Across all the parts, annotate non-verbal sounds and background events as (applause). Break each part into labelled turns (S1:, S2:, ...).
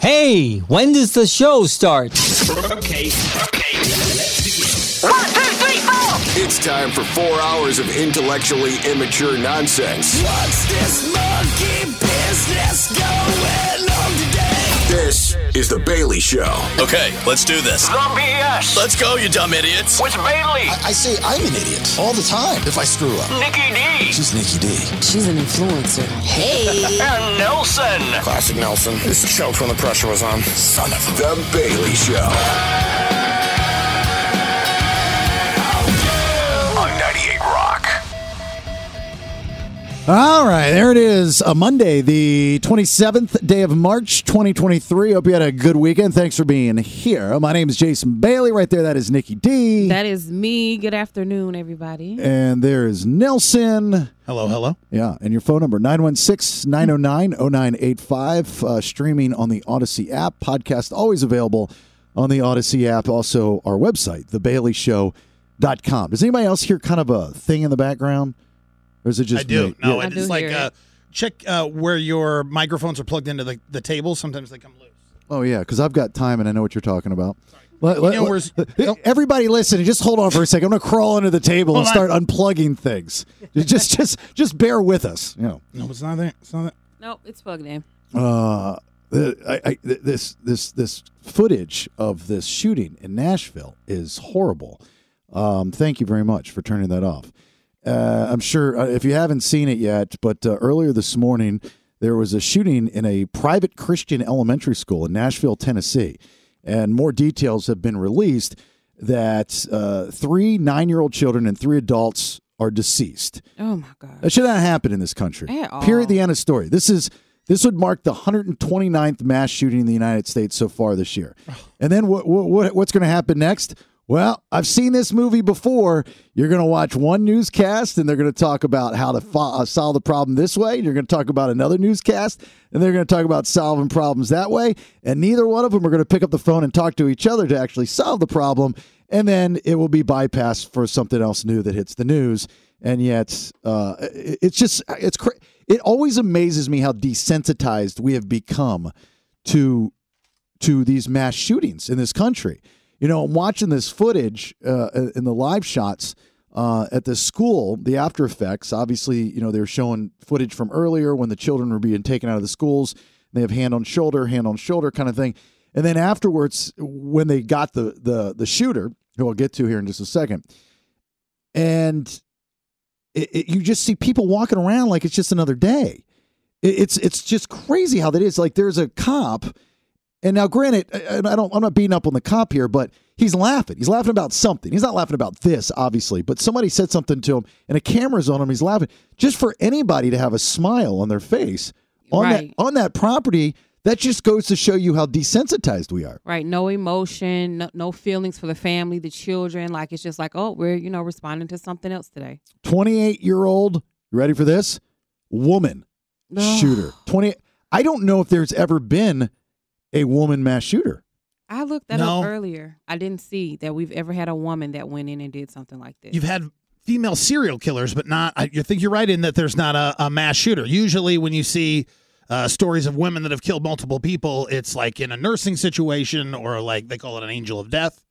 S1: Hey, when does the show start?
S2: Okay, okay, let's begin.
S3: One, two, three, four.
S4: It's time for four hours of intellectually immature nonsense.
S2: What's this monkey business going on today?
S4: This is The Bailey Show.
S5: Okay, let's do this.
S3: The BS
S5: Let's go, you dumb idiots.
S3: with Bailey,
S6: I say I'm an idiot all the time if I screw up.
S3: Nikki D,
S6: She's Nikki D.
S7: She's an influencer. Hey.
S3: and Nelson.
S6: Classic Nelson. This choked when the pressure was on. Son of a.
S4: The Bailey Show.
S3: On 98 Rock.
S8: All right, there it is. A Monday, the 27th day of March, 2023. Hope you had a good weekend. Thanks for being here. My name is Jason Bailey. Right there, that is Nikki D.
S7: That is me. Good afternoon, everybody.
S8: and there is Nelson.
S9: Hello, hello.
S8: Yeah, and your phone number, 916 909 0985, uh, streaming on the Odyssey app. Podcast always available on the Odyssey app. Also, our website, thebaileyshow.com. Does anybody else hear kind of a thing in the background? Or is it
S9: I
S8: just
S9: do.
S8: me?
S9: No,
S7: I
S9: it's
S7: do
S9: like
S7: hear
S9: uh,
S7: it.
S9: check uh, where your microphones are plugged into the, the table. Sometimes they come loose.
S8: Oh yeah, because I've got time and I know what you're talking about. Let- let-
S9: know,
S8: let-
S9: where's-
S8: everybody, listen. Just hold on for a second. I'm gonna crawl under the table and
S9: Hold
S8: start unplugging things. just, just, just bear with us. You know,
S9: No, it's not there. It's not there.
S7: Nope, it's plugged in.
S8: uh, the- I, I, th- this, this, this footage of this shooting in Nashville is horrible. Um, thank you very much for turning that off. Uh, I'm sure uh, if you haven't seen it yet, but uh, earlier this morning there was a shooting in a private Christian elementary school in Nashville, Tennessee, and more details have been released that uh, three nine-year-old children and three adults are deceased.
S7: Oh my god.
S8: That should not happen in this country.
S7: At all.
S8: Period. The end of story. This is this would mark the 129th mass shooting in the United States so far this year. And then what, what, what what's going to happen next? Well, I've seen this movie before. You're going to watch one newscast and they're going to talk about how to fo- uh, solve the problem this way. You're going to talk about another newscast and they're going to talk about solving problems that way. And neither one of them are going to pick up the phone and talk to each other to actually solve the problem. And then it will be bypassed for something else new that hits the news and yet uh, it- it's just it's cra- it always amazes me how desensitized we have become to to these mass shootings in this country. You know, I'm watching this footage uh, in the live shots uh, at the school, the after effects. Obviously, you know, they're showing footage from earlier when the children were being taken out of the schools. They have hand on shoulder, hand on shoulder kind of thing. And then afterwards, when they got the the the shooter, who I'll get to here in just a second, and it, it, you just see people walking around like it's just another day. It, it's it's just crazy how that is. Like there's a cop, and now granted, and I don't I'm not beating up on the cop here, but he's laughing. He's laughing about something. He's not laughing about this, obviously, but somebody said something to him, and a camera's on him. He's laughing. Just for anybody to have a smile on their face on
S7: Right.
S8: that on that property, that just goes to show you how desensitized we are.
S7: Right. No emotion, no, no feelings for the family, the children. Like it's just like, oh, we're, you know, responding to something else today.
S8: 28 year old, you ready for this? Woman shooter. 20. I don't know if there's ever been a woman mass shooter.
S7: I looked that
S9: No.
S7: up earlier. I didn't see that we've ever had a woman that went in and did something like this.
S9: You've had female serial killers, but not. I you think you're right in that there's not a, a mass shooter. Usually, when you see uh, stories of women that have killed multiple people, it's like in a nursing situation or like they call it an angel of death.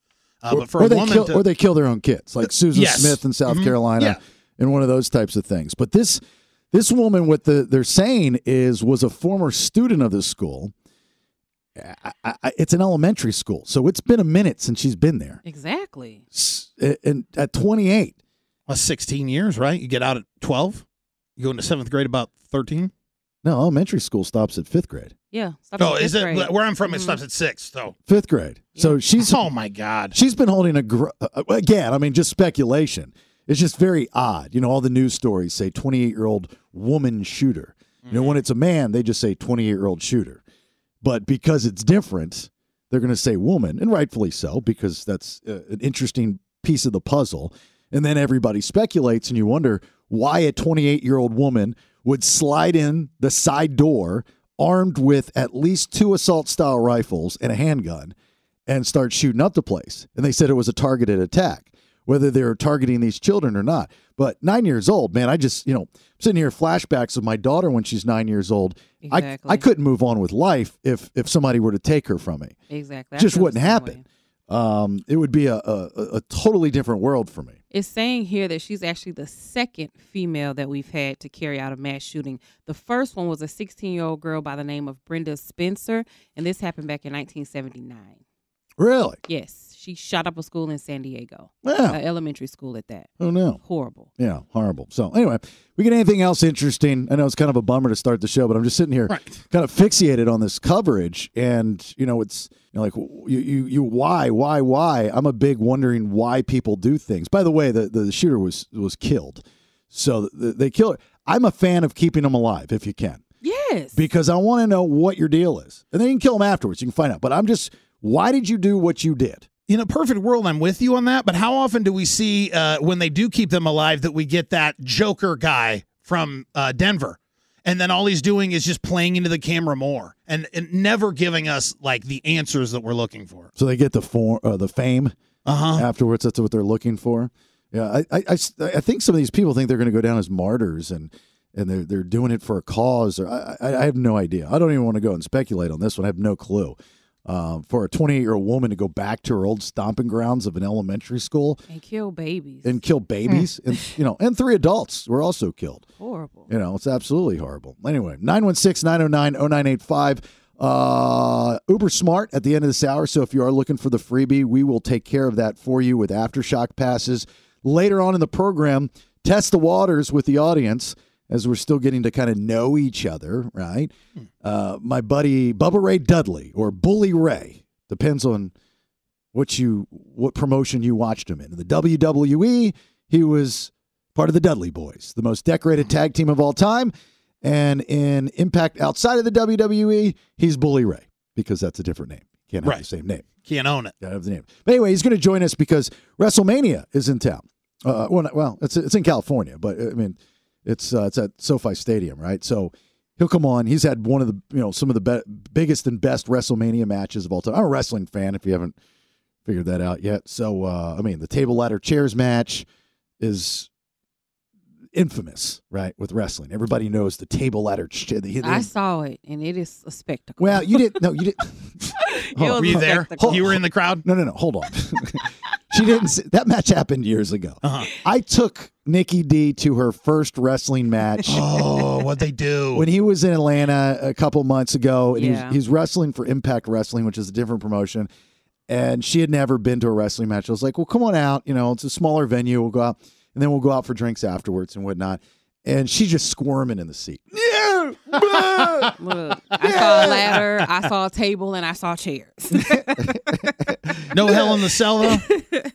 S9: Uh, but for
S8: or
S9: a
S8: they
S9: woman
S8: kill,
S9: to,
S8: or they kill their own kids, like Susan
S9: Yes.
S8: Smith in South
S9: Mhm.
S8: Carolina,
S9: Yeah.
S8: and one of those types of things. But this this woman, what the, they're saying is, was a former student of this school. I, I, I- it's an elementary school, so it's been a minute since she's been there.
S7: exactly.
S8: S- And at 28,
S9: uh, 16 years, right? You get out at 12. You go into seventh grade about 13.
S8: no, elementary school stops at fifth grade.
S7: Yeah. Stop
S9: Oh,
S7: at
S9: is
S7: fifth
S9: it
S7: grade.
S9: where I'm from? It
S7: Mhm.
S9: stops at six. So
S8: Fifth grade. So she's
S9: oh my god.
S8: She's been holding a gr- uh, again. I mean, just speculation. It's just very odd. You know, all the news stories say 28 year old woman shooter. You know, when it's a man, they just say 28 year old shooter. But because it's different, they're going to say woman, and rightfully so, because that's uh, an interesting piece of the puzzle. And then everybody speculates, and you wonder why a 28 year old woman would slide in the side door armed with at least two assault style rifles and a handgun and start shooting up the place. And they said it was a targeted attack. whether they're targeting these children or not. But nine years old, man, I just, you know, sitting here flashbacks of my daughter when she's nine years old.
S7: Exactly.
S8: I, I couldn't move on with life if if somebody were to take her from me.
S7: Exactly. I
S8: just
S7: feel the
S8: wouldn't
S7: same
S8: happen.
S7: way.
S8: Um, it would be a, a, a totally different world for me.
S7: It's saying here that she's actually the second female that we've had to carry out a mass shooting. The first one was a 16 year old girl by the name of Brenda Spencer, and this happened back in 1979.
S8: Really?
S7: Yes, she shot up a school in San Diego,
S8: Wow.
S7: an elementary school at that.
S8: Oh no.
S7: Horrible.
S8: Yeah, horrible. So anyway, we get anything else interesting? I know it's kind of a bummer to start the show, but I'm just sitting here
S9: Right.
S8: kind of fixated on this coverage, and you know, it's you know, like w- you, you, you, why, why, why? I'm a big wondering why people do things. By the way, the the shooter was was killed, so th they killed. I'm a fan of keeping them alive if you can,
S7: Yes.
S8: because I want to know what your deal is, and then you can kill them afterwards. You can find out. But I'm just, why did you do what you did?
S9: In a perfect world, I'm with you on that. But how often do we see uh, when they do keep them alive that we get that Joker guy from uh, Denver, and then all he's doing is just playing into the camera more and, and never giving us like the answers that we're looking for.
S8: So they get the form, uh, the fame.
S9: Uh huh.
S8: afterwards. That's what they're looking for. Yeah, I, I, I s- I think some of these people think they're going to go down as martyrs and and they're they're doing it for a cause. Or I, I I have no idea. I don't even want to go and speculate on this one. I have no clue. Um, for a 28 year old woman to go back to her old stomping grounds of an elementary school
S7: and kill babies.
S8: and kill babies, and you know, and three adults were also killed.
S7: Horrible.
S8: You know, it's absolutely horrible. Anyway, 916 909 0985. Uh, Uber Smart at the end of this hour. So if you are looking for the freebie, we will take care of that for you with Aftershock passes. Later on in the program, test the waters with the audience as we're still getting to kind of know each other, right? Uh, my buddy Bubba Ray Dudley or Bully Ray, depends on what you what promotion you watched him in. In the WWE, he was part of the Dudley Boys, the most decorated tag team of all time. And in Impact outside of the WWE, he's Bully Ray because that's a different name. Can't have the
S9: Right.
S8: same name.
S9: Can't own it.
S8: Gotta have the name. But anyway, he's going to join us because WrestleMania is in town. Uh, well, not- well, it's it's in California, but uh, I mean, it's uh, it's at SoFi Stadium, right? So he'll come on. He's had one of the you know some of the be- biggest and best WrestleMania matches of all time. I'm a wrestling fan, if you haven't figured that out yet. So uh, I mean, the table ladder chairs match is infamous, right? With wrestling, everybody knows the table ladder. Ch- the,
S7: I saw it, and it is a spectacle.
S8: well, you didn't. No, you didn't. (laughs)
S7: It
S8: oh,
S7: was
S9: Were
S7: a
S9: you there?
S7: spectacle.
S9: You were in the crowd.
S8: No, no, no. Hold on. (laughs) she didn't. Say, that match happened years ago.
S9: Uh-huh.
S8: I took Nikki D to her first wrestling match
S9: Oh, what they do?
S8: (laughs) when he was in Atlanta a couple months ago, and
S7: Yeah.
S8: he's, he's wrestling for Impact Wrestling, which is a different promotion. And she had never been to a wrestling match. I was like, "Well, come on out. You know, it's a smaller venue. We'll go out, and then we'll go out for drinks afterwards and whatnot." And she's just squirming in
S7: (laughs)
S8: the seat.
S7: Look, I saw a ladder, I saw a table, and I saw chairs.
S9: (laughs) no hell in the cell though.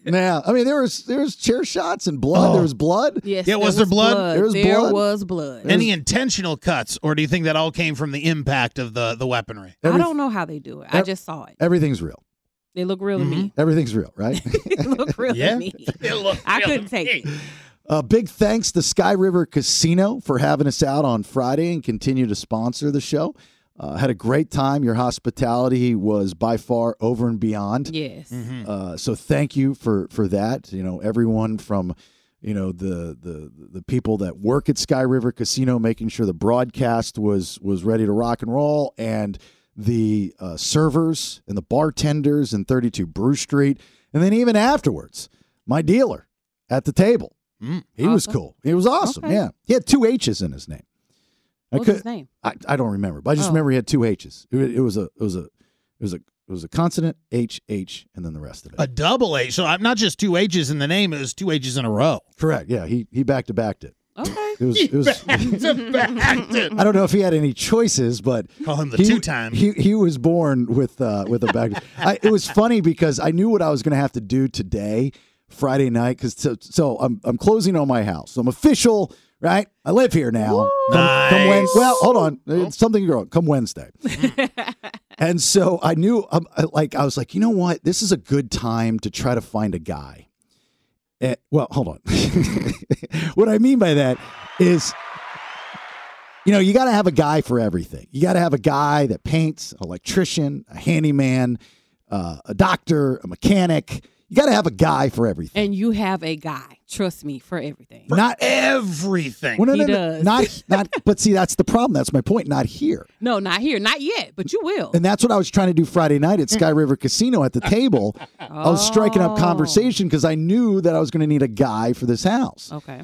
S8: now, I mean, there was there was chair shots and blood.
S7: Oh.
S8: There was blood.
S7: Yes.
S9: Yeah, was there blood?
S8: There
S7: There
S8: was
S7: was
S8: blood?
S7: blood. Was blood.
S9: Any intentional cuts, or do you think that all came from the impact of the the weaponry?
S8: Every-
S7: I don't know how they do it. I
S8: Every-
S7: just saw it.
S8: Everything's real.
S7: They look real
S8: Mm-hmm.
S7: to me.
S8: Everything's real, right?
S7: (laughs)
S8: (laughs)
S7: They look real
S9: Yeah.
S7: to me. I couldn't take it.
S8: Uh, big thanks to Sky River Casino for having us out on Friday and continue to sponsor the show. Uh, had a great time. Your hospitality was by far over and beyond.
S7: Yes.
S8: Uh, so thank you for for that. You know, everyone from you know the the the people that work at Sky River Casino, making sure the broadcast was was ready to rock and roll, and the uh, servers and the bartenders in 32 Brew Street, and then even afterwards, my dealer at the table. he was cool. He was awesome.
S7: Okay.
S8: Yeah, he had two H's in his name. I
S7: What's
S8: could,
S7: his name?
S8: I, I don't remember, but I just
S7: Oh.
S8: remember he had two H's. It, wa- it was a it was a it was a it was a consonant H H and then the rest of it.
S9: A double H. So I'm not just two H's in the name, it was two H's in a row.
S8: Correct. Yeah, he he back to backed it.
S7: Okay.
S8: It was it was.
S9: (laughs)
S8: I don't know if he had any choices, but
S9: Call him the
S8: he,
S9: two time.
S8: He he was born with uh with a back. I, it was funny because I knew what I was going to have to do today, Friday night, because so, so I'm I'm closing on my house. So I'm official, right? I live here now. Come, come Wed-
S9: Nice.
S8: well, hold on, it's something wrong.
S9: (laughs)
S8: Come Wednesday. and so I knew, um, I- like, I was like, you know what? This is a good time to try to find a guy. Eh, well, hold on. (laughs) what I mean by that is, you know, you got to have a guy for everything. You got to have a guy that paints, an electrician, a handyman, uh, a doctor, a mechanic. You got to have a guy for everything.
S7: And you have a guy, trust me, for everything.
S8: not
S9: everything.
S8: well, no,
S7: He
S8: no, no,
S7: does. (laughs)
S8: not not. But see, that's the problem. That's my point. Not here.
S7: No, not here, not yet, but you will.
S8: And that's what I was trying to do Friday night at Sky River Casino at the table. I was striking
S7: Oh.
S8: up conversation because I knew that I was going to need a guy for this house.
S7: Oh.
S8: (laughs)
S7: Okay.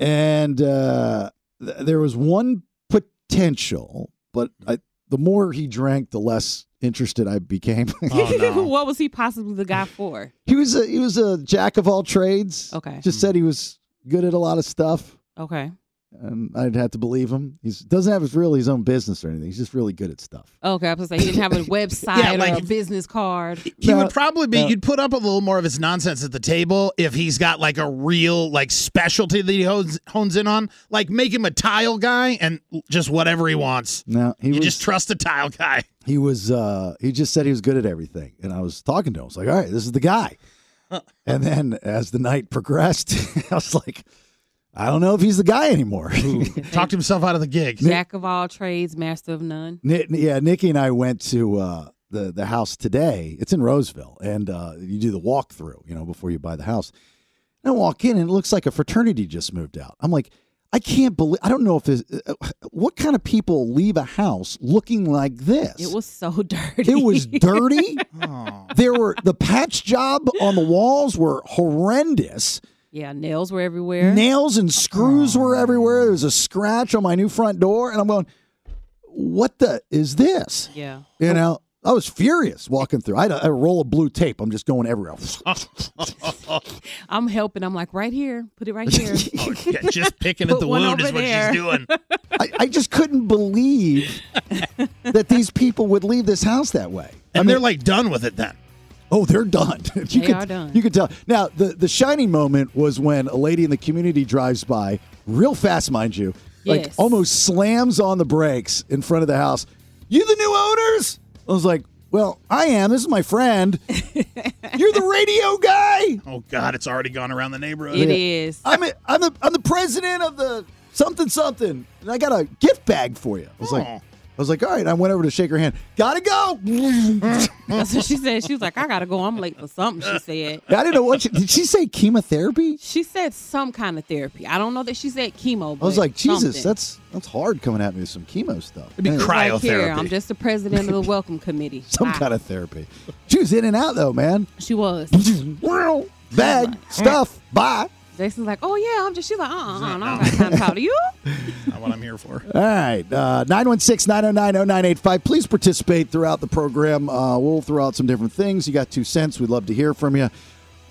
S8: And uh, th- there was one potential, but I, the more he drank, the less interested I became. (laughs)
S7: (laughs)
S9: oh,
S7: what was he possibly the guy for?
S8: he was a he was a jack of all trades.
S7: Okay.
S8: just said he was good at a lot of stuff.
S7: Okay.
S8: And I'd have to believe him. He doesn't have his, really his own business or anything. He's just really good at stuff.
S7: Okay, I was gonna say he didn't have
S8: (laughs)
S7: a website
S9: Yeah, like-
S7: or a business card.
S9: He
S8: No,
S9: would probably be.
S8: no.
S9: You'd put up with a little more of his nonsense at the table if he's got like a real like specialty that he hones, hones in on. Like make him a tile guy and just whatever he wants.
S8: No, he
S9: you
S8: was
S9: just trust the tile guy.
S8: he was uh he just said he was good at everything and i was talking to him i was like all right this is the guy and then as the night progressed (laughs) i was like i don't know if he's the guy anymore
S9: (laughs) Talked himself out of the gig.
S7: Jack of all trades, master of none.
S8: Ni- yeah nikki and i went to uh the, the house today it's in roseville and uh you do the walkthrough you know before you buy the house and i walk in and it looks like a fraternity just moved out i'm like i can't believe i don't know if this uh, what kind of people leave a house looking like this
S7: It was so (laughs) dirty.
S8: It was dirty.
S7: (laughs)
S9: Oh.
S8: there were the patch job on the walls were horrendous.
S7: yeah, nails were everywhere.
S8: Nails and screws were everywhere. There was a scratch on my new front door, and I'm going, "What the is this?"
S7: yeah.
S8: You know, I was furious walking through. I had a, a roll of blue tape. I'm just going everywhere.
S7: I'm helping. I'm like, right here. Put it
S8: (laughs)
S7: right here.
S9: Oh, yeah, just picking at
S7: Put
S9: the
S7: one
S9: wound
S7: over
S9: is what
S7: there.
S9: she's doing.
S8: I, I just couldn't believe that these people would leave this house that way.
S9: And they're like done with it then.
S8: Oh, they're done. (laughs) you
S7: They
S8: could,
S7: are done.
S8: You could tell. Now, the the shining moment was when a lady in the community drives by, real fast, mind you, like
S7: Yes.
S8: almost slams on the brakes in front of the house. You the new owners? I was like, well, I am. This is
S7: (laughs)
S8: my friend. You're the radio guy.
S9: Oh God, it's already gone around the neighborhood.
S7: It
S8: (laughs)
S7: is.
S8: I'm a, I'm the I'm the president of the something something, and I got a gift bag for you. I was like,
S9: Aw.
S8: I was like, all right. I went over to shake her hand. Gotta go.
S7: That's what she said. She was like, I gotta go. I'm late for something. She said.
S8: I didn't know what she, did she say. Chemotherapy.
S7: She said some kind of therapy. I don't know that she said chemo. But
S8: I was like, Jesus,
S7: something.
S8: that's that's hard coming at me with some chemo stuff.
S9: It'd be
S8: Man,
S7: Like, here,
S9: cryotherapy.
S7: I'm just the president of the welcome committee.
S8: (laughs) some
S7: Bye.
S8: kind of therapy. She was in and out though, man.
S7: She
S8: (laughs)
S7: was.
S8: Bag stuff. Bye.
S7: Jason's like, oh yeah, I'm just. She's like, uh, uh, uh, I don't got time to talk
S8: (laughs)
S7: to you.
S8: Uh-huh.
S9: Not what I'm here for.
S8: All right. uh, 916 909 0985. Please participate throughout the program. Uh, we'll throw out some different things. You got two cents. We'd love to hear from you.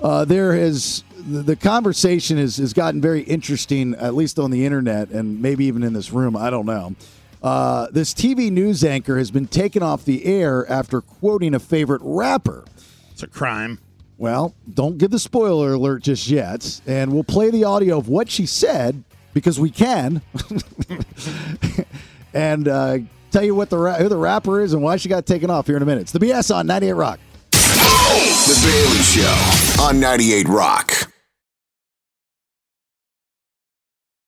S8: Uh, there is the, the conversation has, has gotten very interesting, at least on the internet and maybe even in this room. I don't know. Uh, this TV news anchor has been taken off the air after quoting a favorite rapper.
S9: It's a crime.
S8: Well, don't give the spoiler alert just yet, and we'll play the audio of what she said because we can, (laughs) and uh, tell you what the ra- who the rapper is and why she got taken off here in a minute. It's the BS on 98 Rock.
S4: The Bailey Show on 98 Rock.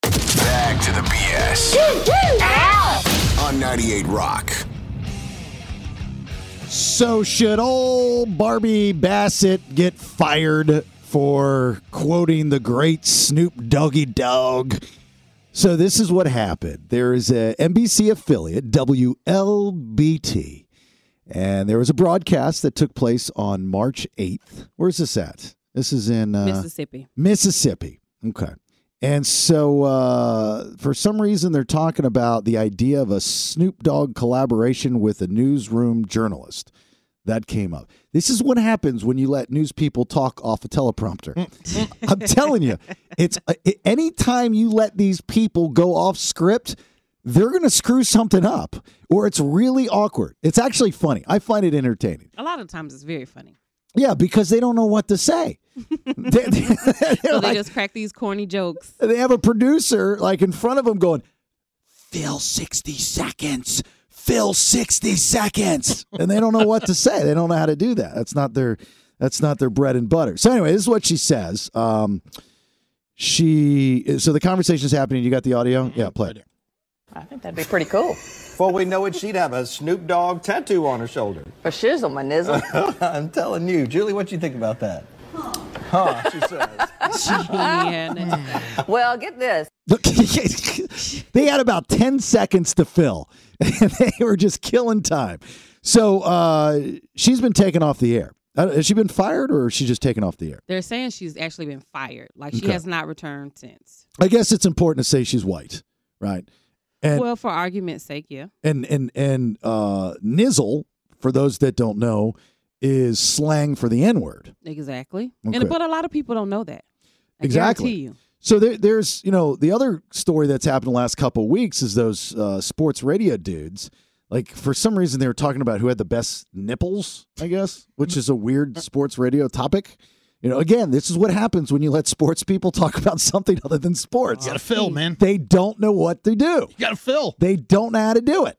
S3: Back to the BS.
S4: On 98 Rock.
S8: So should old Barbie Bassett get fired for quoting the great Snoop Doggy Dogg? So this is what happened. There is a NBC affiliate, WLBT, and there was a broadcast that took place on March 8th. Where's this at? This is in uh,
S7: Mississippi.
S8: Mississippi. Okay. And so, uh, for some reason, they're talking about the idea of a Snoop Dogg collaboration with a newsroom journalist. That came up. This is what happens when you let news people talk off a teleprompter.
S7: (laughs)
S8: I'm telling you, it's uh, anytime you let these people go off script, they're going to screw something up or it's really awkward. It's actually funny. I find it entertaining.
S7: A lot of times it's very funny.
S8: Yeah, because they don't know what
S7: (laughs)
S8: to say. they, they- they're
S7: So they
S8: (laughs) like-
S7: just crack these corny jokes.
S8: (laughs) they have a producer like in front of them going, fill 60 seconds, fill 60 seconds. and they don't know what to say. They don't know how to do that. That's not their that's not their bread and butter. So anyway, this is what she says. Um she so the conversation's happening. You got the audio? Yeah, play. it.
S10: I think that'd be pretty cool.
S11: Before we know it, she'd have a Snoop Dogg tattoo on her shoulder. (laughs)
S10: For shizzle, my nizzle.
S11: I'm telling you, Julie, what you think about that?
S10: oh,
S11: huh? She says.
S10: well, get this.
S8: (laughs) they had about 10 seconds to fill. (laughs) And they were just killing time. So uh, she's been taken off the air. Uh, has she been fired or is she just taken off the air?
S7: They're saying she's actually been fired. Like she
S8: Okay.
S7: has not returned since.
S8: I guess it's important to say she's white, right? And
S7: well, for argument's sake, yeah.
S8: and and and uh, nizzle, for those that don't know, is slang for the N word.
S7: Exactly.
S8: Okay.
S7: And but a lot of people don't know that. I
S8: Exactly.
S7: guarantee you.
S8: So there, there's, you know, the other story that's happened the last couple of weeks is those uh, sports radio dudes. Like for some reason, they were talking about who had the best nipples, I guess, which is a weird sports radio topic. You know, again, this is what happens when you let sports people talk about something other than sports.
S9: You gotta fill, man.
S8: They don't know what to do.
S9: You gotta fill.
S8: They don't know how to do it.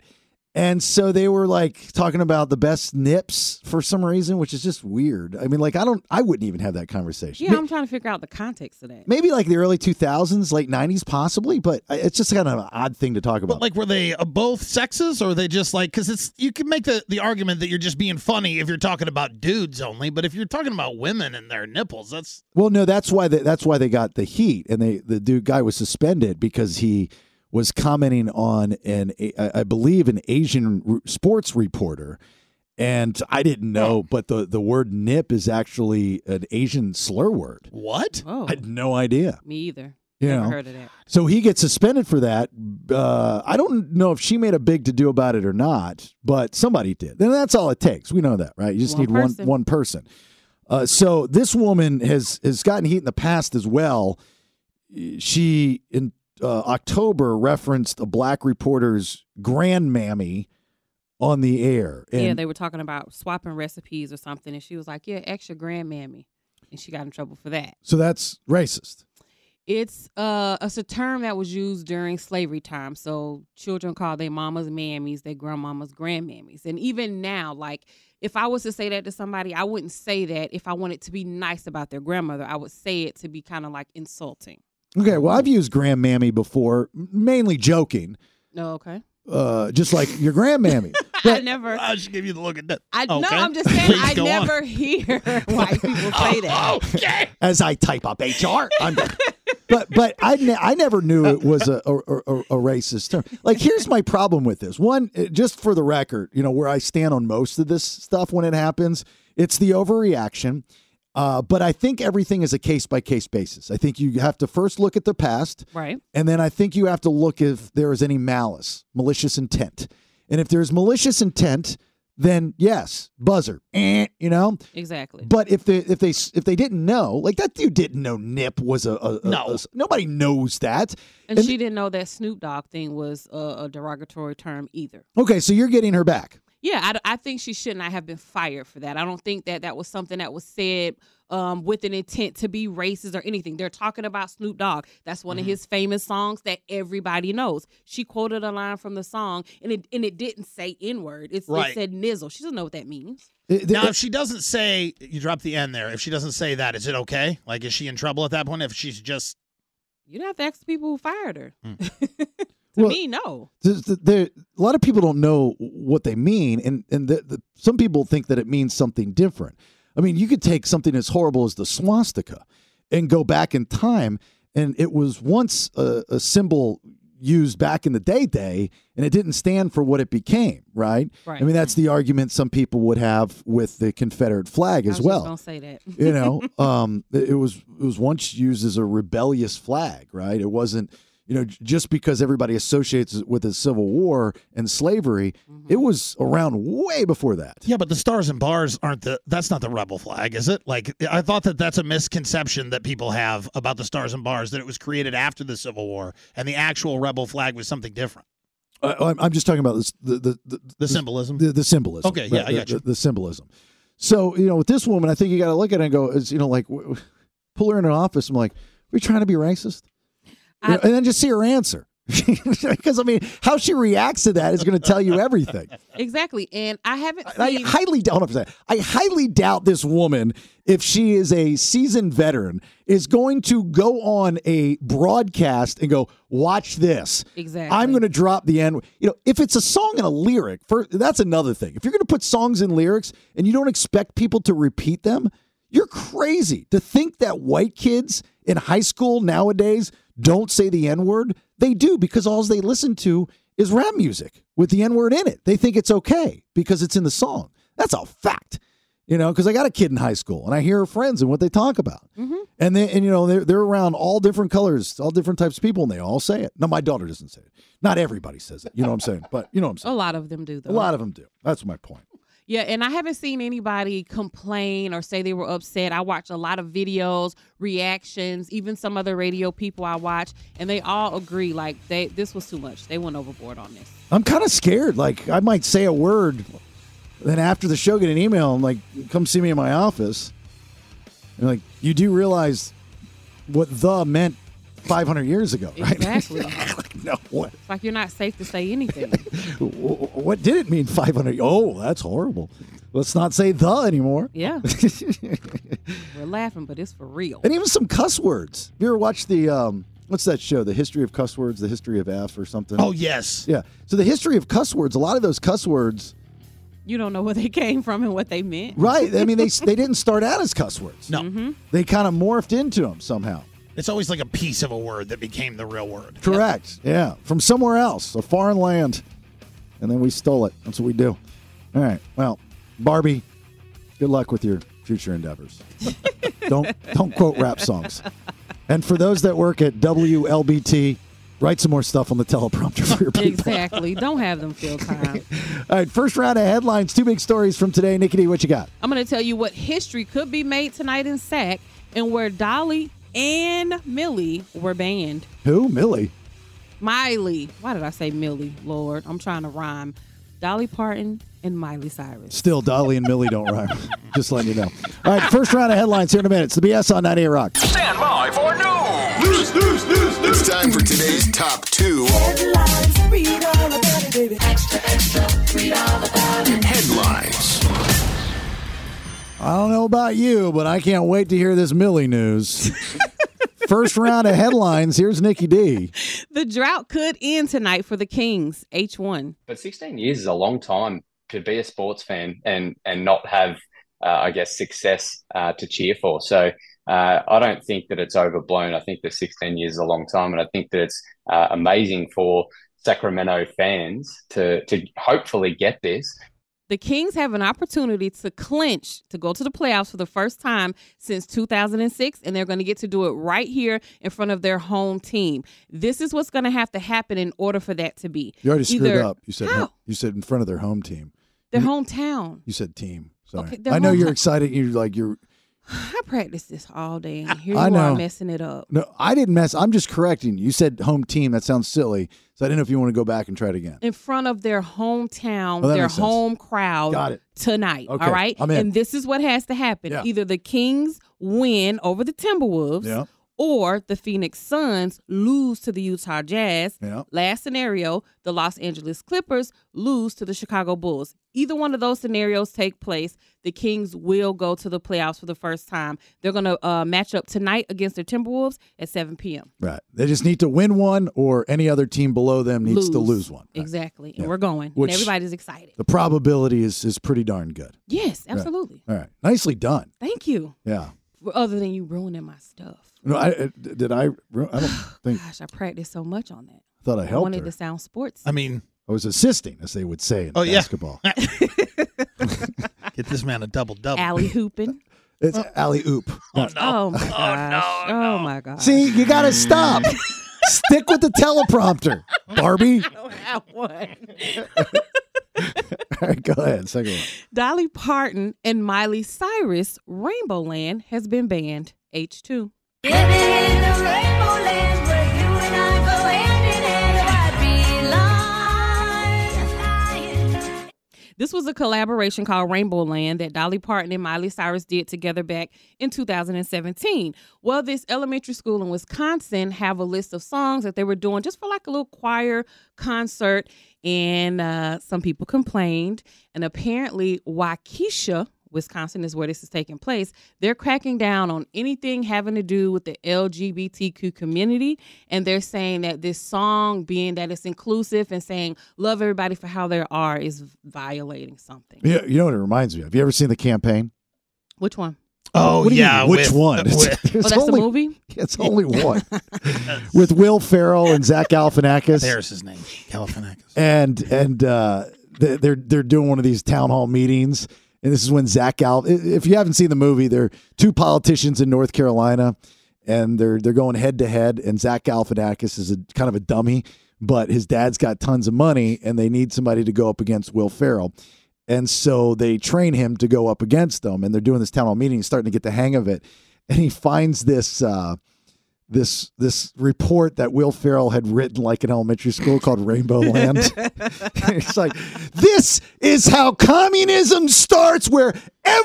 S8: And so they were like talking about the best nips for some reason, which is just weird. I mean, like I don't, I wouldn't even have that conversation.
S7: Yeah, I'm trying to figure out the context of that.
S8: Maybe like the early 2000s, late 90s, possibly, but it's just kind of an odd thing to talk
S9: But
S8: about.
S9: like, were they uh, both sexes, or are they just like? Because it's you can make the, the argument that you're just being funny if you're talking about dudes only, but if you're talking about women and their nipples, that's
S8: well, no, that's why they, that's why they got the heat, and they the dude guy was suspended because he was commenting on an a- I believe an Asian r- sports reporter, and I didn't know, but the the word nip is actually an Asian slur word.
S9: what?
S7: Oh,
S8: I had no idea.
S7: me either.
S8: You
S7: Never
S8: know.
S7: heard of that.
S8: So he gets suspended for that. Uh, I don't know if she made a big to do about it or not, but somebody did. And that's all it takes. We know that, right? You just
S7: One
S8: need
S7: person.
S8: one one person. Uh, so this woman has has gotten heat in the past as well. She in uh, October referenced a black reporter's grandmammy on the air. And
S7: yeah, they were talking about swapping recipes or something, and she was like, "Yeah, extra grandmammy," and she got in trouble for that.
S8: so that's racist.
S7: It's uh, it's a term that was used during slavery time. So children call their mamas mammies, their grandmamas grandmammies, and even now, like if I was to say that to somebody, I wouldn't say that if I wanted to be nice about their grandmother. I would say it to be kind of like insulting.
S8: Okay, well I've used grandmammy before, mainly joking, Oh,
S7: No, okay.
S8: uh, just like your grandmammy.
S7: (laughs) I never.
S9: I should give you the look at that.
S7: I no.
S9: Okay.
S7: I'm just
S9: (laughs)
S7: saying.
S9: Please
S7: I
S9: go on. Oh,
S7: never (laughs) hear white people say
S9: (laughs)
S7: that.
S9: Okay.
S8: as I type up HR. I'm done. But but I ne- I never knew it was a, a, a, a racist term. Like here's my problem with this. One, uh, just for the record, you know where I stand on most of this stuff when it happens, it's the overreaction. Uh, but I think everything is a case by case basis. I think you have to first look at the past,
S7: Right.
S8: and then I think you have to look if there is any malice, malicious intent. And if there's malicious intent, then yes, buzzer, eh, you know.
S7: Exactly.
S8: But if they if they if they didn't know, like that dude didn't know Nip was a, a- a-
S9: No.
S8: a- nobody knows that.
S7: And, she didn't know that Snoop Dogg thing was a, a derogatory term either.
S8: Okay, so you're getting her back.
S7: Yeah, I d- I, think she should not have been fired for that. I don't think that that was something that was said um, with an intent to be racist or anything. They're talking about Snoop Dogg. That's one of his famous songs that everybody knows. She quoted a line from the song, and it and it didn't say N word. It's
S9: Right.
S7: It said nizzle. She doesn't know what that means.
S8: It-
S9: Now,
S8: it-
S9: if she doesn't say, you drop the N there. If she doesn't say that, is it okay? Like, is she in trouble at that point? If she's just
S7: You'd have to ask the people who fired her. (laughs) to
S8: Well-
S7: me, no.
S8: th- th- there- a lot of people don't know what they mean, and and the, the, some people think that it means something different. I mean, you could take something as horrible as the swastika and go back in time, and it was once a, a symbol used back in the day day, and it didn't stand for what it became, right?
S7: Right.
S8: I mean, that's the argument some people would have with the Confederate flag
S7: I
S8: as
S7: was
S8: well
S7: Don't say that.
S8: you know (laughs) um it it was it was once used as a rebellious flag right it wasn't you know j- just because everybody associates it with the civil war and slavery
S9: Mm-hmm.
S8: it was around way before that
S9: Yeah, but the stars and bars aren't the. That's not the rebel flag, is it? Like I thought that that's a misconception that people have about the stars and bars that it was created after the Civil War and the actual rebel flag was something different.
S8: I, I'm- i'm just talking about this the the the,
S9: The symbolism.
S8: the, the symbolism
S9: Okay, yeah,
S8: right,
S9: I
S8: the,
S9: got you.
S8: the, the symbolism so you know with this woman i think you got to look at it and go is you know like w- w- pull her in an office i'm like are you trying to be racist You
S7: I-
S8: know, and then just see her answer (laughs) because i mean how she reacts to that is going to tell you everything
S7: (laughs) exactly. And I haven't
S8: And I
S7: seen.
S8: highly doubt. hold on a second. I highly doubt this woman, if she is a seasoned veteran, is going to go on a broadcast and go, "Watch this."
S7: Exactly.
S8: I'm going to drop the end. You know, if it's a song and a lyric, for, that's another thing. If you're going to put songs in lyrics and you don't expect people to repeat them, You're crazy to think that white kids in high school nowadays don't say the N word. They do because all they listen to is rap music with the N word in it. They think it's okay because it's in the song. That's a fact, you know, because I got a kid in high school and I hear her friends and what they talk about. And they, and you know, they're, they're around all different colors, all different types of people, and they all say it. Now, my daughter doesn't say it. Not everybody says it. You know what I'm saying? But you know what
S7: A
S8: I'm saying?
S7: lot of them do though.
S8: A lot of them do. That's my point.
S7: Yeah, and I haven't seen anybody complain or say they were upset. I watch a lot of videos, reactions, even some other radio people I watch, and they all agree like they this was too much. They went overboard on this.
S8: I'm kind of scared. Like I might say a word, then after the show, get an email and like, come see me in my office. And like, you do realize what the meant 500 years ago, (laughs) right? (laughs)
S7: Exactly.
S8: no, what
S7: It's like you're not safe to say
S8: (laughs)
S7: anything.
S8: what did it mean 500? Oh, that's horrible. Let's not say the anymore. (laughs)
S7: Yeah. We're laughing, but it's for real.
S8: And even some cuss words. You ever watch the um, what's that show? The history of cuss words, the history of F or something.
S9: Oh yes.
S8: yeah. So the history of cuss words. A lot of those cuss words.
S7: You don't know where they (laughs) came from and what they meant.
S8: Right. I mean, they they didn't start out as cuss words.
S9: No.
S8: They kind of morphed into them somehow.
S9: It's always like a piece of a word that became the real word.
S8: Correct. Yeah. From somewhere else, a foreign land. And then we stole it. That's what we do. All right. Well, Barbie, good luck with your future (laughs) endeavors. don't don't quote rap songs. And for those that work at WLBT, write some more stuff on the teleprompter for your people.
S7: Exactly. Don't have them feel time.
S8: All right, first round of headlines, two big stories from today. Nikki D, what you got?
S7: I'm going to tell you what history could be made tonight in SAC and where Dolly and Millie were banned.
S8: Who? Millie.
S7: Miley. Why did I say Millie? Lord, I'm trying to rhyme. Dolly Parton and Miley Cyrus.
S8: Still, Dolly and Millie don't rhyme. (laughs) Just letting you know. All right, first round of headlines here in a minute. It's the BS on 98 Rock.
S3: Stand by for news.
S4: It's time for today's top two headlines.
S8: I don't know about you, but I can't wait to hear this
S7: (laughs)
S8: Millie news. First round of headlines. Here's Nikki D.
S7: The drought could end tonight for the Kings. H1.
S12: but 16 years is a long time to be a sports fan and and not have uh, I guess success uh, to cheer for. So uh, I don't think that it's overblown. I think that 16 years is a long time, and I think that it's uh, amazing for Sacramento fans to to hopefully get this.
S7: The Kings have an opportunity to clinch to go to the playoffs for the first time since 2006, and they're going to get to do it right here in front of their home team. This is what's going to have to happen in order for that to be.
S8: You already screwed
S7: Either-
S8: up. You said
S7: How?
S8: you said in front of their home team.
S7: Their hometown.
S8: You said team. Sorry.
S7: Okay, their
S8: I know
S7: home-
S8: you're excited. You like you're
S7: I practiced this all day, and here you
S8: I know.
S7: are messing it up.
S8: no. I didn't mess. I'm just correcting. You said home team. That sounds silly. So I didn't know if you want to go back and try it again.
S7: in front of their hometown,
S8: Oh, that
S7: their
S8: makes sense.
S7: home crowd
S8: Got it.
S7: tonight.
S8: Okay,
S7: All right?
S8: I'm in.
S7: And this is what has to happen.
S8: Yeah.
S7: Either the Kings win over the Timberwolves
S8: Yeah.
S7: or the Phoenix Suns lose to the Utah Jazz.
S8: Yeah.
S7: Last scenario, the Los Angeles Clippers lose to the Chicago Bulls. Either one of those scenarios take place, the Kings will go to the playoffs for the first time. They're going to uh, match up tonight against the Timberwolves at 7 p.m.
S8: Right. They just need to win one, or any other team below them needs to lose one. Right.
S7: Exactly.
S8: Yeah.
S7: And we're going.
S8: Which-
S7: and everybody's excited.
S8: The probability is is pretty darn good.
S7: Yes, absolutely.
S8: All right. Nicely done.
S7: Thank you.
S8: Yeah.
S7: For other than you ruining my stuff.
S8: No, I uh, d- did. I. ru- I don't think.
S7: Gosh, I practiced so much on that.
S8: Thought I
S7: (sighs) I
S8: helped
S7: wanted
S8: her.
S7: to sound sports.
S9: I mean,
S8: I was assisting, as they would say in
S9: Oh, yeah. (laughs)
S8: basketball.
S9: get this man a double double.
S7: Alley
S8: (laughs)
S7: hooping.
S8: It's alley oop. (laughs)
S7: Oh my gosh. Oh, my gosh.
S8: See, you got
S9: (laughs)
S8: to stop. Stick with the teleprompter,
S7: (laughs)
S8: Barbie.
S7: I don't have one.
S8: (laughs) All right, go ahead. Second one.
S7: Dolly Parton and Miley Cyrus, Rainbow Land has been banned. H2. This was a collaboration called Rainbow Land that Dolly Parton and Miley Cyrus did together back in 2017. Well, this elementary school in Wisconsin have a list of songs that they were doing just for like a little choir concert, and uh, some people complained. And apparently, Waukesha, Wisconsin is where this is taking place. They're cracking down on anything having to do with the LGBTQ community. And they're saying that this song, being that it's inclusive and saying love everybody for how they are, is violating something.
S8: Yeah, you know what it reminds me of? Have you ever seen the campaign?
S7: Which one?
S9: Oh,
S8: What do you
S9: yeah.
S8: mean, which
S9: with-
S8: one?
S9: with-
S8: (laughs)
S7: Oh, that's the
S8: only,
S7: movie. (laughs)
S8: It's only one. With Will Ferrell and Zach Galifianakis.
S9: There's his name, Galifianakis.
S8: and and uh, they- they're they're doing one of these town hall meetings, and this is when Zach Gal. If you haven't seen the movie, they're two politicians in North Carolina, and they're they're going head to head, and Zach Galifianakis is a kind of a dummy, but his dad's got tons of money, and they need somebody to go up against Will Ferrell. And so they train him to go up against them, and they're doing this town hall meeting, he's starting to get the hang of it, and he finds this uh, this this report that Will Farrell had written like in elementary school called Rainbow Land. it's like this is how communism starts where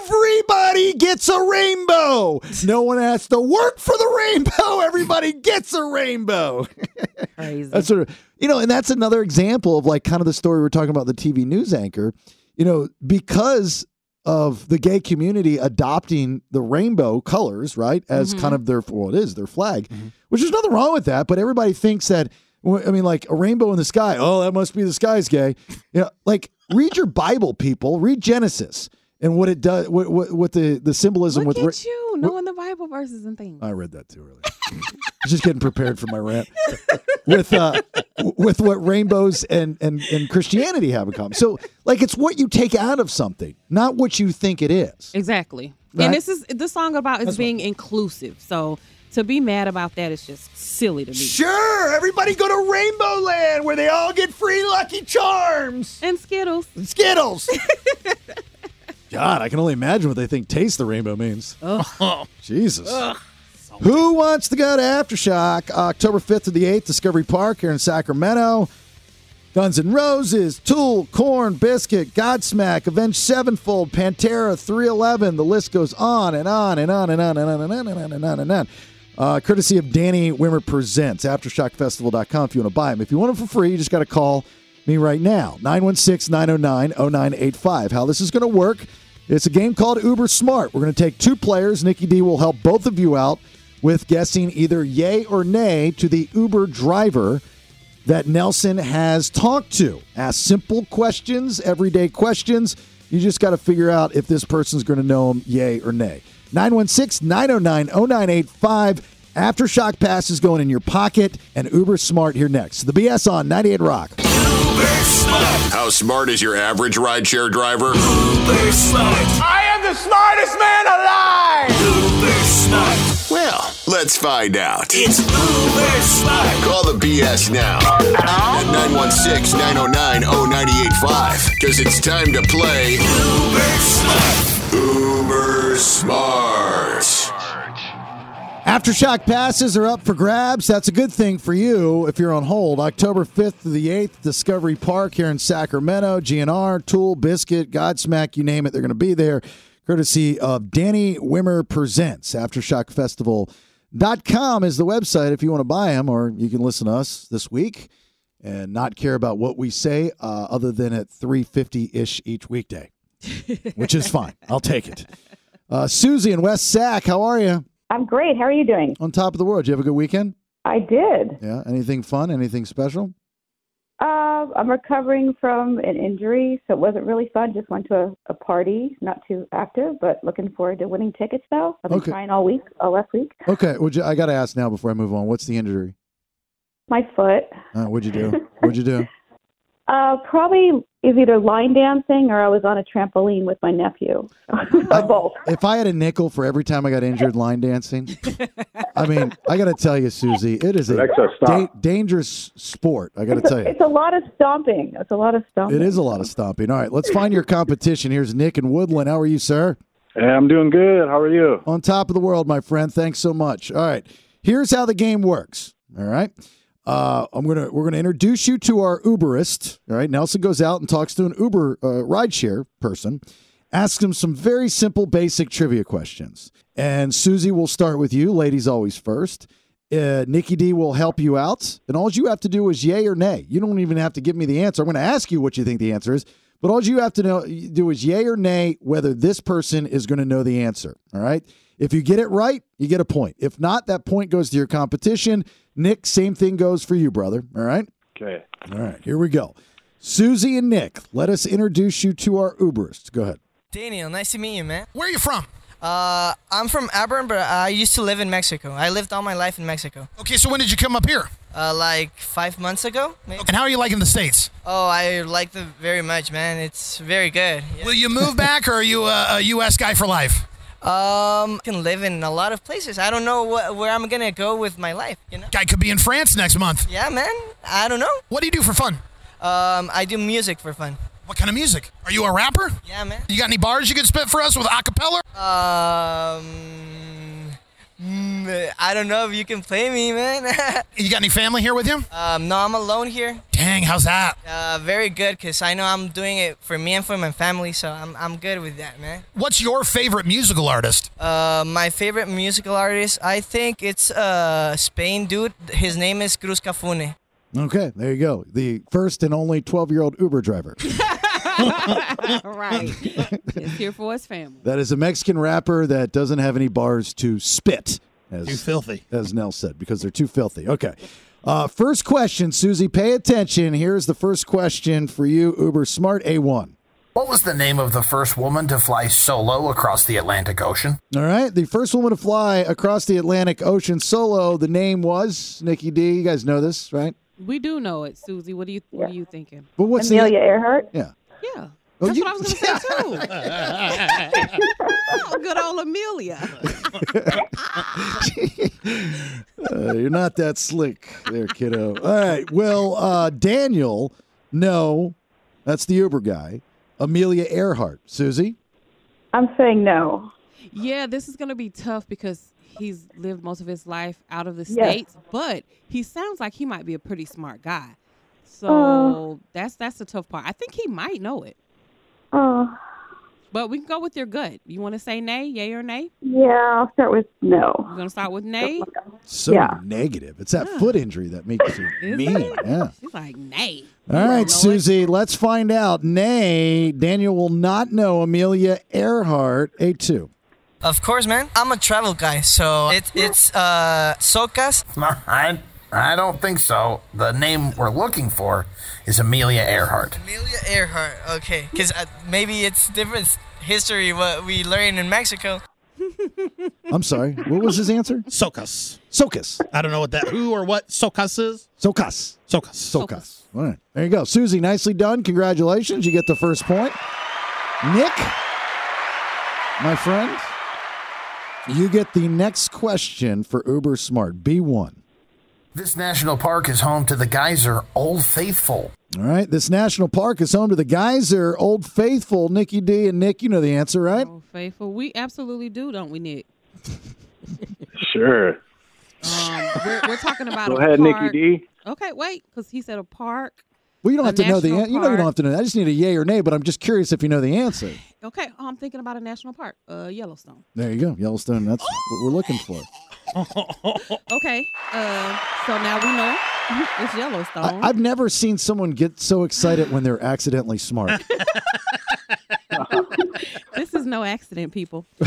S8: everybody gets a rainbow. No one has to work for the rainbow, everybody gets a rainbow.
S7: Crazy.
S8: That's sort of you know, and that's another example of like kind of the story we're talking about the TV news anchor. You know, because of the gay community adopting the rainbow colors, right, as
S7: Mm-hmm.
S8: kind of their well, it is their flag, which is nothing wrong with that. But everybody thinks that well, I mean, like a rainbow in the sky. Oh, that must be the sky's gay. You know, like read your Bible, people. Read Genesis and what it does, what what, what the the symbolism
S7: Look
S8: with. ra-
S7: at you knowing the Bible verses and things.
S8: I read that too early. (laughs) Just getting prepared for my rant (laughs) with uh, w- with what rainbows and, and and Christianity have in common. So, like, it's what you take out of something, not what you think it is.
S7: Exactly.
S8: Right?
S7: And this is this song about is being inclusive. So to be mad about that is just silly to me.
S8: Sure, everybody go to Rainbow Land where they all get free Lucky Charms,
S7: And Skittles.
S8: and Skittles. (laughs) God, I can only imagine what they think "taste the rainbow" means. (laughs) Jesus. Who wants to go to Aftershock? October 5th to the 8th, Discovery Park here in Sacramento. Guns N' Roses, Tool, Corn, Biscuit, Godsmack, Avenged Sevenfold, Pantera, 311. The list goes on and on and on and on and on and on and on and on and on. Uh, courtesy of Danny Wimmer Presents, AftershockFestival.com if you want to buy them. If you want them for free, you just got to call me right now, 916 909 0985. How this is going to work, it's a game called Uber Smart. We're going to take two players. Nikki D will help both of you out with guessing either yay or nay to the Uber driver that Nelson has talked to. Ask simple questions, everyday questions. You just got to figure out if this person's going to know him, yay or nay. 916 909 0985. Aftershock Pass is going in your pocket, and Uber Smart here next. The BS on 98 Rock.
S4: How smart is your average rideshare driver?
S2: I am the smartest man alive! Uber smart!
S4: Well, let's find out.
S2: It's Uber smart!
S4: Call the BS now at 916 909 0985 because it's time to play
S2: Uber smart!
S4: Uber Smart.
S8: Aftershock passes are up for grabs. That's a good thing for you if you're on hold. October 5th to the 8th, Discovery Park here in Sacramento. GNR, Tool, Biscuit, Godsmack, you name it, they're going to be there. Courtesy of Danny Wimmer Presents. AftershockFestival.com is the website if you want to buy them, or you can listen to us this week and not care about what we say uh, other than at 3.50-ish each weekday, which is fine. I'll take it. Uh, Susie in West Sac, how are you?
S13: I'm great. How are you doing?
S8: on top of the world. You have a good weekend?
S13: I did.
S8: Yeah. Anything fun? Anything special?
S13: Uh, I'm recovering from an injury, so it wasn't really fun. Just went to a, a party, not too active, but looking forward to winning tickets though. I've been
S8: Okay.
S13: trying all week, all last week.
S8: Okay. Would you, I got to ask now before I move on. What's the injury?
S13: My foot.
S8: Uh, what'd you
S13: (laughs)
S8: do? What'd you do?
S13: Uh, probably is either line dancing or I was on a trampoline with my nephew. or both.
S8: If I had a nickel for every time I got injured line dancing, I mean, I got to tell you, Susie, it is a
S14: Alexa,
S8: da-
S14: stop.
S8: dangerous sport. I got to
S13: It's
S8: tell
S13: a,
S8: you.
S13: it's a lot of stomping. It's a lot of stomping.
S8: It is a lot of stomping. All right, let's find your competition. Here's Nick in Woodland. How are you, sir?
S14: Hey, I'm doing good. How are you?
S8: On top of the world, my friend. Thanks so much. All right. Here's how the game works. All right. Uh, I'm gonna we're gonna introduce you to our Uberist. All right. Nelson goes out and talks to an Uber uh, rideshare person, asks him some very simple, basic trivia questions. And Susie will start with you. Ladies always first. Uh, Nikki D will help you out, and all you have to do is yay or nay. You don't even have to give me the answer. I'm going to ask you what you think the answer is, but all you have to know do is yay or nay whether this person is going to know the answer. All right. If you get it right, you get a point. If not, that point goes to your competition. Nick, same thing goes for you, brother. All right.
S14: Okay.
S8: All right. Here we go. Susie and Nick, let us introduce you to our Uberist. Go ahead.
S15: Daniel, nice to meet you, man.
S16: Where are you from?
S15: Uh, I'm from Auburn, but I used to live in Mexico. I lived all my life in Mexico.
S16: Okay, so when did you come up here?
S15: Uh, like five months ago. Maybe.
S16: And how are you liking the states?
S15: Oh, I like them very much, man. It's very good.
S16: Will you move back, or are you a, a U.S. guy for life?
S15: Um, I can live in a lot of places. I don't know what, where I'm gonna go with my life. You know?
S16: Guy could be in France next month.
S15: Yeah, man. I don't know.
S16: What do you do for fun?
S15: Um, I do music for fun.
S16: What kind of music? Are you a rapper?
S15: Yeah, man.
S16: You got any bars you could spit for us with acapella?
S15: Um, mm, I don't know if you can play me, man. (laughs)
S16: you got any family here with you?
S15: Um, no, I'm alone here.
S16: Dang, how's that?
S15: Uh, very good, cause I know I'm doing it for me and for my family, so I'm I'm good with that, man.
S16: What's your favorite musical artist?
S15: Uh, my favorite musical artist, I think it's uh Spain dude. His name is Cruz Cafune.
S8: Okay, there you go. The first and only 12 year old Uber driver.
S7: right. (laughs) It's here for his family.
S8: That is a Mexican rapper that doesn't have any bars to spit. As,
S9: Too filthy.
S8: As Nell said, because they're too filthy. Okay. Uh, first question, Susie, pay attention. Here's the first question for you, Uber Smart A1.
S17: What was the name of the first woman to fly solo across the Atlantic Ocean?
S8: All right. The first woman to fly across the Atlantic Ocean solo, the name was Nikki D. You guys know this, right?
S7: We do know it, Susie. What do you What are you thinking?
S8: But what's the-
S13: Amelia Earhart.
S8: Yeah.
S7: Yeah. That's what I was gonna say too. oh, good old Amelia.
S8: Uh, you're not that slick there, kiddo. All right. Well, uh, Daniel, no, that's the Uber guy. Amelia Earhart. Susie?
S13: I'm saying no.
S7: Yeah, this is gonna be tough because he's lived most of his life out of the
S13: Yes.
S7: states, but he sounds like he might be a pretty smart guy. So
S13: Oh.
S7: that's that's the tough part. I think he might know it,
S13: Oh,
S7: but we can go with your gut. You want to say nay, yay or nay?
S13: yeah. I'll start with no.
S7: We're gonna start with nay.
S8: So
S13: Yeah.
S8: negative. It's that foot injury that makes you
S7: (laughs) Is
S8: mean.
S7: it?
S8: Yeah.
S7: She's like nay.
S8: All right, Susie, let's find out. Nay, Daniel will not know Amelia Earhart. A2.
S15: Of course, man. I'm a travel guy, so it, it's uh, Socas.
S17: I, I don't think so. The name we're looking for is Amelia Earhart.
S15: Amelia Earhart. Okay, because uh, maybe it's different history what we learn in Mexico.
S8: I'm sorry. What was his answer?
S9: Socas.
S8: Socas.
S9: I don't know what that who or what Socas is.
S8: Socas.
S9: Socas.
S8: Socas. All right. There you go. Susie, nicely done. Congratulations. You get the first point. Nick, my friend, you get the next question for Uber Smart B1.
S17: This national park is home to the geyser Old Faithful.
S8: All right. This national park is home to the geyser, Old Faithful, Nikki D, and Nick. You know the answer, right?
S7: Oh, faithful. We absolutely do, don't we, Nick?
S14: (laughs) Sure.
S7: Um, we're, we're talking about
S14: Go
S7: a
S14: ahead,
S7: park.
S14: Nikki D.
S7: Okay, wait, because he said a park.
S8: Well, you don't
S7: A
S8: have to know the
S7: national
S8: answer. You know you don't
S7: park.
S8: have to know. that. I just need a yay or nay, but I'm just curious if you know the answer.
S7: Okay, oh, I'm thinking about a national park, uh, Yellowstone.
S8: There you go. Yellowstone. That's what we're looking for.
S7: Okay, uh, so now we know (laughs) it's Yellowstone.
S8: I, I've never seen someone get so excited when they're
S7: (laughs)
S8: accidentally smart. (laughs)
S7: this is no accident,
S8: (laughs)
S7: people. So,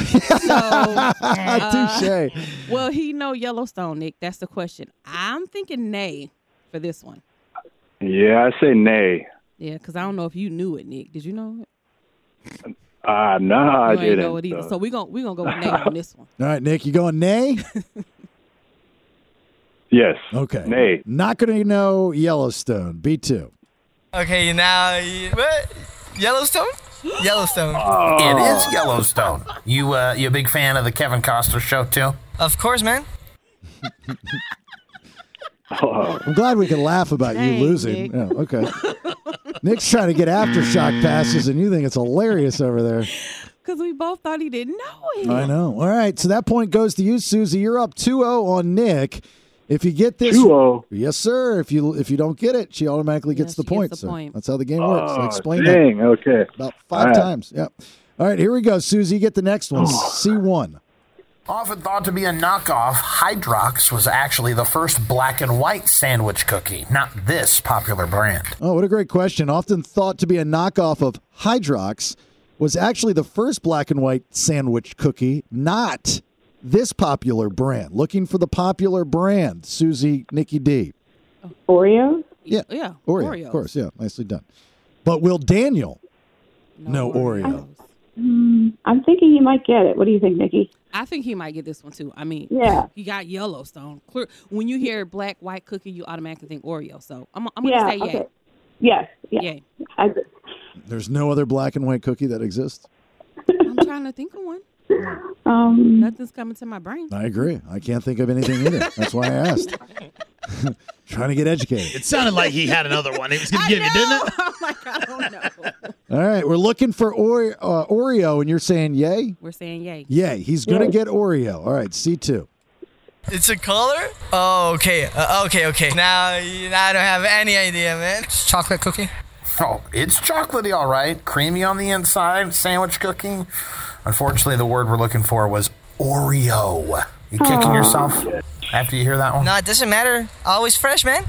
S7: uh,
S8: Touche.
S7: well, he know Yellowstone, Nick. That's the question. I'm thinking nay for this one.
S14: Yeah, I say nay.
S7: Yeah, because I don't know if you knew it, Nick. Did you know it?
S14: Uh, no, I
S7: you ain't
S14: didn't.
S7: know it either. So,
S14: so-
S7: we gon' we gonna go with nay on this
S14: (laughs)
S7: one.
S8: All right, Nick, you going nay?
S14: yes.
S8: Okay.
S14: Nay.
S8: Not going to know Yellowstone. B2.
S15: Okay, now you, what? Yellowstone? Yellowstone.
S14: Ah.
S17: It is Yellowstone. You uh, you a big fan of the Kevin Costner show too?
S15: Of course, man.
S8: I'm glad we can laugh about
S15: Dang,
S8: you losing.
S15: Nick.
S8: Yeah, okay. Nick's trying to get aftershock passes, and you think it's hilarious over there.
S7: Because we both thought he didn't know it.
S8: I know. All right. So that point goes to you, Susie. You're up 2 0 on Nick. If you get this,
S14: 2-0.
S8: yes, sir. If you if you don't get it, she automatically gets the point.
S7: the
S8: so
S7: point.
S8: that's how the game works. I
S14: Oh,
S8: explained
S14: dang.
S8: that
S14: Okay. All
S8: about five
S14: right. Oh.
S8: times. Yep. All right. Here we go, Susie. You get the next one. C one.
S17: Often thought to be a knockoff, Hydrox was actually the first black and white sandwich cookie, not this popular brand.
S8: Oh, what a great question. Often thought to be a knockoff of Hydrox, was actually the first black and white sandwich cookie, not this popular brand. Looking for the popular brand, Susie Nikki D.
S13: Oreos.
S8: Yeah.
S7: Yeah.
S8: Oreo,
S7: Oreos.
S8: of course. Yeah, nicely done. But will Daniel know Oreo?
S13: Mm, I'm thinking he might get it. What do you think, Nikki?
S7: I think he might get this one too. I mean,
S13: Yeah.
S7: he got Yellowstone. Clear. When you hear black white cookie, you automatically think Oreo. So I'm, I'm gonna
S13: Yeah,
S7: say yay.
S13: okay. Yes. Yeah. (laughs)
S7: Yay.
S13: I,
S8: There's no other black and white cookie that exists.
S7: I'm trying to think of one.
S13: Um,
S7: Nothing's coming to my brain. (laughs)
S8: I agree. I can't think of anything either. That's why I asked. Trying to get educated.
S9: It sounded like he had another one. He was going to give you, didn't it?
S8: All right, we're looking for Ore- uh, Oreo, and you're saying yay?
S7: We're saying yay.
S8: Yay. He's going to get Oreo. All right, C2.
S15: It's a color? Oh, okay. Uh, okay, okay. Now, you- now I don't have any idea, man. It's chocolate cookie.
S17: Oh, it's chocolatey, all right. Creamy on the inside, sandwich cooking. Unfortunately, the word we're looking for was Oreo. You kicking
S15: Aw.
S17: yourself after you hear that one?
S15: No, it doesn't matter. Always fresh, man.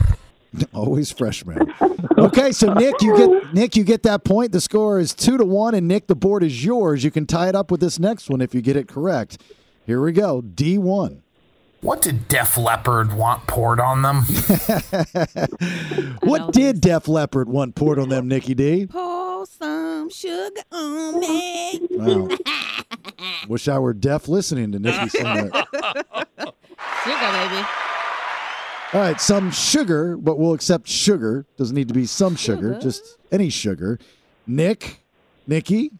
S8: (laughs) Always freshman. Okay, so Nick, you get Nick, you get that point. The score is two to one, and Nick, the board is yours. You can tie it up with this next one if you get it correct. Here we go. D one.
S17: What did Def Leppard want poured on them? (laughs)
S8: What did Def Leppard want poured on them, Nikki D?
S7: Pour some sugar on me.
S8: Wow. Wish I were deaf listening to Nikki sing that.
S7: Sugar, baby.
S8: All right, some sugar, but we'll accept sugar. Doesn't need to be some sugar, just any sugar. Nick, Nikki.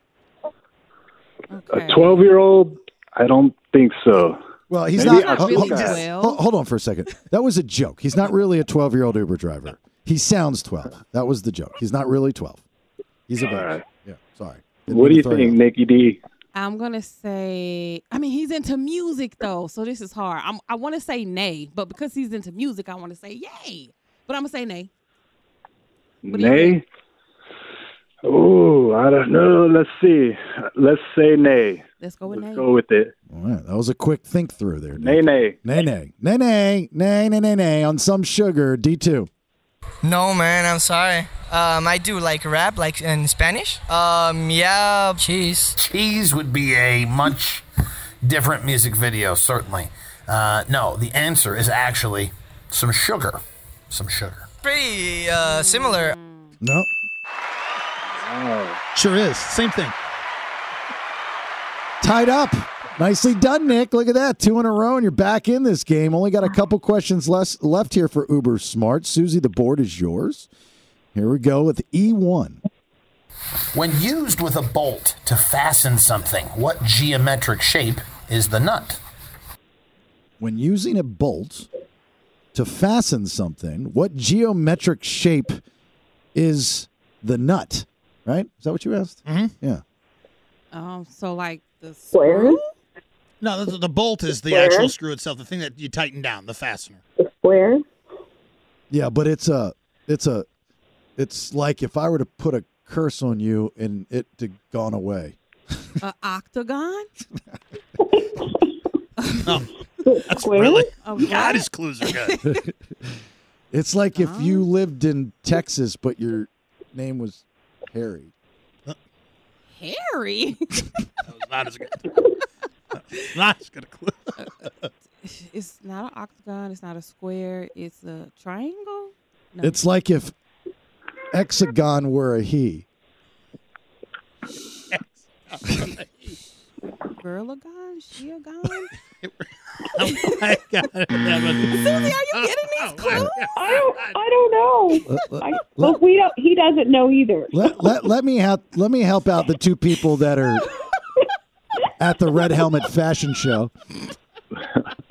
S14: A 12 year old? I don't think so.
S8: Well, he's
S14: Maybe
S8: not.
S14: a
S8: ho- ho-
S14: cool guy.
S8: ho- Hold, on for a second. That was a joke. He's not really a 12 year old Uber driver. He sounds 12. That was the joke. He's not really 12. He's a
S14: All
S8: baby.
S14: right.
S8: Yeah, sorry. Didn't
S14: What do
S8: mean
S14: you
S8: to throw
S14: think,
S8: out.
S14: Nikki D?
S7: I'm gonna say. I mean, he's into music though, so this is hard. I'm, I want to say nay, but because he's into music, I want to say yay. But I'm gonna say nay.
S14: Nay? Oh, I don't know. Let's see. Let's say nay.
S7: Let's go with nay.
S14: Go with it.
S8: All right, that was a quick think through there.
S14: Nay, nay.
S8: Nay, nay, nay, nay, nay, nay, nay, nay, on some sugar, D2.
S15: No, man, I'm sorry. Um, I do like rap, like in Spanish. Um, yeah, cheese.
S17: Cheese would be a much different music video, certainly. Uh, no, the answer is actually some sugar. Some sugar.
S15: Pretty uh, similar.
S8: No.
S9: Sure is. Same thing.
S8: Tied up. Nicely done, Nick. Look at that. Two in a row, and you're back in this game. Only got a couple questions less left here for Uber Smart. Susie, the board is yours. Here we go with E E1.
S17: When used with a bolt to fasten something, what geometric shape is the nut?
S8: When using a bolt to fasten something, what geometric shape is the nut? Right? Is that what you asked? Mm-hmm. Yeah.
S7: Um, so like the screw.
S9: No, the, the bolt is the
S7: Where?
S9: actual screw itself, the thing that you tighten down, the fastener.
S13: Where?
S8: Yeah, but it's a it's a it's like if I were to put a curse on you and it to gone away.
S7: A octagon.
S9: Oh, That's really.
S7: A
S9: God,
S7: what?
S9: his clues are good.
S8: It's like if you lived in Texas but your name was Harry.
S7: Harry. (laughs)
S9: Not as good. (laughs) Not as good a clue. (laughs)
S7: it's not an octagon. It's not a square. It's a triangle. No.
S8: It's like if hexagon were a he.
S7: Girlagon? Sheagon?
S9: Oh my God.
S7: Susie, are you getting these clues?
S13: I don't. I don't know.
S8: Let- let-
S13: I, look, we don't. He doesn't know
S15: (laughs)
S13: either.
S8: Let, let, let me help let me help out the two people that are at the Red Helmet fashion show.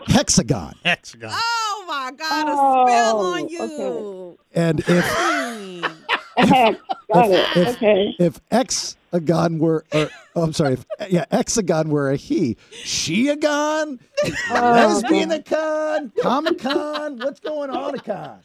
S8: Hexagon.
S9: (laughs) Hexagon.
S7: Oh my God! A spell
S13: Oh,
S7: on you.
S8: And if
S7: Dang.
S13: Heck, got it.
S8: if, if,
S13: Okay.
S8: if hexagon were, or, oh, I'm sorry, if, yeah, hexagon were a he, sheagon, lesbian a con, comic con, what's going on a con?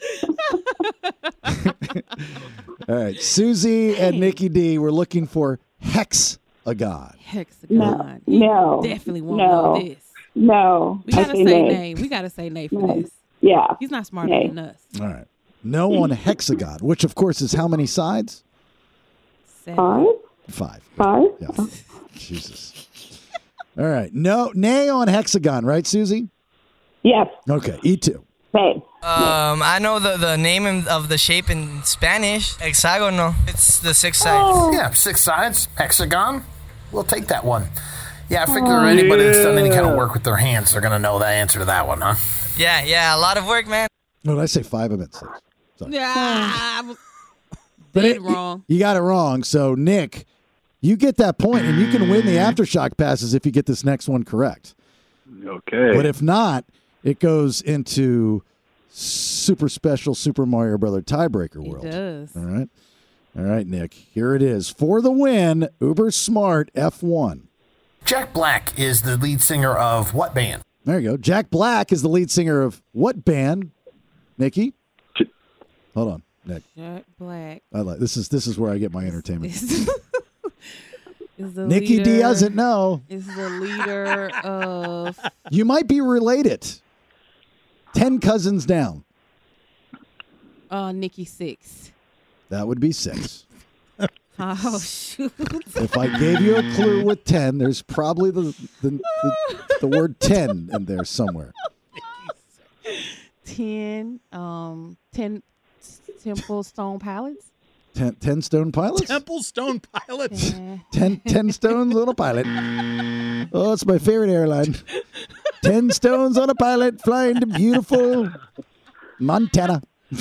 S8: (laughs) All right, Susie and Nikki D, we're looking for hexagon.
S7: Hexagon.
S13: No,
S7: You
S13: no,
S7: Definitely won't
S13: no.
S7: know this.
S13: No.
S7: We gotta say nay. We gotta say nay for
S13: Nay.
S7: this.
S13: Yeah.
S7: He's not smarter
S13: Nay.
S7: than us.
S8: All right, no on hexagon, which of course is how many sides?
S13: Five.
S7: Seven.
S8: Five.
S13: Five.
S8: Yeah. (laughs) Jesus. All right, no, nay on hexagon, right, Susie?
S13: Yes.
S8: Okay, E E2.
S13: Nay.
S15: Um, I know the, the name in- of the shape in Spanish.
S8: Oh.
S15: Hexagonal. It's the six sides.
S17: Yeah, six sides, hexagon. We'll take that one. Yeah, I figure
S15: Oh.
S17: anybody that's done any kind
S15: Yeah.
S17: of work with their hands, they're gonna know the answer to that one, huh?
S13: Oh.
S15: Yeah, yeah, a lot of work, man.
S8: No, did I say five? I meant six.
S7: Yeah, I was
S8: But
S7: dead
S8: it-
S7: wrong.
S8: You got it wrong. So, Nick, you get that point, and you can win the aftershock passes if you get this next one correct.
S14: Okay.
S8: But if not, it goes into super special Super Mario Brother tiebreaker world. Uh.
S7: does.
S8: All right. All right, Nick. Here it is. For the win, Uber Smart F1.
S17: Jack Black is the lead singer of what band?
S8: There you go. Jack Black is the lead singer of what band? Nikki? Hold on, Nick.
S7: Jack Black (laughs)
S8: I like this is this is where I get my entertainment. (laughs)
S7: is, is the
S8: Nikki
S7: leader,
S8: D doesn't know.
S7: Is the leader of
S8: You might be related. Ten cousins down.
S7: uh, Nikki Six.
S8: That would be six.
S7: Oh shoot!
S8: if I gave you a clue with ten, there's probably the the, the, the word ten in there somewhere.
S7: (laughs) ten, um, ten temple stone pilots.
S8: Ten, ten stone pilots?
S9: Temple Stone Pilots.
S8: Ten, ten stones on a pilot. Oh, it's my favorite airline. Ten stones on a pilot flying to beautiful Montana. (laughs)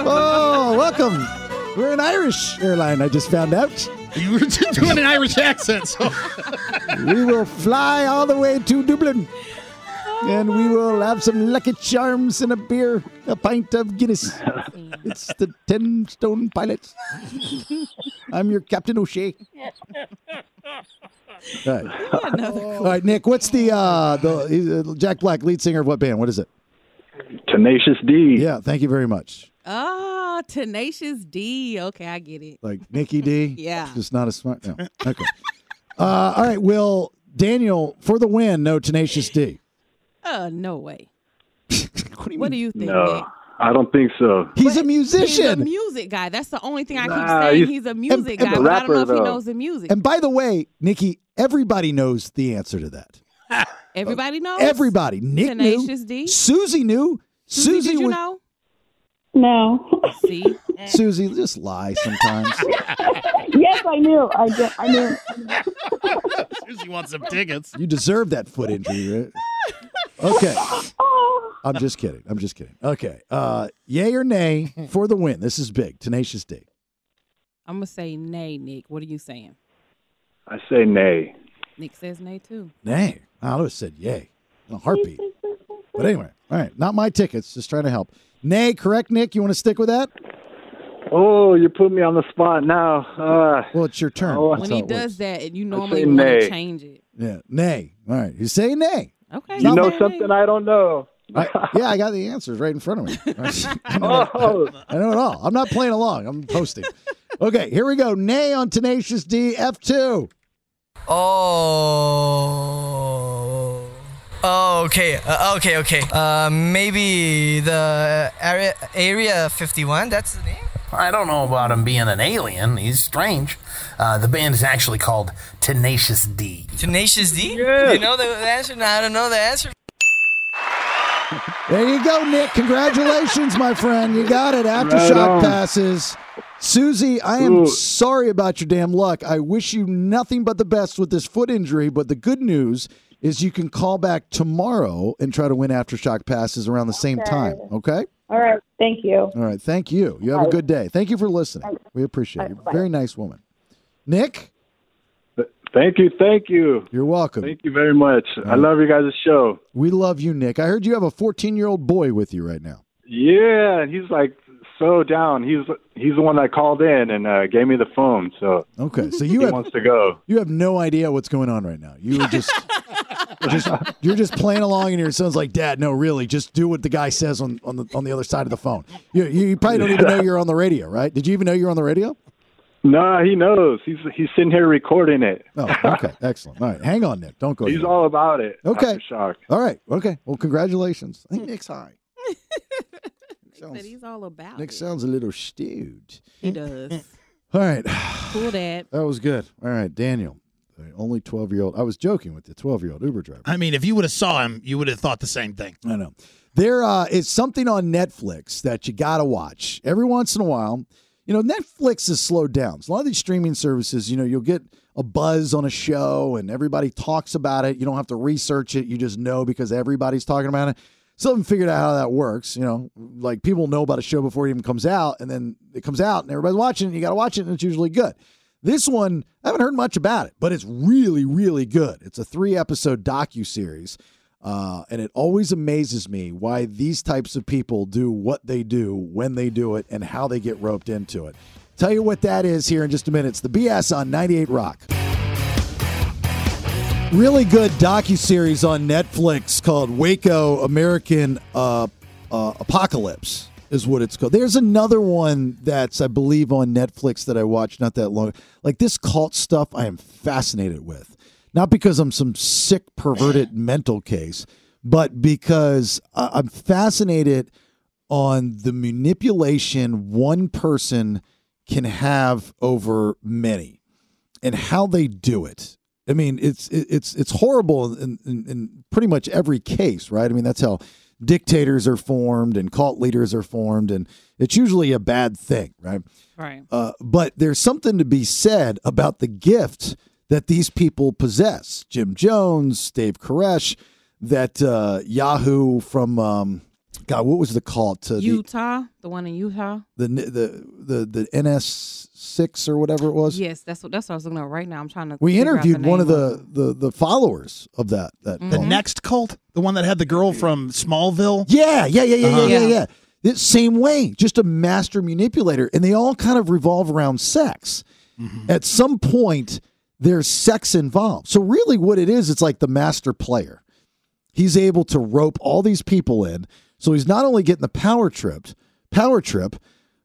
S8: oh, welcome. We're an Irish airline, I just found out.
S9: You were doing an Irish accent, so (laughs)
S8: we will fly all the way to Dublin. And we will have some lucky charms and a beer, a pint of Guinness. It's the Ten Stone Pilots. I'm your Captain O'Shea. All right. All right, Nick. What's the uh, the uh, Jack Black lead singer of what band? What is it?
S14: Tenacious D.
S8: Yeah. Thank you very much.
S7: Oh, tenacious D. Okay, I get it.
S8: Like Nikki D.
S7: Yeah.
S8: Just not a smart. No. Okay. (laughs) Uh, all right. Will Daniel for the win? No, Tenacious D.
S7: Uh, no way. what do you, think? Nick?
S14: No, I don't think so.
S8: He's a
S7: He's a
S8: musician.
S7: music guy. That's the only thing I keep
S14: Nah,
S7: saying.
S14: he's-
S7: He's a
S14: and-
S7: music
S14: and
S7: guy,
S14: a
S7: but I don't know if
S14: rapper,
S7: he
S14: though.
S7: knows the music.
S8: And by the way, Nikki, everybody knows the answer to that.
S7: Everybody knows.
S8: Everybody. Nick
S7: Oh, Tenacious
S8: knew.
S7: D?
S8: Susie knew.
S7: Susie,
S8: Susie
S7: did you
S8: was-
S7: know?
S13: No.
S7: See,
S8: Susie, just lie
S7: (laughs)
S8: sometimes.
S13: yes, I knew. I, did. I knew.
S9: Susie wants some tickets.
S8: you deserve that foot injury, right? Okay. I'm just kidding. I'm just kidding. Okay. Uh yay or nay for the win. This is big. Tenacious D.
S7: I'm gonna say nay, Nick. What are you saying?
S14: I say nay.
S7: Nick says nay too.
S8: Nay. I would have said yay. In a heartbeat. But anyway, all right. Not my tickets. Just trying to help. Nay, correct, Nick? You want to stick with that?
S14: Oh, you put me on the spot now. Uh,
S8: well, it's your turn.
S14: Oh,
S7: when he does that, and you
S14: say
S7: normally want to
S14: nay.
S7: change it.
S8: Yeah. Nay. All right. You say nay.
S7: Okay.
S14: you know something I don't know.
S8: I- yeah, I got the answers right (laughs) in front
S14: (laughs)
S8: of me. I know, it-
S14: Oh.
S8: I know it all. I'm not playing along. I'm posting. Okay, here we go. Nay on Tenacious D F2.
S15: Oh. Oh, okay. Uh, okay, okay. Uh, maybe the area Area 51. That's the name.
S17: I don't know about him being an alien. He's strange. Uh, the band is actually called Tenacious D.
S15: Tenacious D. You know the answer? No, I don't know the answer.
S8: There you go, Nick. Congratulations, my friend. You got it.
S14: Right
S8: Aftershock
S14: on.
S8: passes. Susie, I am
S14: Ooh.
S8: sorry about your damn luck. I wish you nothing but the best with this foot injury, but the good news is you can call back tomorrow and try to win Aftershock passes around the same time, okay?
S13: All right. Thank you.
S8: All right. Thank you. You have a
S13: Bye.
S8: good day. Thank you for listening. We appreciate you. Very nice woman. Nick,
S14: Thank you, thank you.
S8: you're welcome.
S14: Thank you very much. I love you guys' show.
S8: We love you, Nick. I heard you have a 14 year old boy with you right now.
S14: Yeah, and he's like so down. He's he's the one that called in and uh, gave me the phone. So
S8: Okay.
S14: (laughs)
S8: So
S14: he
S8: you have
S14: wants to go.
S8: you have no idea what's going on right now. You
S14: (laughs)
S8: were just, you're just you're just playing along, and your son's like, "Dad, no, really, just do what the guy says on on the on the other side of the phone." You you, you probably don't even know you're on the radio, right? Did you even know you're on the radio?
S14: Nah, he knows. He's he's sitting here recording it.
S8: Oh,
S14: (laughs)
S8: okay, excellent. All right, hang on, Nick. Don't go.
S14: He's
S8: yet.
S14: all about it.
S8: Okay.
S14: Shock.
S8: all right, okay. Well, congratulations. I think Nick's high.
S7: But he's all about
S8: Nick
S7: it.
S8: sounds a little stewed.
S7: He
S8: (sighs)
S7: does.
S8: All right.
S7: cool dad.
S8: That was good. All right, Daniel, the only twelve year old. I was joking with the twelve year old Uber driver.
S9: I mean, if you would have saw him, you would have thought the same thing.
S8: I know. There uh, is something on Netflix that you gotta watch every once in a while. You know, Netflix has slowed down. So a lot of these streaming services, you know, you'll get a buzz on a show and everybody talks about it. You don't have to research it. You just know because everybody's talking about it. Still haven't figured out how that works. You know, like people know about a show before it even comes out, and then it comes out and everybody's watching it. And you got to watch it, and it's usually good. This one, I haven't heard much about it, but it's really, really good. It's a three episode docu series. Uh, and it always amazes me why these types of people do what they do, when they do it, and how they get roped into it. Tell you what that is here in just a minute. It's the BS on 98 Rock. Really good docuseries on Netflix called Waco American uh, uh, Apocalypse is what it's called. There's another one that's I believe on Netflix that I watched not that long. Like this cult stuff, I am fascinated with. Not because I'm some sick perverted mental case, but because I- I'm fascinated on the manipulation one person can have over many and how they do it. I mean, it's it- it's it's horrible in, in, in pretty much every case, right? I mean, that's how dictators are formed and cult leaders are formed, and it's usually a bad thing, right?
S7: Right.
S8: Uh, but there's something to be said about the gift that these people possess. Jim Jones, Dave Koresh, that uh, Yahoo from um, God, what was the call to the-
S7: Utah, the one in Utah.
S8: the the the the NS six or whatever it was.
S7: Yes, that's what that's what I was looking at right now. I'm trying to.
S8: We
S7: figure out
S8: interviewed
S7: the
S8: one of
S7: name Mm-hmm.
S8: the, the the followers of that that
S9: The
S8: cult.
S9: next cult, the one that had the girl from Smallville.
S8: Yeah, yeah, yeah, yeah,
S9: Uh-huh.
S8: yeah, yeah, yeah. The same way, just a master manipulator, and they all kind of revolve around sex. At some point, there's sex involved. So really, what it is, it's like the master player. He's able to rope all these people in, so he's not only getting the power tripped, power trip,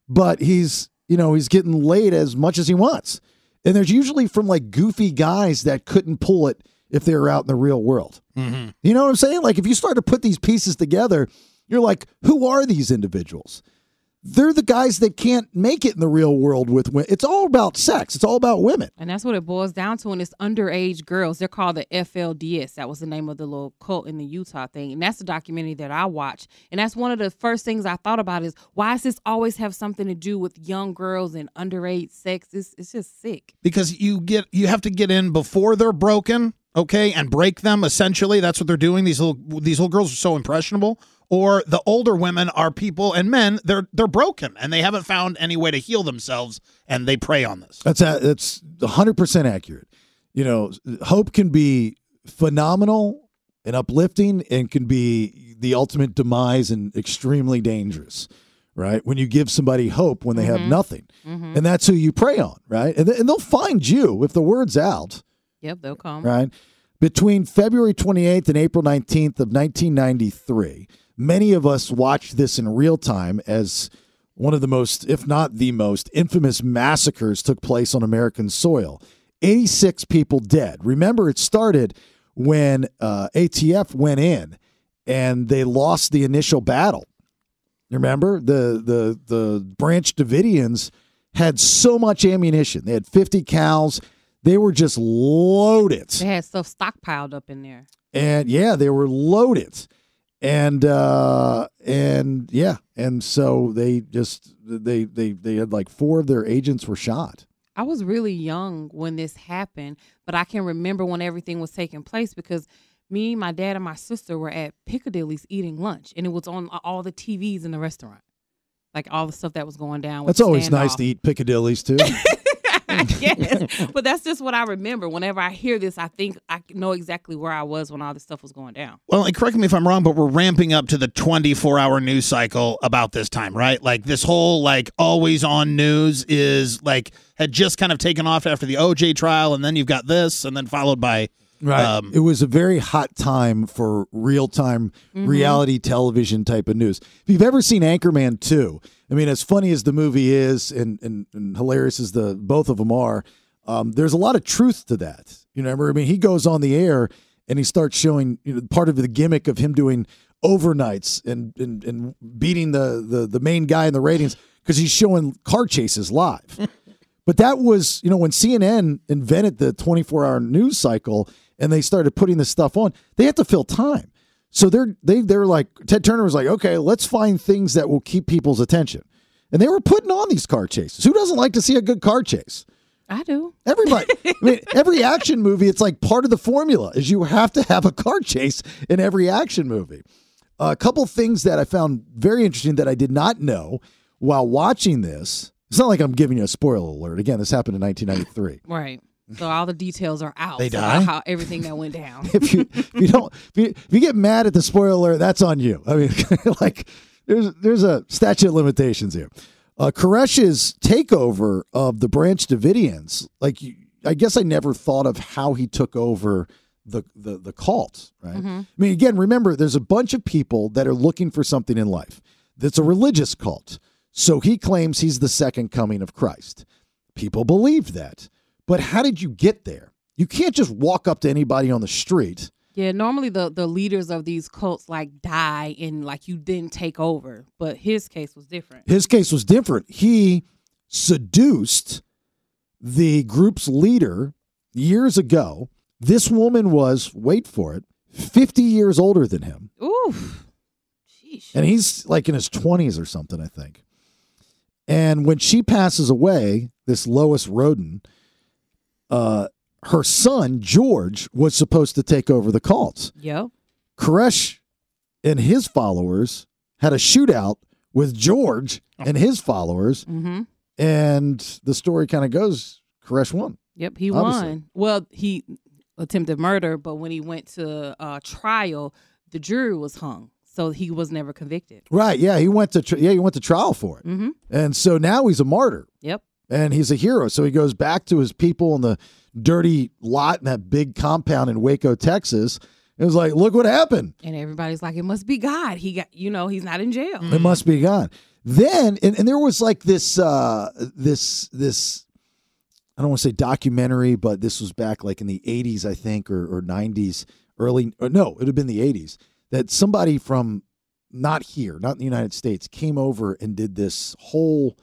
S8: but he's you know he's getting laid as much as he wants. And there's usually from like goofy guys that couldn't pull it if they were out in the real world. You know what I'm saying? Like if you start to put these pieces together, you're like, who are these individuals? They're the guys that can't make it in the real world with women. It's all about sex. It's all about women.
S7: And that's what it boils down to. And it's underage girls. They're called the FLDS. That was the name of the little cult in the Utah thing. And that's the documentary that I watched. And that's one of the first things I thought about is why does this always have something to do with young girls and underage sex? It's, it's just sick.
S9: because you get you have to get in before they're broken, okay, and break them. Essentially, that's what they're doing. These little these little girls are so impressionable. Or the older women are people and men. They're they're broken and they haven't found any way to heal themselves, and they prey on this.
S8: That's a, that's 100% accurate. You know, hope can be phenomenal and uplifting and can be the ultimate demise and extremely dangerous, right? When you give somebody hope when they have nothing. And that's who you prey on, right? And, th- and they'll find you if the word's out.
S7: Yep, they'll come.
S8: Right. Between February 28th and April 19th of 1993, many of us watched this in real time as one of the most, if not the most, infamous massacres took place on American soil. 86 people dead. Remember, it started when uh, ATF went in and they lost the initial battle. Remember the the the Branch Davidians had so much ammunition. They had 50 cows. They were just loaded.
S7: They had stuff stockpiled up in there.
S8: And yeah, they were loaded. And uh and yeah, and so they just they they they had like four of their agents were shot.
S7: I was really young when this happened, but I can remember when everything was taking place because me, my dad, and my sister were at Piccadilly's eating lunch, and it was on uh, all the TVs in the restaurant, like all the stuff that was going down. with
S8: That's always nice
S7: standoff.
S8: to eat Piccadilly's too.
S7: (laughs)
S8: (laughs)
S7: yes, but that's just what I remember. Whenever I hear this, I think I know exactly where I was when all this stuff was going down.
S9: Well, and correct me if I'm wrong, but we're ramping up to the 24 hour news cycle about this time, right? Like this whole like always on news is like had just kind of taken off after the OJ trial, and then you've got this, and then followed by
S8: Right.
S9: Um,
S8: it was a very hot time for real time
S9: Mhm.
S8: reality television type of news. If you've ever seen Anchorman 2, I mean, as funny as the movie is and, and, and hilarious as the both of them are, um, there's a lot of truth to that. You know, remember, I mean, he goes on the air and he starts showing you know, part of the gimmick of him doing overnights and, and, and beating the, the, the main guy in the ratings because he's showing car chases live. But that was, you know, when CNN invented the 24 hour news cycle and they started putting this stuff on, they had to fill time. So they're they they're like Ted Turner was like, okay, let's find things that will keep people's attention. And they were putting on these car chases. Who doesn't like to see a good car chase?
S7: I do.
S8: Everybody, I mean, every action movie, it's like part of the formula is you have to have a car chase in every action movie. a couple things that I found very interesting that I did not know while watching this. It's not like I'm giving you a spoiler alert. Again, this happened in 1993.
S7: Right. So all the details are out.
S8: They
S7: about
S8: die?
S7: How everything that went down.
S8: (laughs) if you if you don't if you, if you get mad at the spoiler alert, that's on you. I mean, (laughs) like there's there's a statute of limitations here. Uh, Koresh's takeover of the Branch Davidians, like you, I guess I never thought of how he took over the the the cult, right?
S2: Mhm.
S8: I mean, again, remember, there's a bunch of people that are looking for something in life. That's a religious cult. So he claims he's the second coming of Christ. People believe that. But how did you get there? You can't just walk up to anybody on the street.
S7: Yeah, normally the the leaders of these cults like die and like you then take over, but his case was different.
S8: His case was different. He seduced the group's leader years ago. This woman was, wait for it, 50 years older than him.
S7: Oof.
S8: And he's like in his 20s or something, I think. And when she passes away, this Lois Roden, uh, her son, George, was supposed to take over the cult.
S7: Yep.
S8: Koresh and his followers had a shootout with George and his followers.
S7: Mhm.
S8: And the story kind of goes Koresh won.
S7: Yep, he
S8: Obviously.
S7: won. Well, he attempted murder, but when he went to uh, trial, the jury was hung, so he was never convicted.
S8: Right. Yeah. He went to, tr- yeah, he went to trial for it.
S7: Mm-hmm.
S8: And so now he's a martyr.
S7: Yep.
S8: and he's a hero. So he goes back to his people in the dirty lot in that big compound in Waco, Texas. It was like, look what happened.
S7: And everybody's like, it must be God. He got, you know, he's not in jail.
S8: It must be gone. Then and, and there was like this uh this this I don't want to say documentary, but this was back like in the 80s, I think, or, or 90s, early or no, it'd have been the 80s, that somebody from not here, not in the United States, came over and did this whole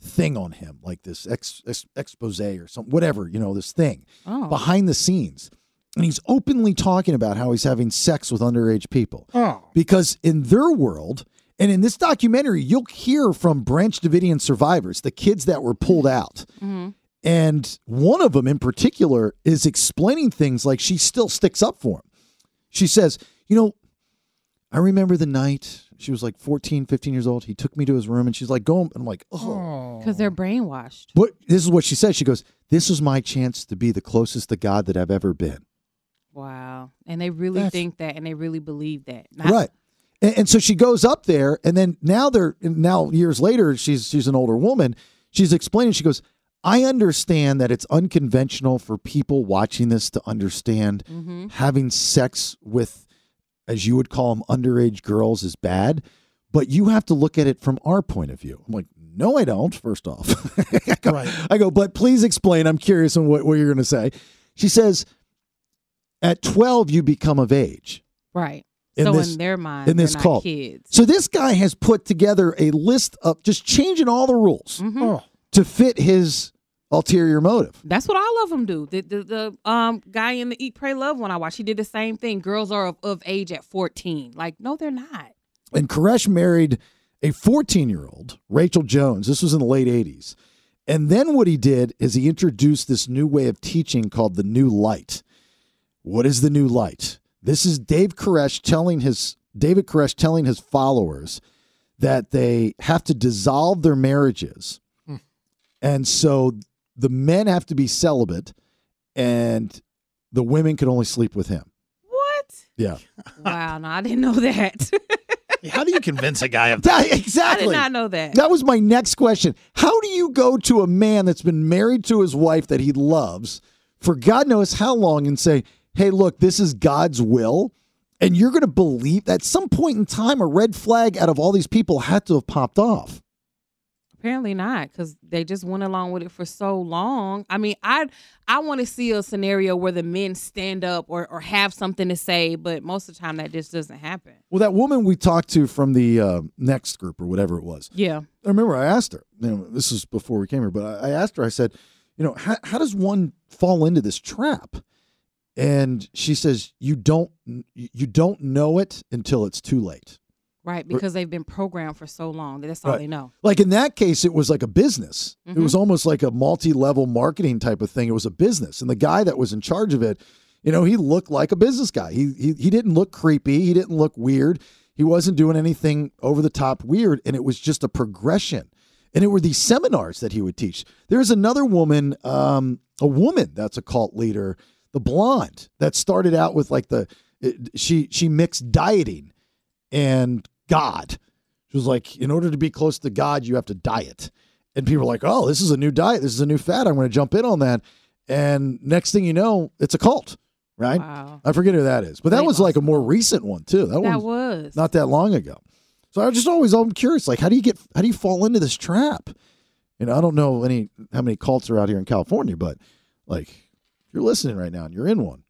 S8: thing on him, like this ex, ex, expose or something, whatever, you know, this thing
S2: Oh.
S8: behind the scenes. And he's openly talking about how he's having sex with underage people.
S2: Oh.
S8: Because in their world, and in this documentary, you'll hear from Branch Davidian survivors, the kids that were pulled out. And one of them in particular is explaining things like she still sticks up for him. She says, You know, I remember the night she was like 14, 15 years old. He took me to his room and she's like, Go home. And I'm like, Oh,
S7: Because they're brainwashed.
S8: but this is what she says. She goes, This was my chance to be the closest to God that I've ever been.
S7: Wow. And they really
S8: That's-
S7: think that and they really believe that. Not-
S8: Right. And, and so she goes up there, and then now they're and now years later, she's she's an older woman. She's explaining. She goes, I understand that it's unconventional for people watching this to understand
S7: Mm-hmm.
S8: having sex with, as you would call them, underage girls is bad. But you have to look at it from our point of view. I'm like, no, I don't. First off, (laughs) I, go, I go, but please explain. I'm curious on what, what you're going to say. She says, at 12, you become of age
S7: Right.
S8: in
S7: so
S8: this,
S7: in their mind,
S8: in this
S7: they're not
S8: cult.
S7: kids.
S8: So this guy has put together a list of just changing all the rules
S7: Mm-hmm.
S8: to fit his ulterior motive.
S7: That's what all of them do. The, the the um guy in the Eat Pray Love one I watched, he did the same thing. Girls are of, of age at fourteen. Like, no, they're not.
S8: And Koresh married a 14 year old, Rachel Jones. This was in the late 80s. And then what he did is he introduced this new way of teaching called the New Light. What is the New Light? This is Dave Koresh telling his David Koresh telling his followers that they have to dissolve their marriages.
S7: Hmm.
S8: And so the men have to be celibate and the women can only sleep with him.
S7: What?
S8: Yeah.
S7: Wow, no, I didn't know that. (laughs)
S9: How do you convince a guy of
S8: That-
S9: that?
S8: (laughs) exactly.
S7: I did not know that.
S8: That was my next question. How do you go to a man that's been married to his wife that he loves for God knows how long and say, hey, look, this is God's will? And you're going to believe at some point in time, a red flag out of all these people had to have popped off.
S7: Apparently not, because they just went along with it for so long. I mean, I I want to see a scenario where the men stand up or, or have something to say, but most of the time that just doesn't happen.
S8: Well, that woman we talked to from the uh, next group or whatever it was,
S7: Yeah.
S8: I remember I asked her, you know, this is before we came here, but I, I asked her, I said, you know, how, how does one fall into this trap? And she says, you don't, you don't know it until it's too late.
S7: right? Because they've been programmed for so long that that's all
S8: Right.
S7: they know.
S8: Like in that case, it was like a business. It
S7: Mhm.
S8: was almost like a multi level marketing type of thing. It was a business. And the guy that was in charge of it, you know, he looked like a business guy. He, he, he didn't look creepy. He didn't look weird. He wasn't doing anything over the top weird. And it was just a progression. And it were these seminars that he would teach. There's another woman, um, a woman that's a cult leader, the blonde that started out with like the, it, she, she mixed dieting and God. She was like, in order to be close to God, you have to diet. And people are like, oh, this is a new diet. This is a new fad. I'm going to jump in on that. And next thing you know, it's a cult, right?
S7: Wow.
S8: I forget who that is, but that
S7: Weight
S8: was like a more recent one too. That,
S7: That
S8: one's
S7: was.
S8: not that long ago. So I was just always I'm curious, like how do you get how do you fall into this trap? You know, I don't know any how many cults are out here in California, but like if you're listening right now and you're in one,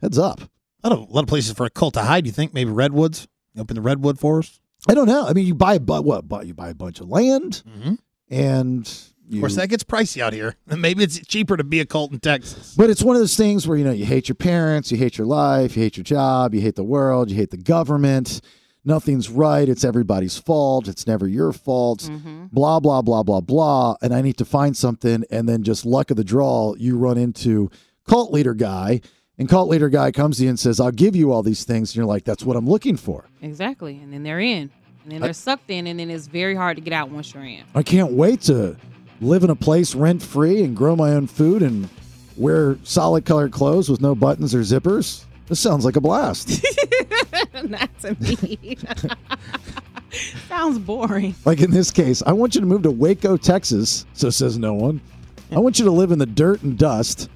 S8: heads up.
S9: A lot of, a lot of places for a cult to hide. You think maybe redwoods? Up in the redwood forest.
S8: I don't know. I mean, you buy a bu- what? bu- You buy a bunch of land,
S7: Mm-hmm.
S8: and
S9: Of
S8: you,
S9: course, that gets pricey out here. (laughs) Maybe it's cheaper to be a cult
S7: (laughs)
S9: in Texas.
S8: But it's one of those things where you know you hate your parents, you hate your life, you hate your job, you hate the world, you hate the government. Nothing's right. It's everybody's fault. It's never your fault. Blah blah blah blah blah. And I need to find something, and then just luck of the draw, you run into cult leader guy, and cult leader guy comes to you and says, "I'll give you all these things," and you're like, "That's what I'm looking for."
S7: Exactly. And then they're in. And then they're sucked in, and then it's very hard to get out once you're in.
S8: I can't wait to live in a place rent free and grow my own food and wear solid colored clothes with no buttons or zippers. This sounds like a blast.
S7: (laughs) Not to me. (laughs) Sounds boring.
S8: like in this case, I want you to move to Waco, Texas, so says no one. I want you to live in the dirt and dust,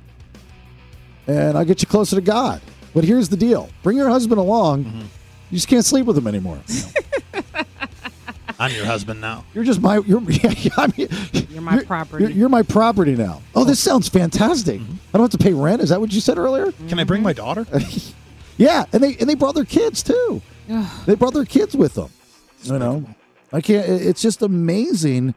S8: and I'll get you closer to God. But here's the deal bring your husband along. You just can't sleep with him anymore.
S9: I'm your husband now.
S8: You're just my. You're, (laughs) yeah, I mean, you're
S7: my property.
S8: You're, you're my property now. Oh, this sounds fantastic. I don't have to pay rent. Is that what you said earlier?
S9: Can I bring my daughter?
S8: (laughs) Yeah, and they and they brought their kids too. they brought their kids with them. You know, I can't. it- It's just amazing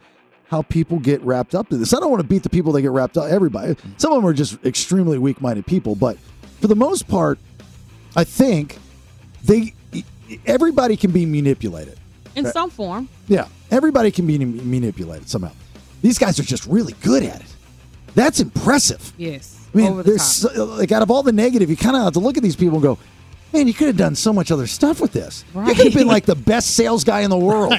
S8: how people get wrapped up to this. I don't want to beat the people that get wrapped up. Everybody, some of them are just extremely weak-minded people, but for the most part, I think they everybody can be manipulated.
S7: In
S8: Right.
S7: some form.
S8: Yeah, everybody can be manipulated somehow. These guys are just really good at it. That's impressive.
S7: Yes.
S8: I mean,
S7: Over the
S8: there's
S7: top.
S8: so, like out of all the negative, you kind of have to look at these people and go, "Man, you could have done so much other stuff with this. You could have
S7: (laughs)
S8: been like the best sales guy in the world."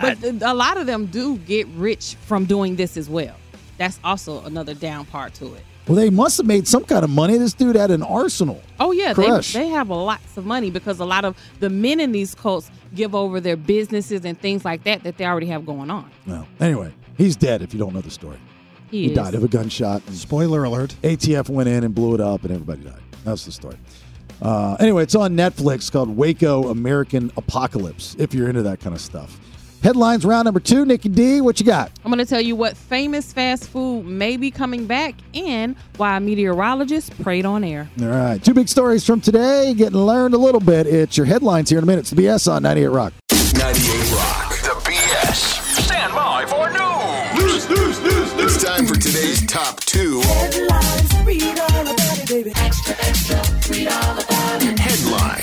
S7: But th- a lot of them do get rich from doing this as well. That's also another down part to it.
S8: Well, they must have made some kind of money. This dude had an arsenal.
S7: Oh yeah, they,
S8: Crush.
S7: they have a lots of money because a lot of the men in these cults give over their businesses and things like that that they already have going on.
S8: No. Anyway, he's dead. If you don't know the story,
S7: He is.
S8: died of a gunshot.
S9: Spoiler alert.
S8: ATF went in and blew it up, and everybody died. That's the story. Uh, anyway, it's on Netflix called Waco American Apocalypse. If you're into that kind of stuff. Headlines round number two. Nikki D, what you got?
S7: I'm going to tell you what famous fast food may be coming back and why a meteorologist prayed on air.
S8: All right. Two big stories from today. Getting learned a little bit. It's your headlines here in a minute. It's the BS on 98 Rock.
S4: 98 Rock. The BS. Stand by for news. News, news, news, news. It's time for today's top two. Headlines. Read all about it, baby. Extra, extra. Read all about it. Headlines.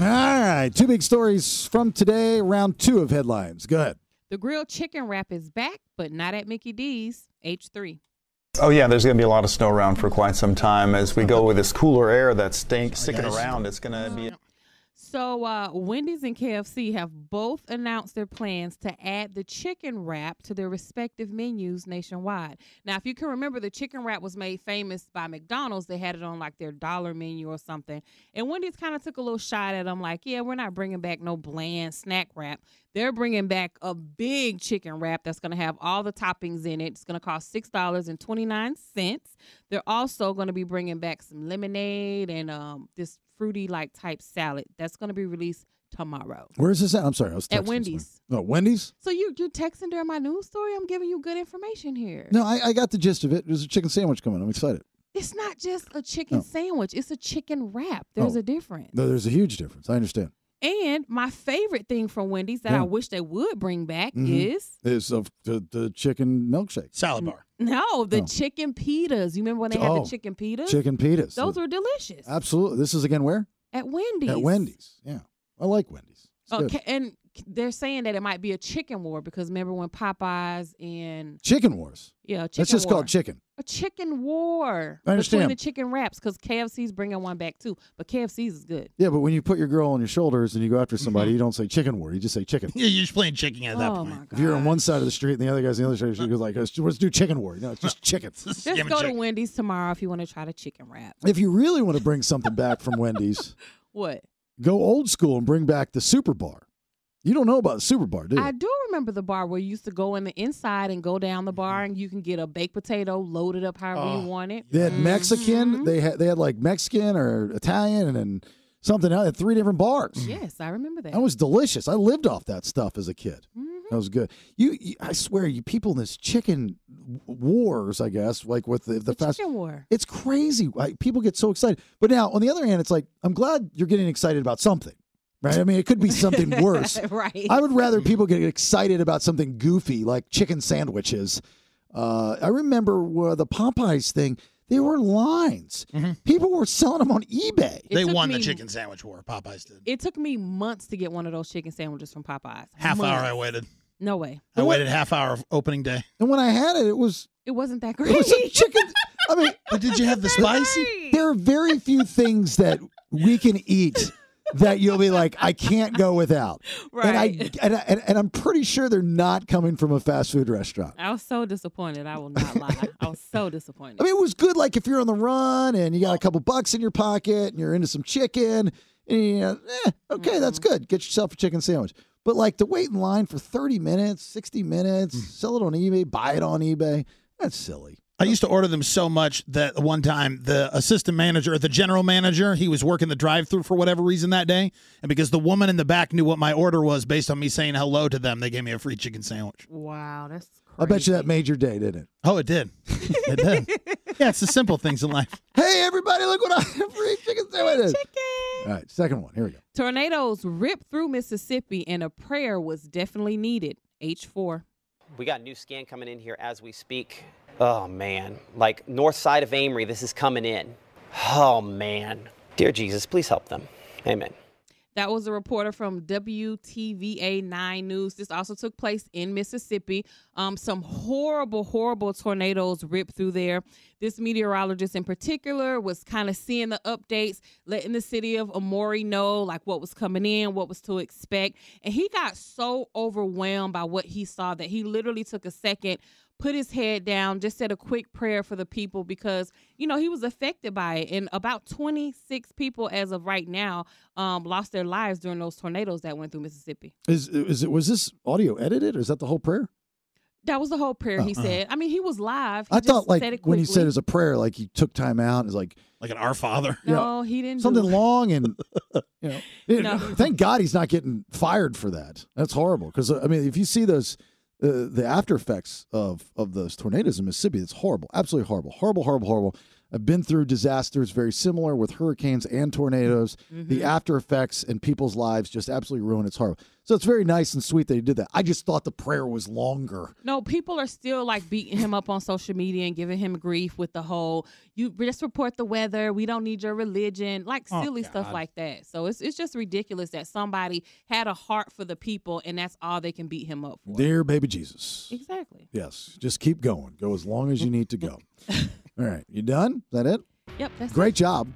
S8: All right. Two big stories from today. Round two of headlines. Go ahead.
S7: The grilled chicken wrap is back, but not at Mickey D's. H3.
S18: Oh yeah, there's going to be a lot of snow around for quite some time as we go with this cooler air that's stink, sticking around. It's going to be.
S7: So, uh, Wendy's and KFC have both announced their plans to add the chicken wrap to their respective menus nationwide. Now, if you can remember, the chicken wrap was made famous by McDonald's. They had it on like their dollar menu or something. And Wendy's kind of took a little shot at them, like, yeah, we're not bringing back no bland snack wrap. They're bringing back a big chicken wrap that's going to have all the toppings in it. It's going to cost $6.29. They're also going to be bringing back some lemonade and um, this fruity like type salad that's going to be released tomorrow.
S8: Where is this at? I'm sorry. I was
S7: At
S8: texting someone.
S7: Wendy's.
S8: No, Wendy's?
S7: So you you texting during my news story? I'm giving you good information here.
S8: No, I, I got the gist of it. There's a chicken sandwich coming. I'm excited.
S7: It's not just a chicken
S8: No.
S7: sandwich. It's a chicken wrap. There's
S8: Oh.
S7: a difference.
S8: No, there's a huge difference. I understand.
S7: And my favorite thing from Wendy's that
S8: Yeah.
S7: I wish they would bring back
S8: Mhm.
S7: is
S8: Is of the, the chicken milkshake.
S9: Salad bar. (laughs)
S7: no the
S8: Oh.
S7: chicken pitas. You remember when they had
S8: Oh,
S7: the chicken pitas?
S8: Chicken pitas.
S7: Those were delicious.
S8: Absolutely. This is again where?
S7: At Wendy's.
S8: At Wendy's. Yeah. I like Wendy's. It's good.
S7: Okay, Oh, and they're saying that it might be a chicken war because remember when Popeyes and
S8: Chicken Wars.
S7: yeah, chicken
S8: That's just
S7: war.
S8: called chicken.
S7: a chicken war
S8: I
S7: between
S8: understand.
S7: the chicken wraps because KFC's bringing one back too, but KFC's is good.
S8: Yeah, but when you put your girl on your shoulders and you go after somebody, you don't say chicken war. You just say chicken.
S9: Yeah, you're just playing chicken at that
S7: Oh,
S9: point.
S7: my
S9: (laughs)
S8: If you're on one side of the street and the other guy's on the other side of the street, you're like, let's, let's do chicken war. No, it's just chicken.
S7: Just go to Wendy's tomorrow if you want to try the chicken wrap.
S8: if you really want to bring something back from Wendy's,
S7: What?
S8: go old school and bring back the super bar. You don't know about the super bar, do you?
S7: I do remember the bar where you used to go in the inside and go down the bar and you can get a baked potato loaded up however
S8: Oh.
S7: you want it.
S8: Mm-hmm.
S7: Mm-hmm.
S8: They had Mexican. They had they had like Mexican or Italian and then something else. They had three different bars.
S7: Yes, I remember that.
S8: That was delicious. I lived off that stuff as a kid. That was good. You, you, I swear, you people in this chicken w- wars, I guess, like with the, the, fast
S7: chicken war.
S8: It's crazy. Like, people get so excited. But now, on the other hand, it's like I'm glad you're getting excited about something, right? I mean, it could be something worse.
S7: (laughs) Right.
S8: I would rather people get excited about something goofy like chicken sandwiches. Uh, I remember uh, the Popeyes thing. They were lines. People were selling them on eBay.
S7: It
S9: they
S7: took
S9: won the
S7: me-
S9: chicken sandwich war. Popeyes did.
S7: It took me months to get one of those chicken sandwiches from Popeyes.
S9: Half hour I
S7: Months.
S9: waited.
S7: No way.
S9: I waited half hour of opening
S7: (laughs)
S9: day.
S8: And when I had it, it was
S7: It wasn't that
S8: It
S7: great.
S8: was
S7: (laughs)
S8: a chicken. I mean,
S9: did you have the spicy?
S8: There are very few things that we can eat that you'll be like, I can't go without. And I
S7: Right.
S8: and, I, and, and I'm pretty sure they're not coming from a fast food restaurant.
S7: (laughs) I was so disappointed. I will not lie. I was so disappointed.
S8: (laughs) I mean, it was good. Like if you're on the run and you got a couple bucks in your pocket and you're into some chicken, and you know, eh, okay, that's good. Get yourself a chicken sandwich. But like to wait in line for 30 minutes, 60 minutes, sell it on eBay, buy it on eBay. That's silly.
S9: I used to order them so much that one time the assistant manager or the general manager, he was working the drive through for whatever reason that day. And because the woman in the back knew what my order was based on me saying hello to them, they gave me a free chicken sandwich.
S7: Wow, that's
S8: I bet you that made your day, didn't it?
S9: Oh, it did. It did. yeah, it's the simple things in life.
S8: Hey, everybody, look what I (laughs) free chicken sandwich. All right, second one. Here we go.
S7: tornadoes ripped through Mississippi, and a prayer was definitely needed. H4.
S19: We got a new scan coming in here as we speak. Oh man, like north side of Amory, this is coming in. Oh man. Dear Jesus, please help them. Amen.
S7: That was a reporter from WTVA 9 News. This also took place in Mississippi. Um, some horrible, horrible tornadoes ripped through there. This meteorologist in particular was kind of seeing the updates, letting the city of Amori know like what was coming in, what was to expect. And he got so overwhelmed by what he saw that he literally took a second put his head down, just said a quick prayer for the people because, you know, he was affected by it. And about 26 people, as of right now, um, lost their lives during those tornadoes that went through Mississippi.
S8: Is is it was this audio edited or is that the whole prayer?
S7: That was the whole prayer he
S8: Uh-uh.
S7: said. I mean, he was live. He
S8: I
S7: just
S8: thought like
S7: said it
S8: when he said it
S7: quickly.
S8: was a prayer, like he took time out and is like
S9: Like an Our Father.
S8: you know,
S7: No, he didn't.
S8: something
S7: do it.
S8: long and you know. it-
S7: No.
S8: Thank God he's not getting fired for that. That's horrible because I mean, if you see those. Uh, the after effects of of those tornadoes in Mississippi, it's horrible, absolutely horrible, horrible, horrible, horrible. I've been through disasters very similar with hurricanes and tornadoes. The after effects and people's lives just absolutely ruin. It's horrible. So it's very nice and sweet that he did that. I just thought the prayer was longer.
S7: No, people are still like beating him up on social media and giving him grief with the whole "you just report the weather, we don't need your religion," like
S20: Oh,
S7: silly stuff
S20: God.
S7: like that. So it's it's just ridiculous that somebody had a heart for the people and that's all they can beat him up for.
S8: Dear baby Jesus.
S7: Exactly.
S8: Yes, just keep going. Go as long as you need to go. All right, you done? Is that it?
S7: Yep, that's
S8: Great job.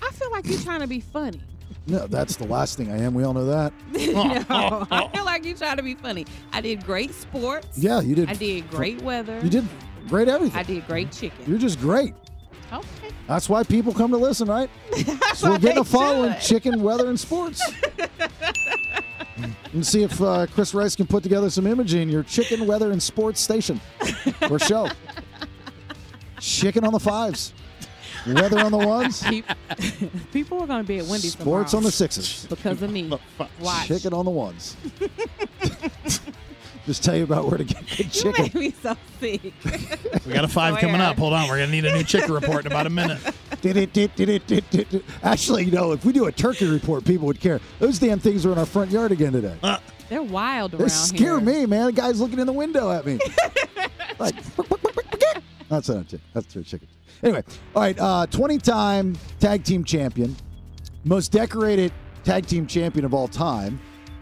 S7: I feel like you're trying to be
S8: (laughs)
S7: funny. (laughs)
S8: No, that's the last thing I am. We all know that.
S7: No, I feel like you're trying to be funny. I did great sports.
S8: Yeah, you did.
S7: I did great weather.
S8: You did great everything.
S7: I did great chicken.
S8: You're just great.
S7: Okay.
S8: That's why people come to
S7: (laughs)
S8: listen, right? so we're getting a following chicken, weather, and sports. and see if uh, Chris Rice can put together some imaging your chicken, weather, and sports station or show. Chicken on the fives, weather on the ones,
S7: People are going to be at (laughs) Wendy's
S8: sports
S7: tomorrow
S8: on the sixes.
S7: because of me. Watch.
S8: Chicken on
S7: (laughs)
S8: the ones. (laughs) Just tell you about where to get good
S7: You
S8: chicken.
S7: made me so sick.
S9: We got a five
S7: Oh,
S9: coming
S7: yeah.
S9: up. Hold on. We're going to need a new chicken report in about a minute.
S8: Did it, did it, did it, did it, did it. Actually, you know, if we do a turkey report, people would care. Those damn things are in our front yard again today.
S7: They're wild
S8: they
S7: around
S8: scare
S7: here.
S8: me, man. The guy's looking in the window
S7: (laughs)
S8: at me. like, that's not a chicken. That's a chicken. Anyway, all right. Uh, Twenty-time tag team champion, most decorated tag team champion of all time.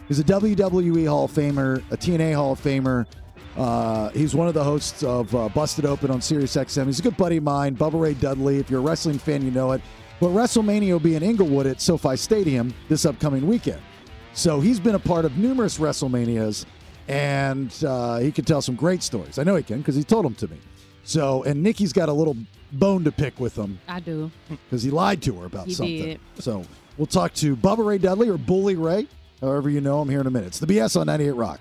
S8: He's a WWE Hall of Famer, a TNA Hall of Famer. Uh, he's one of the hosts of uh, Busted Open on Sirius XM. He's a good buddy of mine, Bubba Ray Dudley. If you're a wrestling fan, you know it. But WrestleMania will be in Inglewood at SoFi Stadium this upcoming weekend. So he's been a part of numerous WrestleManias, and uh, he can tell some great stories. I know he can because he told them to me. So, and Nikki's got a little bone to pick with him
S7: I do.
S8: because he lied to her about
S7: He
S8: something.
S7: did.
S8: So we'll talk to Bubba Ray Dudley or Bully Ray, however you know him, here in a minute. It's the BS on 98 Rock.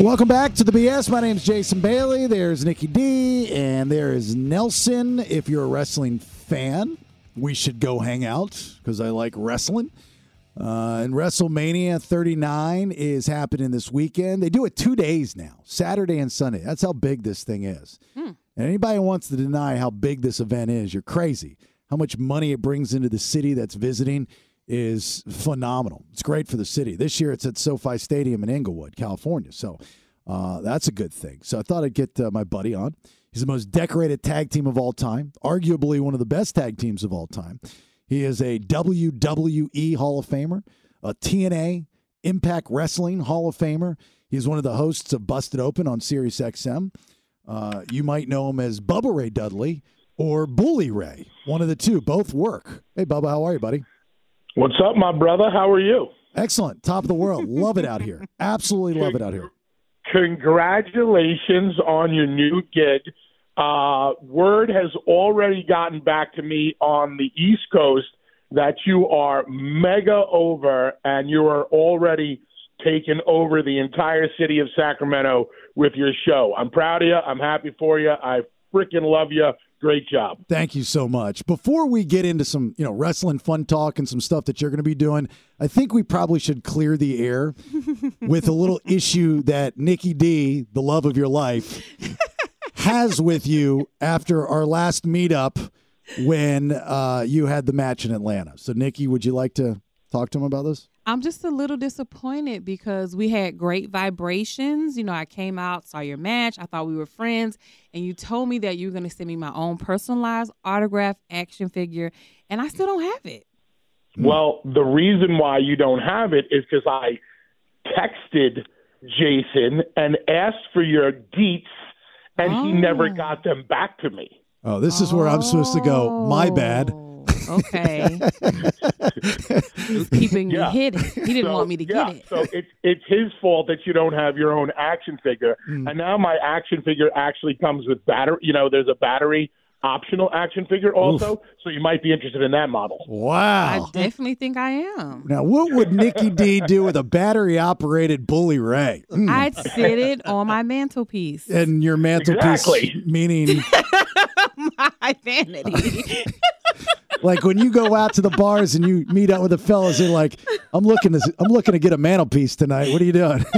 S8: Welcome back to the BS. My name's Jason Bailey. There's Nikki D, and there is Nelson. If you're a wrestling fan, we should go hang out because I like wrestling. Uh, and WrestleMania 39 is happening this weekend. They do it two days now, Saturday and Sunday. That's how big this thing is. And anybody who wants to deny how big this event is, you're crazy. How much money it brings into the city that's visiting is phenomenal. It's great for the city. This year it's at SoFi Stadium in Inglewood, California. So uh, that's a good thing. So I thought I'd get uh, my buddy on. He's the most decorated tag team of all time, arguably one of the best tag teams of all time. He is a WWE Hall of Famer, Uh, a TNA Impact Wrestling Hall of Famer. He's one of the hosts of Busted Open on Sirius XM. Uh, you might know him as Bubba Ray Dudley or Bully Ray. One of the two. Both work. Hey, Bubba, how are you, buddy?
S20: What's up, my brother? How are you?
S8: Excellent. Top of the world. love it out here. Absolutely love it out here.
S20: Congratulations on your new gig. Uh, word has already gotten back to me on the East Coast that you are mega over and you are already taking over the entire city of Sacramento with your show. I'm proud of you. I'm happy for you. I freaking love you. Great job.
S8: Thank you so much. Before we get into some, you know, wrestling fun talk and some stuff that you're going to be doing, I think we probably should clear the air with a little issue that Nikki D, the love of your life, has with you after our last meetup when uh, you had the match in Atlanta. So, Nikki, would you like to talk to him about this?
S7: I'm just a little disappointed because we had great vibrations. You know, I came out, saw your match, I thought we were friends, and you told me that you were going to send me my own personalized autograph action figure, and I still don't have it. Mm.
S20: Well, the reason why you don't have it is because I texted Jason and asked for your deets, and he never
S7: Oh.
S20: got them back to me.
S8: Oh, this is where I'm supposed to go. My bad.
S7: Oh, Okay. He's keeping
S20: Yeah.
S7: me hidden. He didn't
S20: So,
S7: want me to
S20: yeah,
S7: get it.
S20: So it's it's his fault that you don't have your own action figure.
S7: Mm.
S20: And now my action figure actually comes with battery. You know, there's a battery optional action figure also. So you might be interested in that model.
S8: Wow.
S7: I definitely think I am.
S8: Now, what would Nikki D do with a battery operated bully ray? Mm.
S7: I'd sit it on my mantelpiece.
S8: and your mantelpiece
S7: Exactly.
S8: meaning
S7: (laughs) my vanity.
S8: like when you go out to the bars and you meet up with the fellas you're like i'm looking to i'm looking to get a mantelpiece tonight what are you doing (laughs)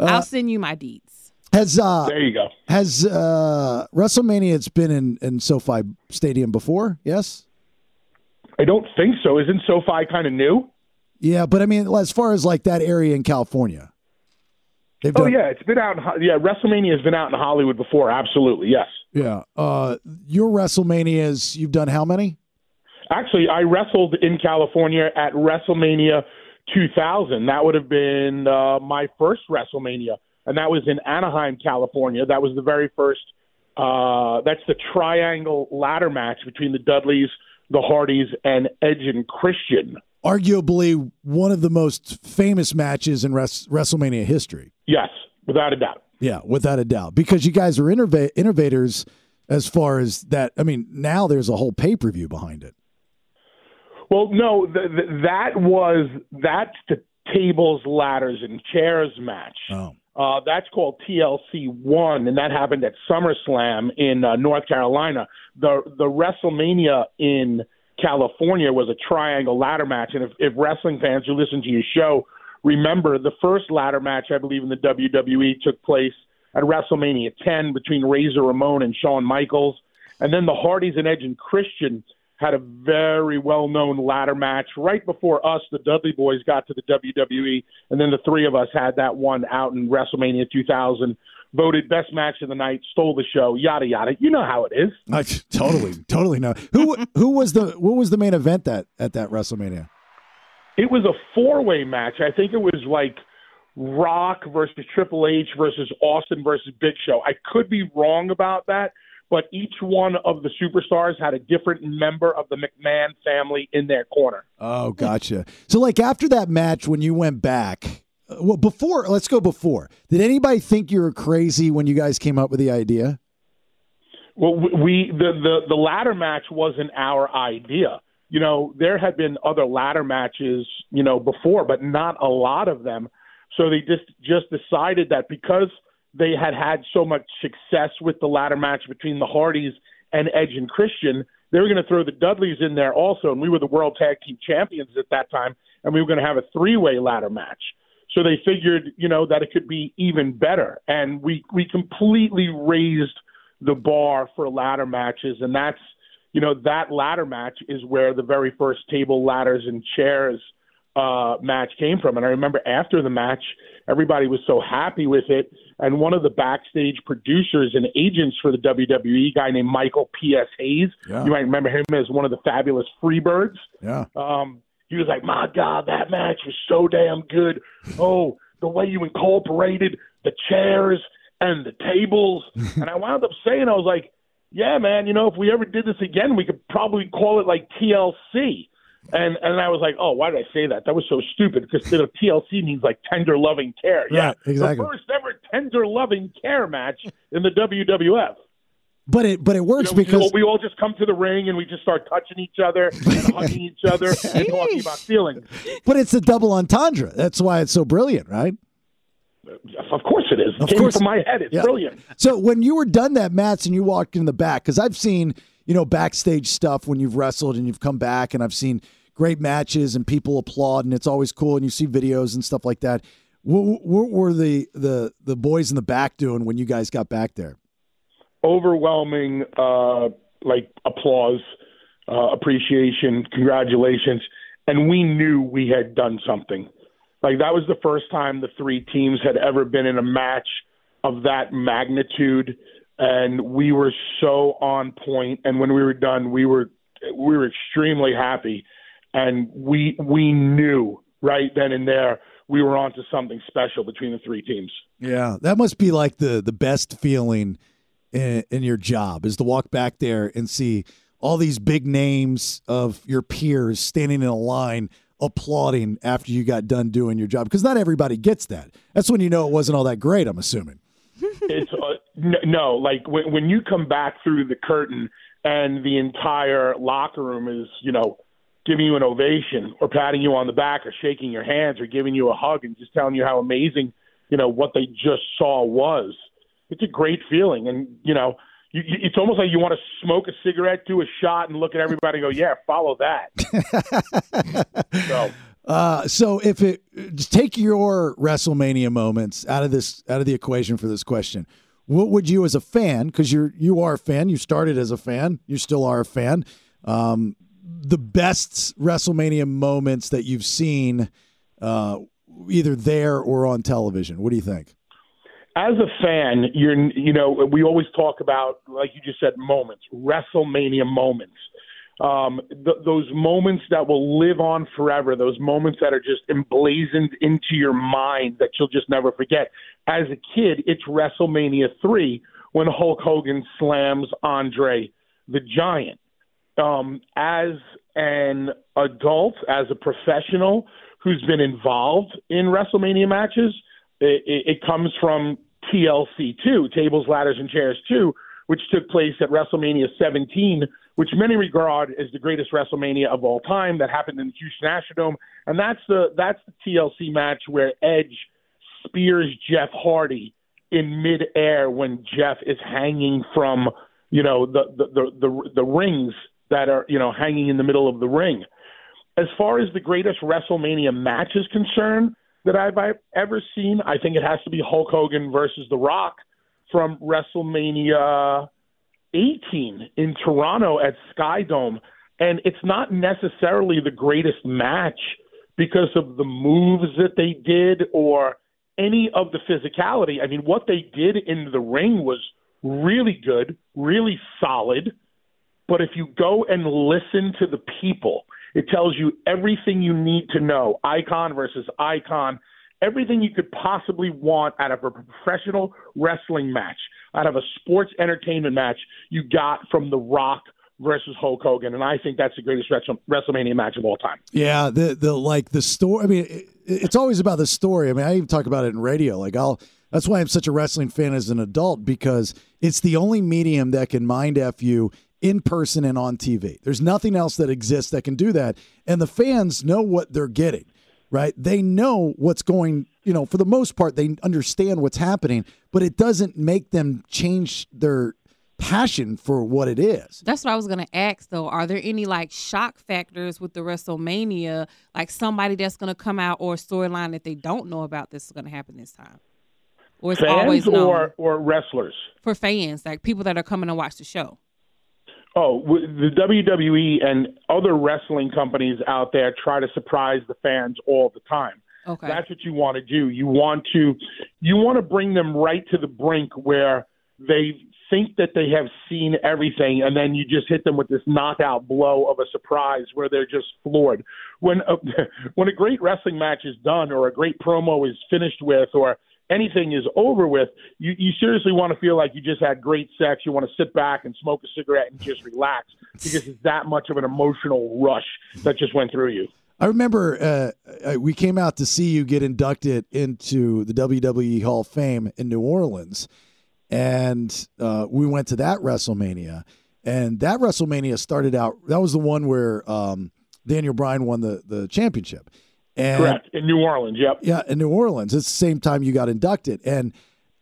S7: I'll
S8: Uh,
S7: send you my deeds.
S8: has uh
S20: there you go
S8: has uh wrestlemania it's been in in sofi stadium before yes
S20: I don't think so. Isn't SoFi kind of new?
S8: yeah but i mean as far as like that area in california they've
S20: oh
S8: done
S20: yeah, it's been out. In, Ho- yeah, WrestleMania has been out in Hollywood before. Absolutely, yes.
S8: yeah uh your wrestlemanias you've done how many
S20: Actually, I wrestled in California at WrestleMania 2000. That would have been uh, my first WrestleMania, and that was in Anaheim, California. That was the very first. Uh, that's the triangle ladder match between the Dudleys, the Hardys, and Edge and Christian.
S8: arguably one of the most famous matches in res- wrestlemania history
S20: Yes, without a doubt.
S8: Yeah, without a doubt, because you guys are innova- innovators as far as that. I mean, now there's a whole pay per view behind it.
S20: Well, no, th- th- that was that's the tables, ladders, and chairs match.
S8: Oh.
S20: Uh, that's called TLC One, and that happened at SummerSlam in uh, North Carolina. The the WrestleMania in California was a triangle ladder match, and if, if wrestling fans who listen to your show remember, the first ladder match I believe in the WWE took place at WrestleMania 10 between Razor Ramon and Shawn Michaels, and then the Hardys and Edge and Christian had a very well known ladder match right before us. The E, Dudley Boys got to the WWE, and then the three of us had that one out in WrestleMania 2000 voted best match of the night, stole the show, yada yada. You know how it is.
S8: (laughs) I totally, totally know. Who who was the what was the main event that at that WrestleMania?
S20: It was a four way match. I think it was like Rock versus Triple H versus Austin versus Big Show. I could be wrong about that, but each one of the superstars had a different member of the McMahon family in their corner.
S8: Oh, gotcha. so like after that match, when you went back, uh, well before let's go before did anybody think you were crazy when you guys came up with the idea
S20: well we the the, the ladder match wasn't our idea you know there had been other ladder matches you know before but not a lot of them so they just just decided that because they had had so much success with the ladder match between the hardys and edge and christian they were going to throw the dudleys in there also and we were the world tag team champions at that time and we were going to have a three way ladder match so they figured, you know, that it could be even better. And we we completely raised the bar for ladder matches, and that's you know that ladder match is where the very first table ladders and chairs uh, match came from. And I remember after the match, everybody was so happy with it. And one of the backstage producers and agents for the WWE, guy named Michael P.S. Hayes, yeah. you might remember him as one of the fabulous Freebirds.
S8: Yeah.
S20: Um, he was like, "My God, that match was so damn good. Oh, the way you incorporated the chairs and the
S8: (laughs)
S20: tables." and I wound up saying, "I was like, yeah, man. You know, if we ever did this again, we could probably call it like TLC." And and I was like, "Oh, why did I say that? That was so stupid." Because you know, TLC means like tender loving care.
S8: Yeah, right, exactly.
S20: The first ever tender loving care match in the WWF.
S8: But it but it works
S20: you know,
S8: because
S20: we all, we all, just come to the ring and we just start touching each other and hugging each other and talking about feelings.
S8: But it's a double entendre. That's why it's so brilliant, right?
S20: Of course it is. It of came course. from my head. It's yeah. brilliant.
S8: So when you were done that match and you walked in the back, because I've seen you know backstage stuff when you've wrestled and you've come back, and I've seen great matches and people applaud and it's always cool, and you see videos and stuff like that. What, what were the the the boys in the back doing when you guys got back there?
S20: overwhelming uh, like applause, uh, appreciation, congratulations, and we knew we had done something. Like that was the first time the three teams had ever been in a match of that magnitude, and we were so on point. And when we were done, we were we were extremely happy, and we we knew right then and there we were onto something special between the three teams.
S8: Yeah, that must be like the the best feeling. In, in, your job is to walk back there and see all these big names of your peers standing in a line applauding after you got done doing your job because not everybody gets that that's when you know it wasn't all that great i'm assuming
S20: it's uh, n- no like when, when you come back through the curtain and the entire locker room is you know giving you an ovation or patting you on the back or shaking your hands or giving you a hug and just telling you how amazing you know what they just saw was it's a great feeling and you know you, you, it's almost like you want to smoke a cigarette do a shot and look at everybody and go yeah follow that
S8: so uh, so if it take your WrestleMania moments out of this out of the equation for this question, what would you as a fan because you're you are a fan you started as a fan you still are a fan, um, the best WrestleMania moments that you've seen, uh, either there or on television. What do you think?
S20: as a fan, you're you know we always talk about like you just said moments, WrestleMania moments, um, th- those moments that will live on forever, those moments that are just emblazoned into your mind that you'll just never forget. As a kid, it's WrestleMania three when Hulk Hogan slams Andre the Giant. Um, as an adult, as a professional who's been involved in WrestleMania matches. It, it, it, comes from TLC 2, Tables, Ladders, and Chairs 2, which took place at WrestleMania 17, which many regard as the greatest WrestleMania of all time that happened in the Houston Astrodome. And that's the, that's the TLC match where Edge spears Jeff Hardy in midair when Jeff is hanging from, you know, the, the, the, the, the rings that are, you know, hanging in the middle of the ring. As far as the greatest WrestleMania match is concerned, that I've ever seen. I think it has to be Hulk Hogan versus The Rock from WrestleMania 18 in Toronto at Sky Dome. And it's not necessarily the greatest match because of the moves that they did or any of the physicality. I mean, what they did in the ring was really good, really solid. But if you go and listen to the people, it tells you everything you need to know. Icon versus icon, everything you could possibly want out of a professional wrestling match, out of a sports entertainment match, you got from The Rock versus Hulk Hogan, and I think that's the greatest WrestleMania match of all time.
S8: Yeah, the the like the story. I mean, it, it's always about the story. I mean, I even talk about it in radio. Like I'll. That's why I'm such a wrestling fan as an adult because it's the only medium that can mind f you in person and on TV. There's nothing else that exists that can do that, and the fans know what they're getting. Right? They know what's going. You know, for the most part, they understand what's happening, but it doesn't make them change their passion for what it is.
S7: That's what I was going to ask though. Are there any like shock factors with the WrestleMania? Like somebody that's going to come out or a storyline that they don't know about that's going to happen this time? Or it's
S20: fans
S7: always known
S20: or, or wrestlers?
S7: for fans, like people that are coming to watch the show.
S20: Oh, w- the WWE and other wrestling companies out there try to surprise the fans all the time.
S7: Okay.
S20: That's what you want to do. You want to you want to bring them right to the brink where they think that they have seen everything and then you just hit them with this knockout blow of a surprise where they're just floored. When a, (laughs) when a great wrestling match is done or a great promo is finished with or anything is over with, you, you seriously want to feel like you just had great sex. You want to sit back and smoke a cigarette and just relax because it's that much of an emotional rush that just went through you.
S8: I remember uh, uh, we came out to see you get inducted into the WWE Hall of Fame in New Orleans, and uh, we went to that WrestleMania. And that WrestleMania started out. That was the one where um, Daniel Bryan won the the championship. And
S20: Correct. In New Orleans, yep.
S8: yeah, in New Orleans. It's the same time you got inducted. And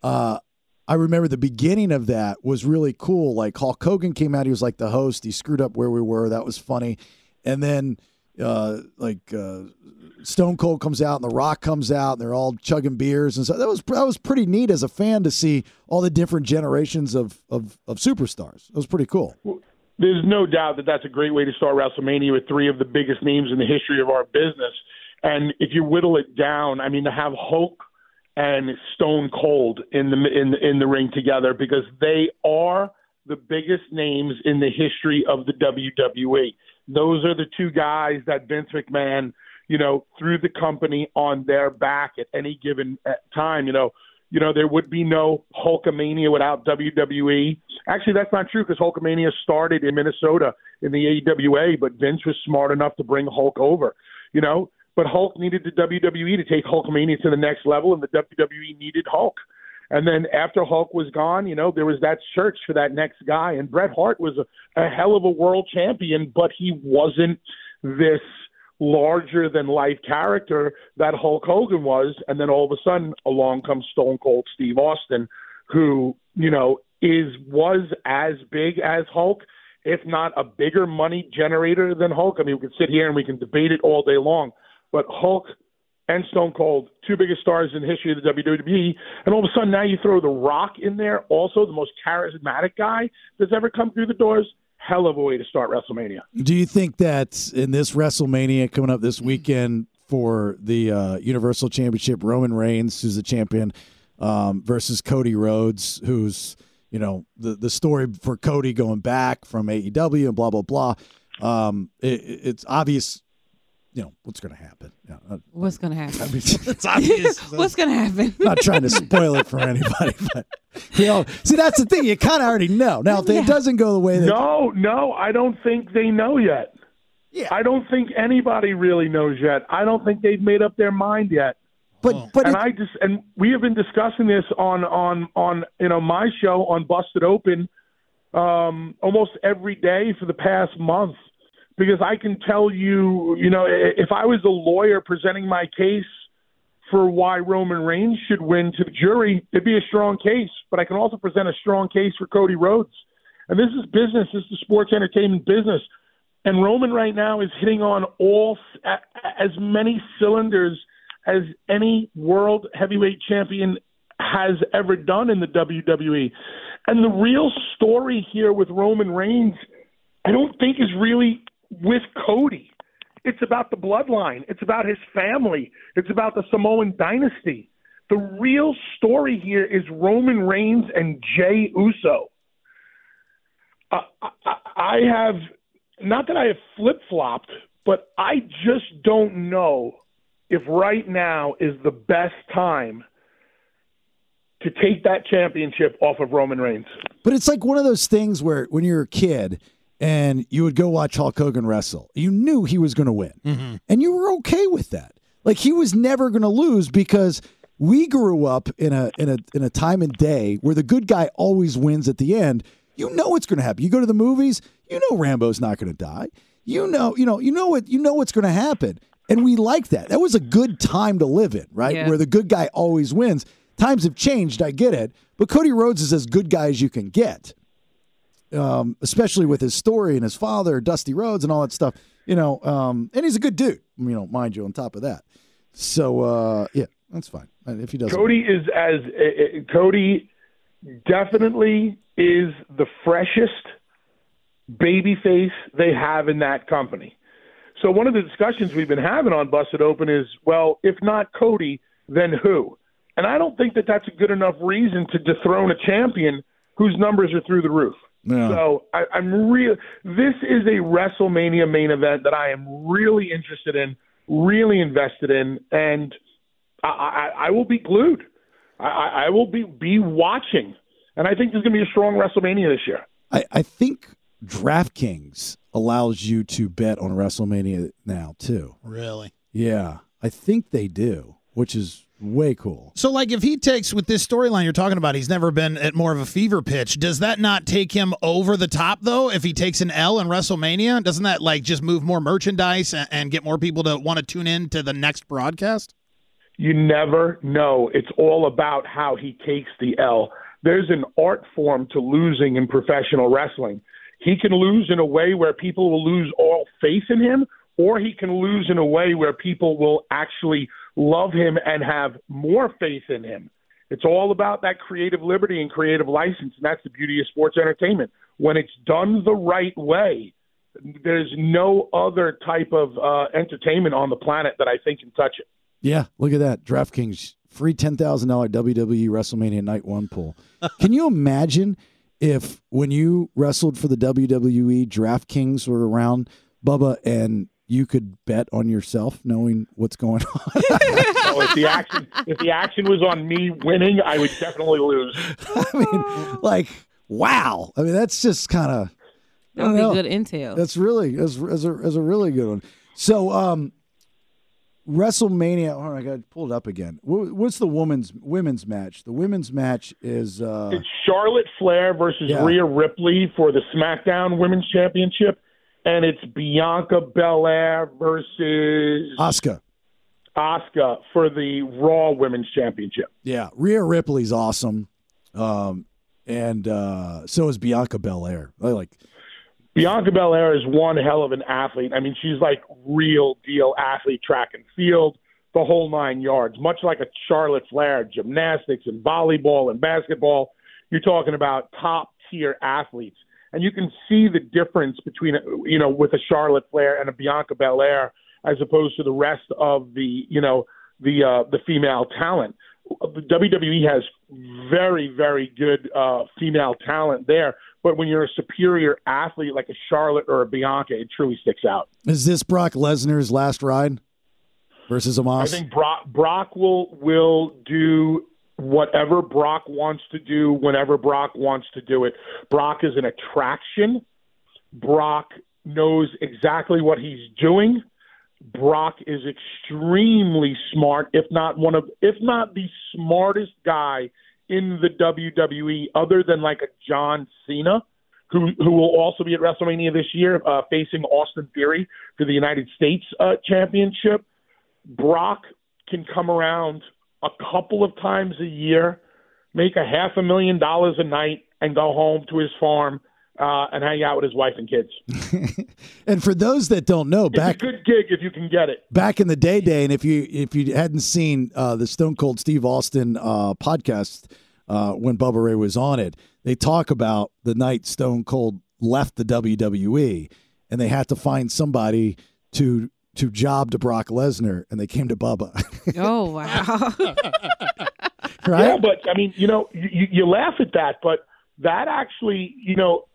S8: uh, I remember the beginning of that was really cool. Like Hulk Hogan came out, he was like the host. He screwed up where we were. That was funny. And then uh, like uh, Stone Cold comes out and The Rock comes out and they're all chugging beers and so that was that was pretty neat as a fan to see all the different generations of of, of superstars. It was pretty cool.
S20: There's no doubt that that's a great way to start WrestleMania with three of the biggest names in the history of our business. And if you whittle it down, I mean, to have Hulk and Stone Cold in the in the- in the ring together because they are the biggest names in the history of the WWE. Those are the two guys that Vince McMahon, you know, threw the company on their back at any given uh, time. You know, you know there would be no Hulkamania without WWE. Actually, that's not true because Hulkamania started in Minnesota in the AWA, but Vince was smart enough to bring Hulk over. You know, but Hulk needed the WWE to take Hulkamania to the next level, and the WWE needed Hulk. And then after Hulk was gone, you know, there was that search for that next guy. And Bret Hart was a, a hell of a world champion, but he wasn't this larger than life character that Hulk Hogan was. And then all of a sudden, along comes Stone Cold Steve Austin, who, you know, is was as big as Hulk, if not a bigger money generator than Hulk. I mean, we could sit here and we can debate it all day long, but Hulk and Stone Cold, two biggest stars in the history of the WWE, and all of a sudden now you throw The Rock in there, also the most charismatic guy that's ever come through the doors. Hell of a way to start WrestleMania.
S8: Do you think that in this WrestleMania coming up this weekend for the uh, Universal Championship, Roman Reigns, who's the champion, um, versus Cody Rhodes, who's you know the the story for Cody going back from AEW and blah blah blah. Um, it, it- it's obvious, you know what's going to happen. Yeah, uh,
S7: What's going to happen?
S8: mean, (laughs) it's
S9: obvious.
S7: What's going to (laughs) happen?
S8: not trying to spoil it for anybody, but you know, see that's the thing. You kind of already know. Now, if it doesn't go the way that
S20: No, no, I don't think they know yet. Yeah. I don't think anybody really knows yet. I don't think they've made up their mind yet.
S8: But but
S20: and I just and we have been discussing this on on on you know my show on Busted Open um almost every day for the past month because I can tell you you know i- if I was a lawyer presenting my case for why Roman Reigns should win to the jury it'd be a strong case but I can also present a strong case for Cody Rhodes and this is business this is sports entertainment business and Roman right now is hitting on all as many cylinders as any world heavyweight champion has ever done in the WWE. And the real story here with Roman Reigns, I don't think is really with Cody. It's about the bloodline. It's about his family. It's about the Samoan dynasty. The real story here is Roman Reigns and Jay Uso. Uh, I, I, I have not that I have flip flopped, but I just don't know if right now is the best time to take that championship off of Roman Reigns.
S8: But it's like one of those things where when you're a kid and you would go watch Hulk Hogan wrestle, you knew he was going to win. And you were okay with that. Like he was never going to lose because we grew up in a in a in a time and day where the good guy always wins at the end. You know it's going to happen. You go to the movies, you know Rambo's not going to die. You know, you know, you know what you know what's going to happen. And we like that. That was a good time to live in, right?
S21: Yeah.
S8: Where the good guy always wins. Times have changed, I get it, but Cody Rhodes is as good guy as you can get um, especially with his story and his father, Dusty Rhodes, and all that stuff. You know, um, and he's a good dude. You know, mind you. On top of that, so uh, yeah, that's fine Uh, if he doesn't.
S20: Cody is as uh, uh, Cody definitely is the freshest baby face they have in that company. So one of the discussions we've been having on Busted Open is, well, if not Cody, then who? And I don't think that that's a good enough reason to dethrone a champion whose numbers are through the roof.
S8: Yeah.
S20: So I, I'm real. This is a WrestleMania main event that I am really interested in, really invested in, and I, I, I will be glued. I- I, I will be be watching, and I think there's going to be a strong WrestleMania this year.
S8: I, I think DraftKings allows you to bet on WrestleMania now too.
S9: (laughs) Really?
S8: Yeah, I think they do, which is way cool.
S9: So, like, if he takes with this storyline you're talking about, he's never been at more of a fever pitch. Does that not take him over the top though? If he takes an L in WrestleMania, doesn't that like just move more merchandise and, and get more people to want to tune in to the next broadcast?
S20: You never know. It's all about how he takes the L. There's an art form to losing in professional wrestling. He can lose in a way where people will lose all faith in him, or he can lose in a way where people will actually love him and have more faith in him. It's all about that creative liberty and creative license, and that's the beauty of sports entertainment. When it's done the right way, there's no other type of uh, entertainment on the planet that I think can touch it.
S8: Yeah, look at that. DraftKings free ten thousand dollar WWE E WrestleMania Night One
S7: (laughs)
S8: pool. Can you imagine if when you wrestled for the WWE, DraftKings were around, Bubba, and you could bet on yourself, knowing what's going (laughs) on?
S20: So Oh, if the action if the action was on me winning, I would definitely lose.
S7: (laughs)
S8: like, wow. I mean, that's just kind of
S7: That would be good intel.
S8: That's really that's, that's, a, that's a really good one. So, um, WrestleMania. Hold on, I got to pull it up again. Wh- What's the women's women's match? The women's match is uh,
S20: It's Charlotte Flair versus
S8: Yeah.
S20: Rhea Ripley for the SmackDown Women's Championship, and it's Bianca Belair versus
S8: Asuka.
S20: Asuka for the Raw Women's Championship.
S8: Yeah, Rhea Ripley's awesome, um, and uh, so is Bianca Belair. I like
S20: Bianca Belair is one hell of an athlete. I mean, she's like real deal athlete, track and field, the whole nine yards, much like a Charlotte Flair, gymnastics and volleyball and basketball. You're talking about top tier athletes. And you can see the difference between, you know, with a Charlotte Flair and a Bianca Belair as opposed to the rest of the, you know, the uh, the female talent. WWE E has very, very good uh, female talent there, but when you're a superior athlete like a Charlotte or a Bianca, it truly sticks out.
S8: Is this Brock Lesnar's last ride versus Amos?
S20: I think Brock, Brock will will do whatever Brock wants to do whenever Brock wants to do it. Brock is an attraction. Brock knows exactly what he's doing. Brock is extremely smart, if not one of, if not the smartest guy in the WWE, other than like a John Cena, who who will also be at WrestleMania this year, uh, facing Austin Theory for the United States uh, Championship. Brock can come around a couple of times a year, make a half a million dollars a night, and go home to his farm uh, and hang out with his wife and kids.
S8: (laughs) and for those that don't know,
S20: It's
S8: back
S20: a good gig if you can get it.
S8: back in the day day and if you if you hadn't seen uh, the stone cold steve austin uh, podcast uh, when bubba ray was on it they talk about the night stone cold left the wwe and they had to find somebody to (laughs) to job to brock lesnar and they came to bubba
S7: Oh wow.
S8: right?
S20: Yeah, but I mean, you know, you, you laugh at that, but that actually, you know,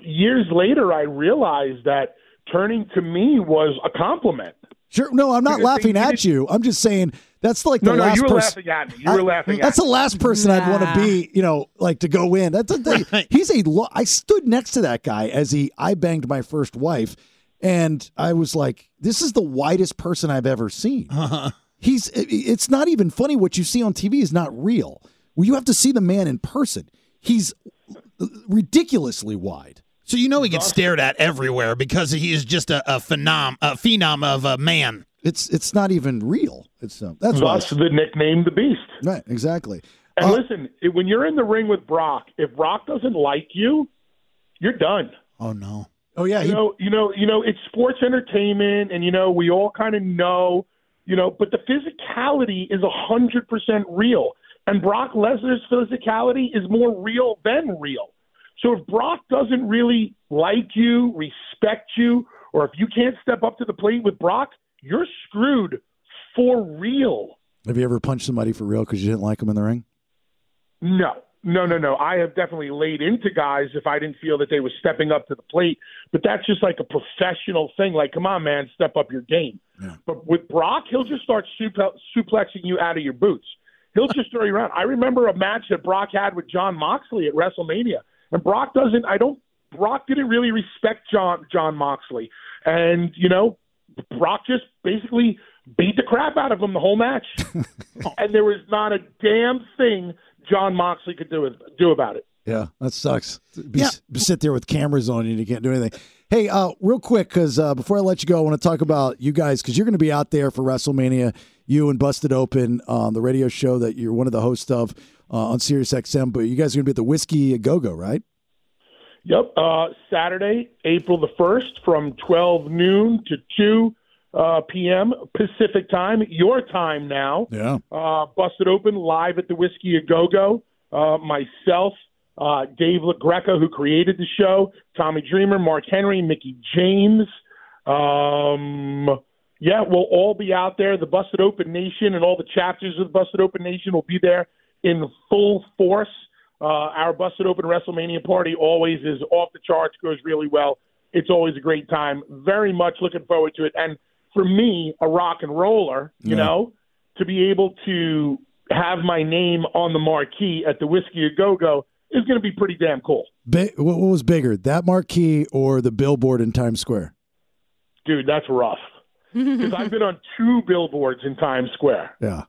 S20: years later, I realized that turning to me was a compliment.
S8: Sure. No, I'm not
S20: Because
S8: laughing
S20: they
S8: at
S20: needed-
S8: you. I'm just saying that's like the
S20: no, no,
S8: last
S20: you were
S8: person.
S20: laughing at me. You were
S8: I-
S20: laughing.
S8: That's
S20: at
S8: the last person I'd want
S20: Nah.
S8: to be, you know, like to go in. That's a thing. He's a. Lo- I stood next to that guy as he. I banged my first wife, and I was like, "This is the widest person I've ever seen." He's. i- i- It's not even funny. What you see on TV is not real. Well, you have to see the man in person. He's ridiculously wide.
S9: So you know he gets stared at everywhere because he is just a, a phenom, a phenom of a man.
S8: It's it's not even real. It's um, that's why.
S20: Thus, the nickname the Beast.
S8: Right. Exactly.
S20: And listen, it, when you're in the ring with Brock, if Brock doesn't like you, you're done.
S9: Oh no.
S8: Oh yeah,
S20: you know, you know, you know, it's sports entertainment, and you know, we all kind of know, you know, but the physicality is a hundred percent real, and Brock Lesnar's physicality is more real than real. So if Brock doesn't really like you, respect you, or if you can't step up to the plate with Brock, you're screwed for real.
S8: Have you ever punched somebody for real because you didn't like him in the ring?
S20: No, no, no, no. I have definitely laid into guys if I didn't feel that they were stepping up to the plate. But that's just like a professional thing. Like, come on, man, step up your game. But with Brock, he'll just start suple- suplexing you out of your boots. He'll just throw you around. I remember a match that Brock had with John Moxley at WrestleMania, and Brock doesn't. I don't. Brock didn't really respect John John Moxley, and you know, Brock just basically beat the crap out of him the whole match, and there was not a damn thing John Moxley could do with, do about it.
S8: Yeah, that sucks. Be, Sit there with cameras on you and you can't do anything. Hey, uh, real quick, because uh, before I let you go, I want to talk about you guys because you're going to be out there for WrestleMania. You and Busted Open, um, the radio show that you're one of the hosts of uh, on Sirius XM. But you guys are going to be at the Whiskey a Go Go, right?
S20: Yep. Uh, Saturday, April the 1st, from 12 noon to 2 uh, p.m. Pacific time, your time now.
S8: Yeah.
S20: Uh, busted open live at the Whiskey A Go Go. Uh, myself, uh, Dave LaGreca, who created the show, Tommy Dreamer, Mark Henry, Mickey James. Um, yeah, we'll all be out there. The Busted Open Nation and all the chapters of the Busted Open Nation will be there in full force. Uh, our Busted Open WrestleMania party always is off the charts, goes really well. It's always a great time. Very much looking forward to it. And for me, a rock and roller, you
S21: Yeah.
S20: know, to be able to have my name on the marquee at the Whiskey A Go Go is going to be pretty damn cool.
S8: Bi- what what was bigger, that marquee or the billboard in Times Square?
S20: Dude, that's rough. Because I've been on two billboards in Times Square.
S8: Yeah.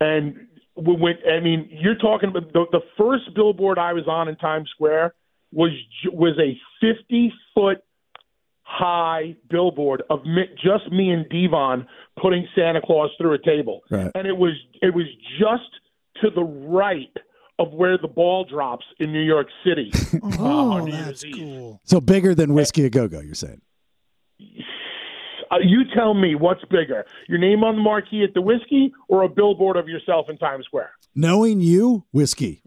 S20: And when, when I mean, you're talking about the, the first billboard I was on in Times Square was ju- was a 50 foot high billboard of me, just me and Devon putting Santa Claus through a table,
S2: Right.
S20: and it was it was just to the right of where the ball drops in New York City. uh, on New Year's Eve.
S8: So bigger than Whiskey a Go Go, you're saying?
S20: Uh, you tell me what's bigger, your name on the marquee at the whiskey, or a billboard of yourself in Times Square?
S8: Knowing you,
S20: (laughs)
S8: Whiskey.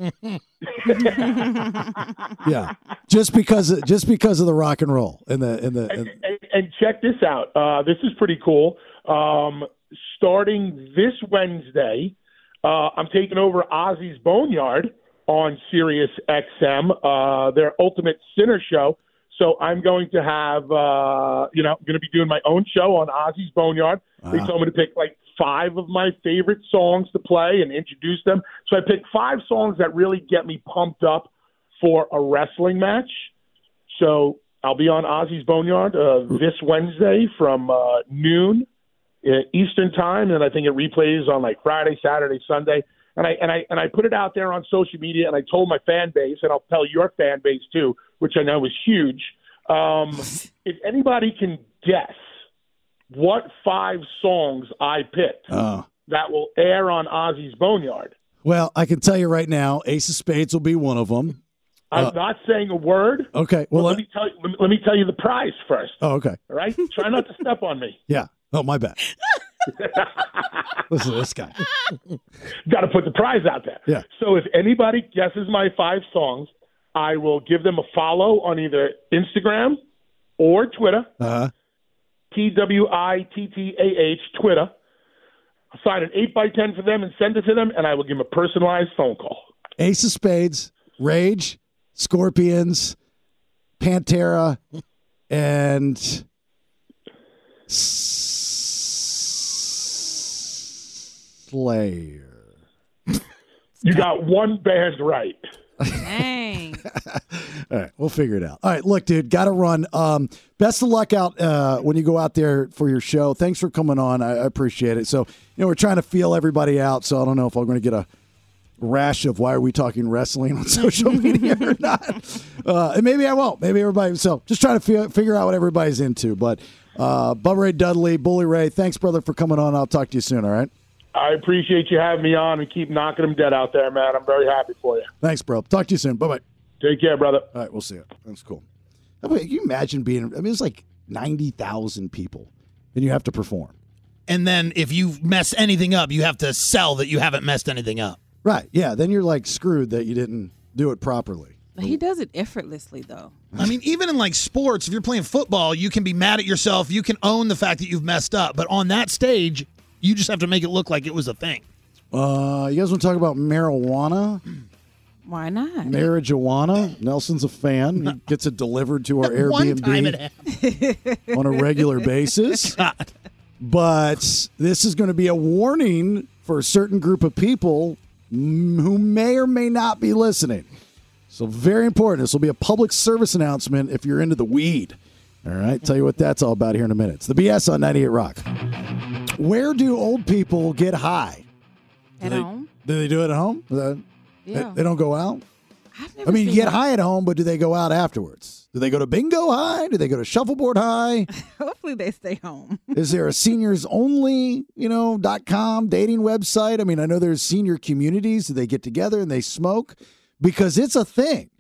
S8: Yeah, just because of, just because of the rock and roll and the and the and,
S20: and, and check this out. Uh, this is pretty cool. Um, starting this Wednesday, uh, I'm taking over Ozzy's Boneyard on Sirius XM, uh, their Ultimate Sinner show. So I'm going to have, uh, you know, going to be doing my own show on Ozzy's Boneyard. They
S2: Wow.
S20: told me to pick like five of my favorite songs to play and introduce them. So I picked five songs that really get me pumped up for a wrestling match. So I'll be on Ozzy's Boneyard uh, this Wednesday from uh, noon uh, Eastern time, and I think it replays on like Friday, Saturday, Sunday. And I and I and I put it out there on social media, and I told my fan base, and I'll tell your fan base too, which I know is huge. Um, if anybody can guess what five songs I picked
S8: Oh.
S20: that will air on Ozzy's Boneyard,
S8: Well, I can tell you right now, Ace of Spades will be one of them.
S20: I'm
S8: Uh,
S20: not saying a word.
S8: Okay.
S20: Well,
S8: Well,
S20: let
S8: let-
S20: me tell you. Let me, let me tell you the prize first.
S8: oh, okay.
S20: All right, try not to step on me.
S8: Yeah. Oh,
S20: (laughs)
S8: my bad. Listen to this guy.
S20: Got to put the prize out there.
S8: Yeah.
S20: So if anybody guesses my five songs, I will give them a follow on either Instagram or Twitter.
S8: Uh huh.
S20: T W I T T A H Twitter. sign an eight by ten for them and send it to them, and I will give them a personalized phone call.
S8: Ace of Spades, Rage, Scorpions, Pantera, and Slayer.
S20: You got one band right.
S7: (laughs) (laughs) Dang.
S8: All right, we'll figure it out. All right, look, dude, got to run. Um, best of luck out uh, when you go out there for your show. Thanks for coming on. I, I appreciate it. So, you know, we're trying to feel everybody out. So I don't know if I'm going to get a rash of why are we talking wrestling on (laughs) social media or not. Uh, and maybe I won't. Maybe everybody. So just trying to feel, figure out what everybody's into. But uh, Bubba Ray Dudley, Bully Ray, thanks, brother, for coming on. I'll talk to you soon. All right.
S20: I appreciate you having me on and keep knocking them dead out there, man. I'm very happy for you.
S8: Thanks, bro. Talk to you soon. Bye bye.
S20: Take care, brother.
S8: All right, we'll see you. That's cool. By the way, Can you imagine being? I mean, it's like ninety thousand people, and you have to perform.
S9: And then if you mess anything up, you have to sell that you haven't messed anything up.
S8: Right? Yeah. Then you're like screwed that you didn't do it properly.
S7: He does it effortlessly, though.
S9: I mean, even in like sports, if you're playing football, you can be mad at yourself. You can own the fact that you've messed up. But on that stage, you just have to make it look like it was a thing.
S8: Uh, you guys want to talk about marijuana?
S7: Why not?
S8: Marijuana. Nelson's a fan. He gets it delivered to our
S9: One time it
S8: Airbnb on a regular basis. But this is going to be a warning for a certain group of people mm, who may or may not be listening. So, very important. This will be a public service announcement if you're into the weed. All right. Tell you what that's all about here in a minute. It's the BS on 98 Rock. Where do old people get high?
S7: At
S8: they-
S7: home?
S8: Do they do it at home? Is that- they-
S7: Yeah.
S8: They, don't go out?
S7: I've
S8: I
S7: never
S8: mean, you
S7: seen
S8: get
S7: that.
S8: high at home, but do they go out afterwards? Do they go to bingo high? Do they go to shuffleboard high?
S7: (laughs) Hopefully they stay home.
S8: Is there a seniors only, you know, dot com dating website? I mean, I know there's senior communities that they get together and they smoke because it's a thing.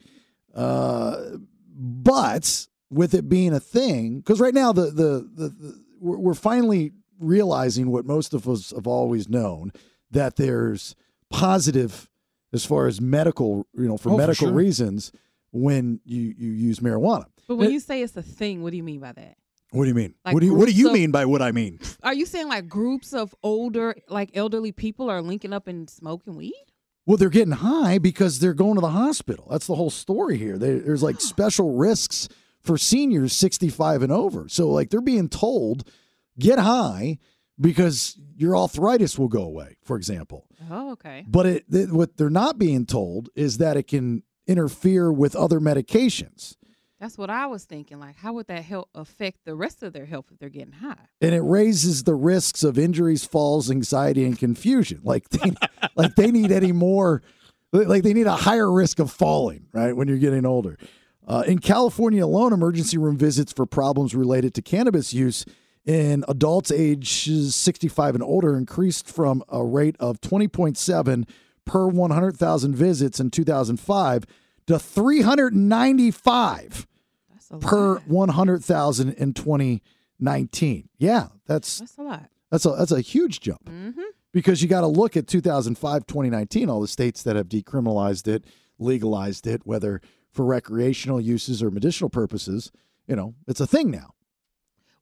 S8: Uh, but with it being a thing, because right now the the the, the we're, we're finally realizing what most of us have always known that there's positive as far as medical, you know, for
S9: Oh, for
S8: medical
S9: sure.
S8: reasons when you you use marijuana.
S7: But when you say it's a thing, what do you mean by that?
S8: What do you mean?
S7: Like
S8: what do you what do you
S7: groups of-
S8: mean by what I mean?
S7: Are you saying like groups of older, like elderly people are linking up and smoking weed?
S8: Well, they're getting high because they're going to the hospital. That's the whole story here. There there's like special risks for seniors 65 and over. So, like, they're being told, get high because your arthritis will go away, for example.
S7: Oh, okay.
S8: But it, th- what they're not being told is that it can interfere with other medications.
S7: That's what I was thinking. Like, how would that help affect the rest of their health if they're getting high?
S8: and it raises the risks of injuries, falls, anxiety, and confusion. Like they, like they need any more, like they need a higher risk of falling, right? When you're getting older. Uh, in California alone, emergency room visits for problems related to cannabis use in adults ages 65 and older increased from a rate of 20.7 per 100,000 visits in 2005 to 395 per
S7: Mm-hmm.
S8: 100,000 in 2019. Yeah, that's
S7: That's a lot.
S8: that's a that's a huge jump. Because you got to look at 2005, 2019, all the states that have decriminalized it, legalized it, whether for recreational uses or medicinal purposes, you know, it's a thing now.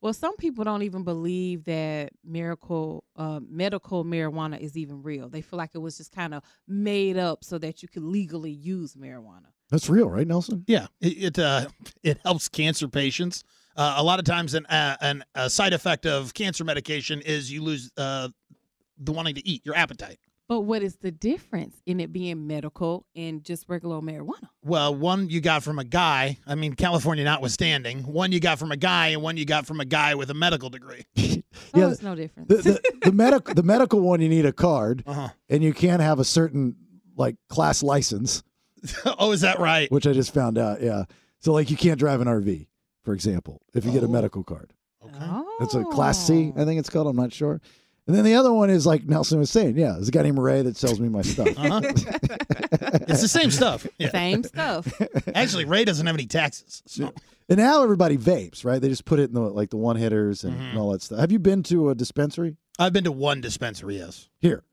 S7: Well, some people don't even believe that miracle uh, medical marijuana is even real. They feel like it was just kind of made up so that you could legally use marijuana.
S8: That's real, right, Nelson?
S9: (laughs) Yeah, it it, uh, it helps cancer patients. Uh, a lot of times, an, uh, an a side effect of cancer medication is you lose uh, the wanting to eat, your appetite.
S7: But what is the difference in it being medical and just regular old marijuana?
S9: Well, one you got from a guy. I mean, California notwithstanding, one you got from a guy, and one you got from a guy with a medical degree.
S7: So
S8: Yeah,
S7: Oh, it's no difference.
S8: The,
S7: (laughs)
S8: the, the medical the medical one you need a card
S9: Uh-huh.
S8: and you can't have a certain like class license,
S9: (laughs) oh, is that right?
S8: which I just found out. Yeah. So like you can't drive an RV, for example, if you get a medical card.
S7: Oh.
S8: It's a Class C, I think it's called. I'm not sure. And then the other one is like Nelson was saying, yeah, there's a guy named Ray that sells me
S9: (laughs)
S8: my stuff.
S9: Uh-huh. it's the same stuff. (laughs) Yeah.
S7: Same stuff.
S9: Actually, Ray doesn't have any taxes. So.
S8: (laughs) And now everybody vapes, right? They just put it in the like the one hitters and,
S9: Mm-hmm.
S8: and all that stuff. Have you been to a dispensary
S9: I've been to one dispensary. Yes.
S8: here?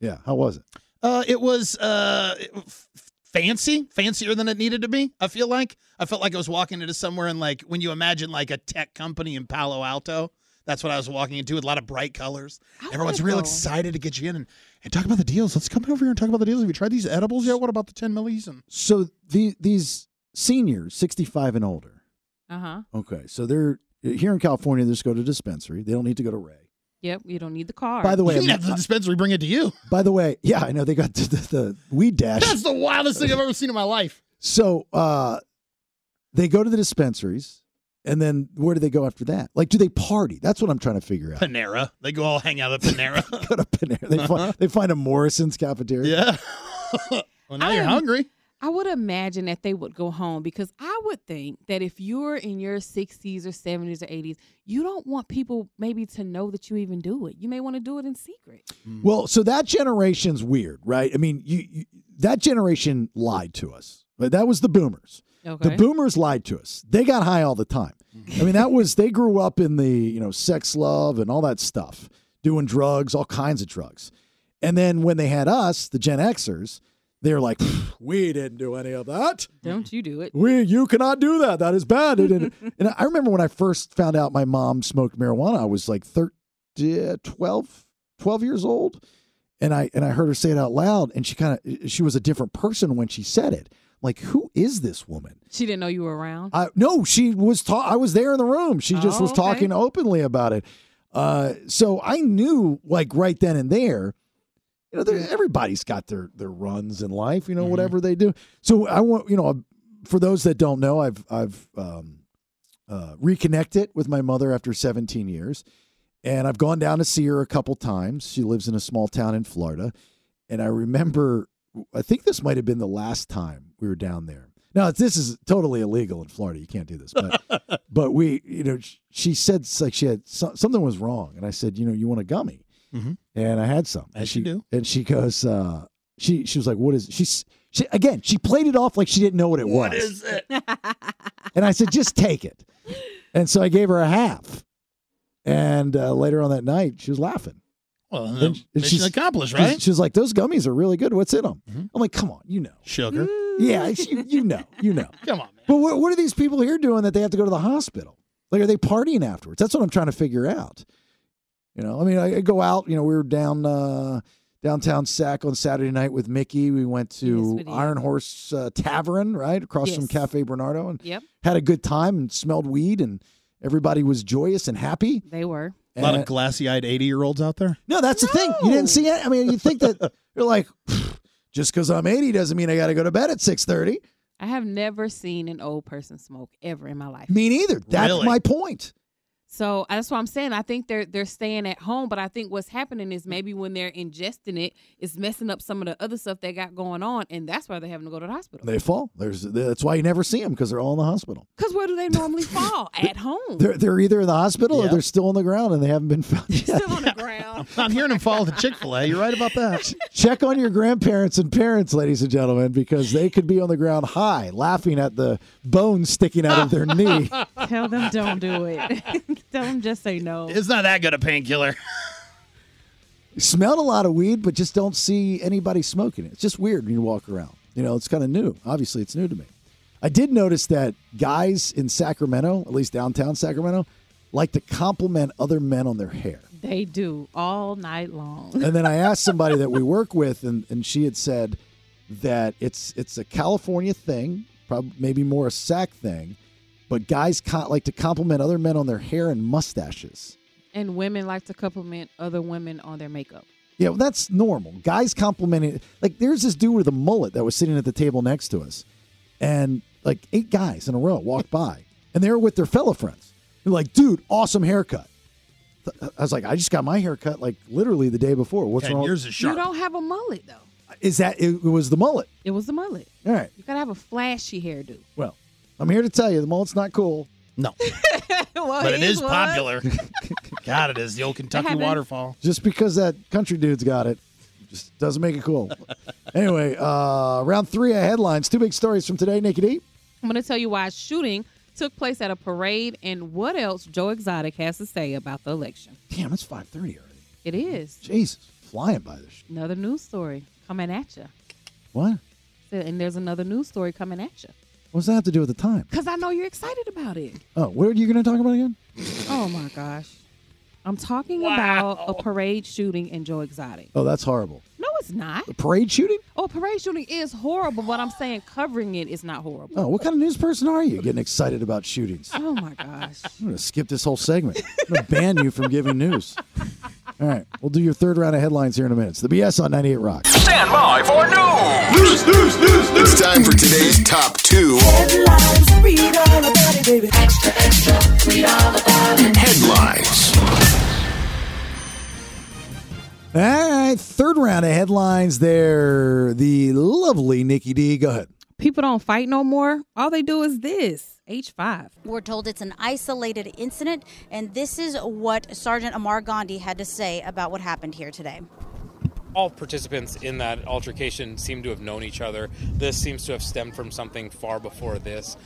S8: Yeah. How was it?
S9: Uh, it was uh, f- fancy, fancier than it needed to be. I feel like I felt like I was walking into somewhere and like when you imagine like a tech company in Palo Alto, That's what I was walking into with a lot of bright colors. Everyone's real excited to get you in and, and talk about the deals. Let's come over here and talk about the deals. Have you tried these edibles yet? What about the 10 millis? And
S8: So the, these seniors, 65 and older.
S7: Uh huh.
S8: Okay. So they're here in California, they just go to dispensary. They don't need to go to Ray.
S7: Yep. You don't need the car.
S8: By the way,
S9: you didn't have the dispensary bring it to you.
S8: By the way, yeah, I know they got (laughs) the, the, the weed dash.
S9: That's the wildest thing I've ever seen in my life.
S8: So uh, they go to the dispensaries, and then where do they go after that? Like, do they party? That's what I'm trying to
S9: (laughs)
S8: figure out.
S9: Panera. They go all hang out at (laughs) Panera.
S8: go to Panera. They, find, they find a Morrison's cafeteria.
S9: Yeah. (laughs) well, now you're
S7: I'm-
S9: hungry.
S7: I would imagine that they would go home because I would think that if you're in your 60s or 70s or 80s, you don't want people maybe to know that you even do it. You may want to do it in secret.
S8: Well, so that generation's weird, right? I mean, you, you that generation lied to us. Like, That was the boomers.
S7: Okay.
S8: The boomers lied to us. They got high all the time. I mean, that was they grew up in the, you know, sex love and all that stuff, doing drugs, all kinds of drugs. And then when they had us, the Gen Xers, they're like, we didn't do any of that.
S7: Don't you do it.
S8: We, you cannot do that. That is bad. And, and, (laughs) and I remember when I first found out my mom smoked marijuana, I was like 13, 12, 12 years old. And I, and I heard her say it out loud and she kind of, she was a different person when she said it. Like, who is this woman?
S7: She didn't know you were around.
S8: I, no, she was, ta- I was there in the room. She just
S7: Oh,
S8: was
S7: okay.
S8: talking openly about it. Uh, so I knew like right then and there, you know,
S7: Mm.
S8: there- everybody's got their their runs in life, you know,
S7: Mm-hmm.
S8: whatever they do. So I want, you know, for those that don't know, I've I've um, uh, reconnected with my mother after 17 years, and I've gone down to see her a couple times. She lives in a small town in Florida, and I remember, I think this might have been the last time we were down there. Now it's- this is totally illegal in Florida. You can't do
S9: (laughs)
S8: this, but but we, you know, sh- she said it's like she had so- something was wrong, and I said, you know, you want a gummy
S9: Mm-hmm.
S8: and I had some. And
S9: As
S8: she
S9: you do.
S8: And she goes, uh, she she was like, "What is?" She she again, she played it off like she didn't know what it
S9: What
S7: (laughs)
S8: was.
S9: is it?
S8: and I said, "Just take it." And so I gave her a half. And uh, later on that night, she was laughing.
S9: Well,
S8: And
S9: then
S8: she-
S9: mission
S8: she's-
S9: accomplished,
S8: she's-
S9: right?
S8: She was like, "Those gummies are really good. What's in them?" I'm like, "Come on, you know,
S9: Sugar.
S8: yeah, (laughs) she- you, know, you know."
S9: Come on,
S8: But what, what are these people here doing that they have to go to the hospital? Like, are they partying afterwards? That's what I'm trying to figure out. You know, I mean, I, I go out. You know, we were down uh, downtown Sac on Saturday night with Mickey. We went to Iron Horse uh, Tavern, right across from
S7: Yes.
S8: Cafe Bernardo, and
S7: Yep.
S8: had a good time and smelled weed, and everybody was joyous and happy.
S7: They were.
S9: A lot
S8: And-
S9: of glassy eyed 80 year olds out there.
S8: no, that's the thing. You didn't see it. I mean, you
S9: (laughs)
S8: think that you're like, just because I'm 80 doesn't mean I got to go to bed at 6:30.
S7: I have never seen an old person smoke ever in my life.
S8: Me neither. That's
S9: Really?
S8: my point.
S7: So uh, that's what I'm saying. I think they're they're staying at home, but I think what's happening is maybe when they're ingesting it, it's messing up some of the other stuff they got going on, and that's why they're having to go to the hospital.
S8: They fall. There's that's why you never see them because they're all in the hospital.
S7: Because where do they
S9: (laughs)
S7: normally fall? At home. (laughs)
S8: They're they're either in the hospital or
S7: Yeah.
S8: they're still on the ground and they haven't been found. (laughs) Yet.
S9: (laughs) I'm hearing them fall to Chick fil A. You're right about that.
S8: Check on your grandparents and parents, ladies and gentlemen, because they could be on the ground high, laughing at the bones sticking out
S9: (laughs)
S8: of their knee.
S7: Tell them don't do it. (laughs) Tell them just say no.
S9: It's not that good a painkiller.
S8: Smelled a lot of weed, but just don't see anybody smoking it. It's just weird when you walk around. You know, it's kind of new. Obviously, it's new to me. I did notice that guys in Sacramento, at least downtown Sacramento, like to compliment other men on their hair.
S7: They do all night long.
S8: and then I asked somebody that we work with, and, and she had said that it's it's a California thing, probably maybe more a sack thing, but guys con- like to compliment other men on their hair and mustaches.
S7: And women like to compliment other women on their makeup.
S8: Yeah, well, that's normal. Guys complimenting like there's this dude with a mullet that was sitting at the table next to us, and like eight guys in a row walked by, and they were with their fellow friends. They're like, "Dude, awesome haircut." I was like, "I just got my haircut like literally the day before. What's
S9: Ten
S8: wrong?"
S9: years is sharp.
S7: You don't have a mullet though.
S8: Is that it, it was the mullet?
S7: It was the mullet.
S8: All right.
S7: You gotta have a flashy hairdo.
S8: Well, I'm here to tell you the mullet's not cool.
S9: No.
S7: (laughs) well,
S9: but it
S7: his
S9: is
S7: was.
S9: (laughs) popular. God, it is. The old Kentucky
S7: happens.
S9: waterfall.
S8: Just because that country dude's got it just doesn't make it cool. (laughs) anyway, uh round three of headlines. Two big stories from today, Naked Eat.
S7: I'm gonna tell you why a shooting took place at a parade and what else Joe Exotic has to say about the election.
S8: Damn, it's five thirty already.
S7: It is.
S8: Jesus, flying by this. sh-
S7: Another news story coming at you.
S8: What?
S7: And there's another news story coming at you.
S8: What does that have to do with the time?
S7: Because I know you're excited about it.
S8: Oh, what are you gonna talk about again?
S7: Oh my gosh. I'm talking about a parade shooting in Joe Exotic.
S8: Oh, that's horrible.
S7: No, it's not.
S8: The parade shooting?
S7: Oh, parade shooting is horrible, but I'm saying covering it is not horrible.
S8: Oh, what kind of news person are you getting excited about shootings?
S7: Oh my gosh.
S8: I'm going to skip this whole segment. I'm going to ban you from giving news. All right, we'll do your third round of headlines here in a minute. It's the BS on 98 Rock.
S3: Stand by for news.
S4: News, news, news, news. It's time for today's top two. Headlines, read all about it, baby. Extra, extra, read all about it. Headlines.
S8: All right, third round of headlines there. The lovely Nikki D. Go ahead.
S7: People don't fight no more. All they do is this. H5.
S21: We're told it's an isolated incident, and this is what Sergeant Amar Gandhi had to say about what happened here today.
S22: All participants in that altercation seem to have known each other. This seems to have stemmed from something far before this.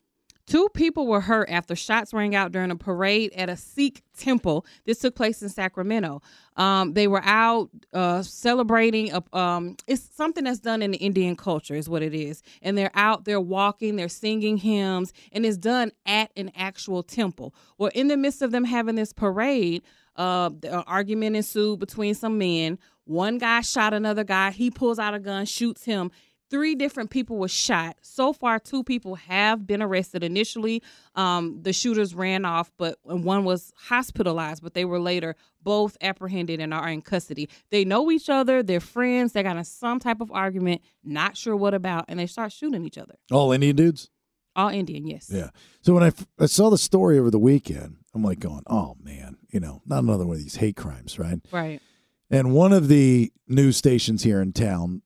S7: Two people were hurt after shots rang out during a parade at a Sikh temple. This took place in Sacramento. Um, they were out uh, celebrating. A, um, it's something that's done in the Indian culture, is what it is. And they're out, they're walking, they're singing hymns, and it's done at an actual temple. Well, in the midst of them having this parade, uh, the argument ensued between some men. One guy shot another guy. He pulls out a gun, shoots him three different people were shot so far two people have been arrested initially um, the shooters ran off but and one was hospitalized but they were later both apprehended and are in custody they know each other they're friends they got in some type of argument not sure what about and they start shooting each other
S8: All Indian dudes?
S7: all indian yes
S8: Yeah. So when I, f- I saw the story over the weekend, I'm like going, oh, man, you know, not another one of these hate crimes, right?
S7: right
S8: And one of the news stations here in town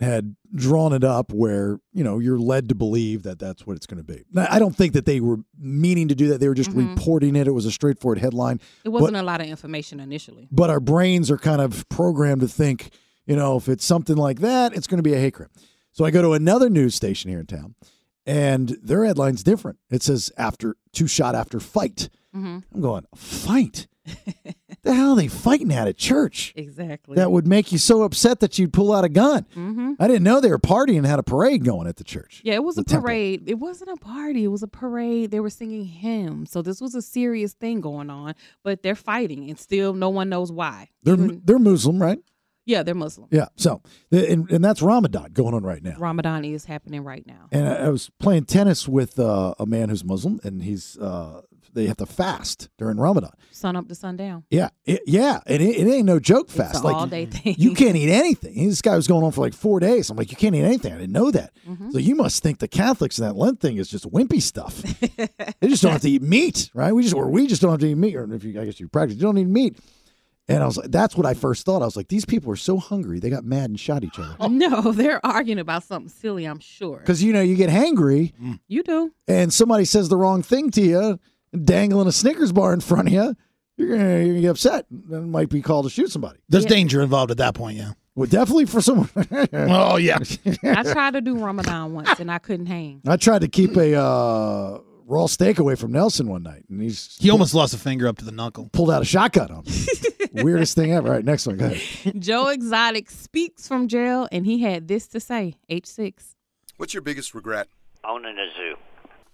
S8: had drawn it up where, you know, you're led to believe that that's what it's going to be. Now, I don't think that they were meaning to do that. They were just
S7: Mhm.
S8: reporting it. It was a straightforward headline.
S7: it wasn't a lot of information initially
S8: But our brains are kind of programmed to think, you know, if it's something like that, it's going to be a hate crime. So I go to another news station here in town and their headline's different. It says after two shot after fight.
S7: mm-hmm.
S8: I'm going, fight? (laughs) the hell are they fighting at at church?
S7: exactly
S8: That would make you so upset that you'd pull out a gun.
S7: Mhm.
S8: I didn't know they were partying and had a parade going at the church.
S7: Yeah, it was
S8: The
S7: a
S8: temple.
S7: parade. It wasn't a party. It was a parade. They were singing hymns. So this was a serious thing going on, but they're fighting and still no one knows why.
S8: They're they're Muslim, right?
S7: Yeah, they're Muslim.
S8: Yeah. So and, and that's Ramadan going on right now.
S7: Ramadan is happening right now.
S8: And I, I was playing tennis with uh, a man who's Muslim, and he's uh, they have to fast during Ramadan.
S7: Sun up to sundown.
S8: Yeah, it- yeah, and it, it ain't no joke
S7: It's
S8: fast.
S7: an
S8: like
S7: all-day thing. (laughs)
S8: you can't eat anything. And This guy was going on for like four days. I'm like, you can't eat anything. I didn't know that. So you must think the Catholics and that Lent thing is just wimpy stuff. they just don't have to eat meat, right? We just or we just don't have to eat meat. Or if you, I guess you practice, you don't eat meat. And I was like, that's what I first thought. I was like, these people are so hungry, they got mad and shot each
S7: Oh.
S8: other.
S7: No, they're arguing about something silly, I'm sure.
S8: Because you know, you get hangry,
S7: You do.
S8: and somebody says the wrong thing to you, dangling a Snickers bar in front of you, you're gonna, you're gonna get upset. That might be called to shoot somebody.
S9: There's danger involved at that point, yeah.
S8: Well, definitely for someone. (laughs)
S9: Oh, (laughs) yeah.
S7: I tried to do Ramadan once and I couldn't hang.
S8: I tried to keep a uh, raw steak away from Nelson one night, and he's
S9: He almost lost a finger up to the knuckle.
S8: pulled out a shotgun on me. Weirdest thing ever. All right, next one. Go ahead.
S7: Joe Exotic speaks from jail and he had this to say, H6.
S23: What's your biggest regret?
S24: owning a zoo.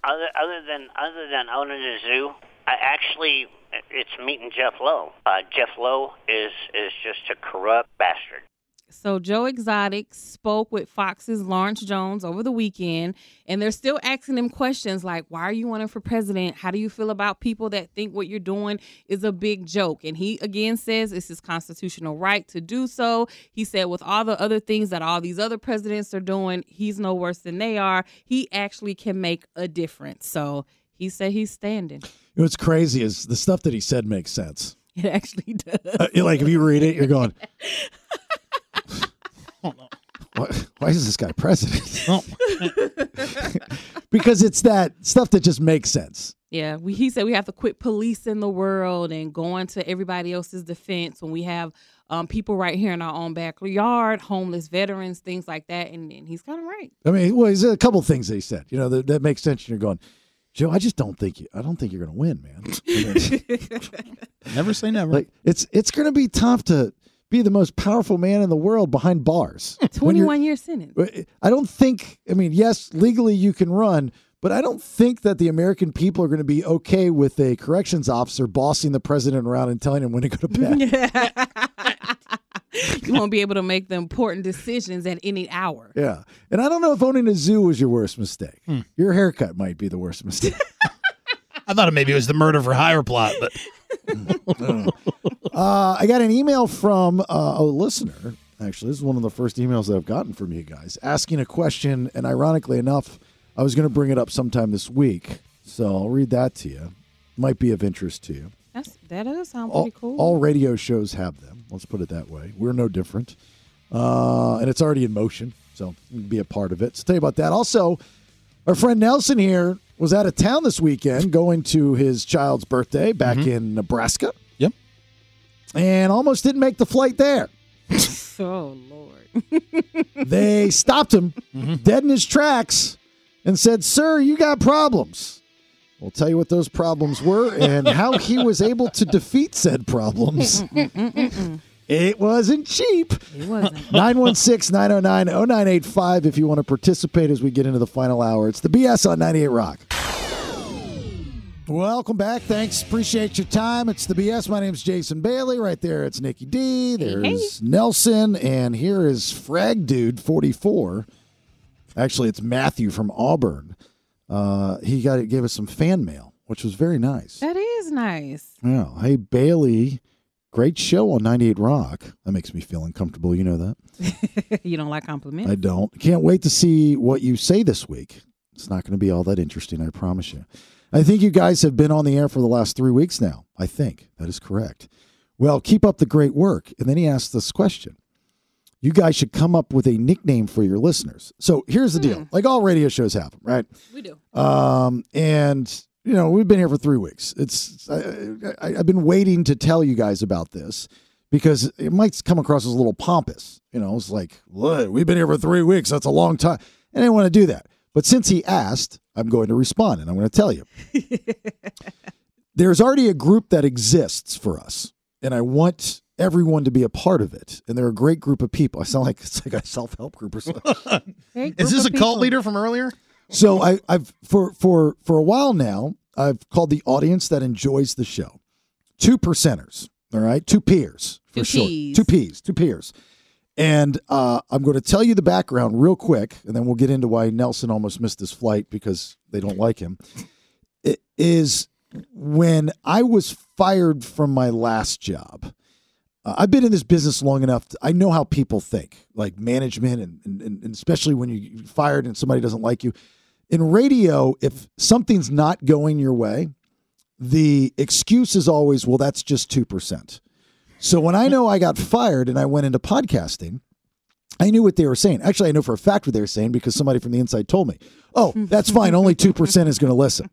S24: Other, other than other than owning a zoo, I actually it's meeting Jeff Lowe. Uh, Jeff Lowe is is just a corrupt bastard.
S7: So Joe Exotic spoke with Fox's Lawrence Jones over the weekend, and they're still asking him questions like, "Why are you running for president? How do you feel about people that think what you're doing is a big joke?" And he again says it's his constitutional right to do so. He said, with all the other things that all these other presidents are doing, he's no worse than they are. He actually can make a difference. So he said he's standing. (laughs)
S8: You know What's crazy is the stuff that he said makes sense.
S7: It actually does.
S8: Uh, like if you read it, you're going, (laughs) "What- why is this guy president? (laughs) because it's that stuff that just makes sense.
S7: Yeah, we, he said we have to quit policing the world and going to everybody else's defense when we have um, people right here in our own backyard, homeless veterans, things like that. And, and he's kind of
S9: (laughs)
S7: right.
S8: I mean, well, there's a couple things they said, you know, that, that makes sense. And you're going, Joe, I just don't think you, I don't think you're going to win, man. (laughs) I mean,
S9: never say never.
S8: Like it's, it's going to be tough to be the most powerful man in the world behind bars. When you're- uh,
S7: 21 year sentence.
S8: I don't think, I mean, yes, legally you can run, But I don't think that the American people are going to be okay with a corrections officer bossing the president around and telling him when to go to bed.
S7: (laughs) you won't be able to make the important decisions at any hour.
S8: Yeah. And I don't know if owning a zoo was your worst mistake. Your haircut might be the worst mistake.
S9: I thought maybe it was the murder for hire plot, but
S8: uh, I got an email from uh, a listener. Actually, this is one of the first emails that I've gotten from you guys asking a question. And ironically enough, I was going to bring it up sometime this week. So I'll read that to you. Might be of interest to you.
S7: That's that does sound
S8: all,
S7: pretty cool. (laughs)
S8: all radio shows have them. Let's put it that way. We're no different. Uh, and it's already in motion, so you can be a part of it. So tell you about that. Also, our friend Nelson here was out of town this weekend going to his child's birthday back in Nebraska.
S9: Yep.
S8: And almost didn't make the flight there.
S7: oh Lord.
S8: they stopped him dead in his tracks and said, Sir, you got problems. We'll tell you what those problems were and how he was able to defeat said problems. It wasn't cheap.
S7: It wasn't.
S8: 916 909 0985 if you want to participate as we get into the final hour. It's the BS on 98 Rock. Welcome back. Thanks. Appreciate your time. It's the BS. My name's Jason Bailey. Right there, it's Nikki D. There's Nelson. And here is Frag Dude 44. Actually, it's Matthew from Auburn. Uh, he got gave us some fan mail, which was very nice.
S7: That is nice. (laughs)
S8: Yeah. Hey, Bailey, great show on 98 Rock. That makes me feel uncomfortable. You know that?
S7: you don't like compliments.
S8: I don't. Can't wait to see what you say this week. It's not going to be all that interesting, I promise you. I think you guys have been on the air for the last three weeks now. I think that is correct. Well, keep up the great work. And then he asked this question You guys should come up with a nickname for your listeners. So here's the deal like all radio shows have them, right?
S7: We do.
S8: Um, and you know, we've been here for three weeks. It's I, I, I've been waiting to tell you guys about this because it might come across as a little pompous. You know, it's like, what? We've been here for three weeks. That's a long time. I didn't want to do that. But since he asked, I'm going to respond and I'm going to tell you. There's already a group that exists for us, and I want everyone to be a part of it. And they're a great group of people. I sound like it's like a self help group or something.
S9: is this a cult leader from earlier?
S8: So I, I've for for for a while now, I've called the audience that enjoys the show two percenters. All right, two peers for
S7: Two
S8: sure.
S7: peas.
S8: Two peas, two peers. And uh, I'm going to tell you the background real quick, and then we'll get into why Nelson almost missed his flight because they don't like him. It is when I was fired from my last job. Uh, I've been in this business long enough. to- I know how people think, like management, and, and, and- and especially when you're fired and somebody doesn't like you. In radio, if something's not going your way, the excuse is always, well, that's just 2%. So when I know I got fired and I went into podcasting, I knew what they were saying. Actually, I know for a fact what they were saying because somebody from the inside told me, oh, that's fine. Only 2% is going to listen.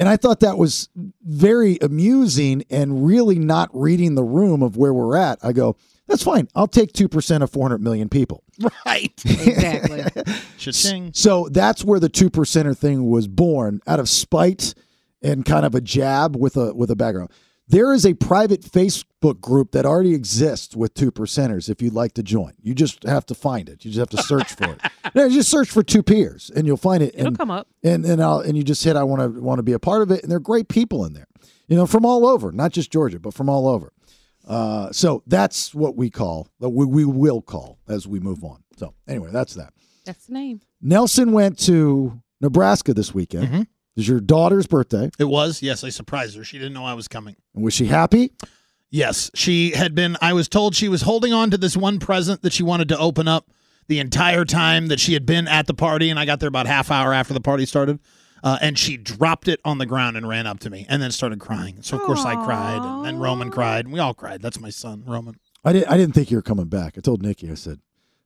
S8: And I thought that was very amusing and really not reading the room of where we're at. I go, that's fine. I'll take 2% of 400 million people.
S9: Right.
S7: Exactly.
S9: (laughs) Cha-ching.
S8: So that's where the two percenter thing was born, out of spite and kind of a jab with a with a background. There is a private Facebook group that already exists with two percenters. If you'd like to join, you just have to find it. You just have to search for
S7: (laughs)
S8: it. No, just search for two peers, and you'll find it.
S7: It'll
S8: and,
S7: come up.
S8: and and I'll, and you just hit I want to want to be a part of it. And they're great people in there, you know, from all over, not just Georgia, but from all over. Uh, so that's what we call that we, we will call as we move on. So anyway, that's that.
S7: That's the name.
S8: Nelson went to Nebraska this weekend. It was your daughter's birthday.
S9: It was. Yes, I surprised her. She didn't know I was coming.
S8: Was she happy?
S9: Yes, she had been. I was told she was holding on to this one present that she wanted to open up the entire time that she had been at the party, and I got there about half hour after the party started, uh, and she dropped it on the ground and ran up to me, and then started crying. So of course I cried, and then Roman cried, and we all cried. That's my son, Roman.
S8: I didn't. I didn't think you were coming back. I told Nikki. I said,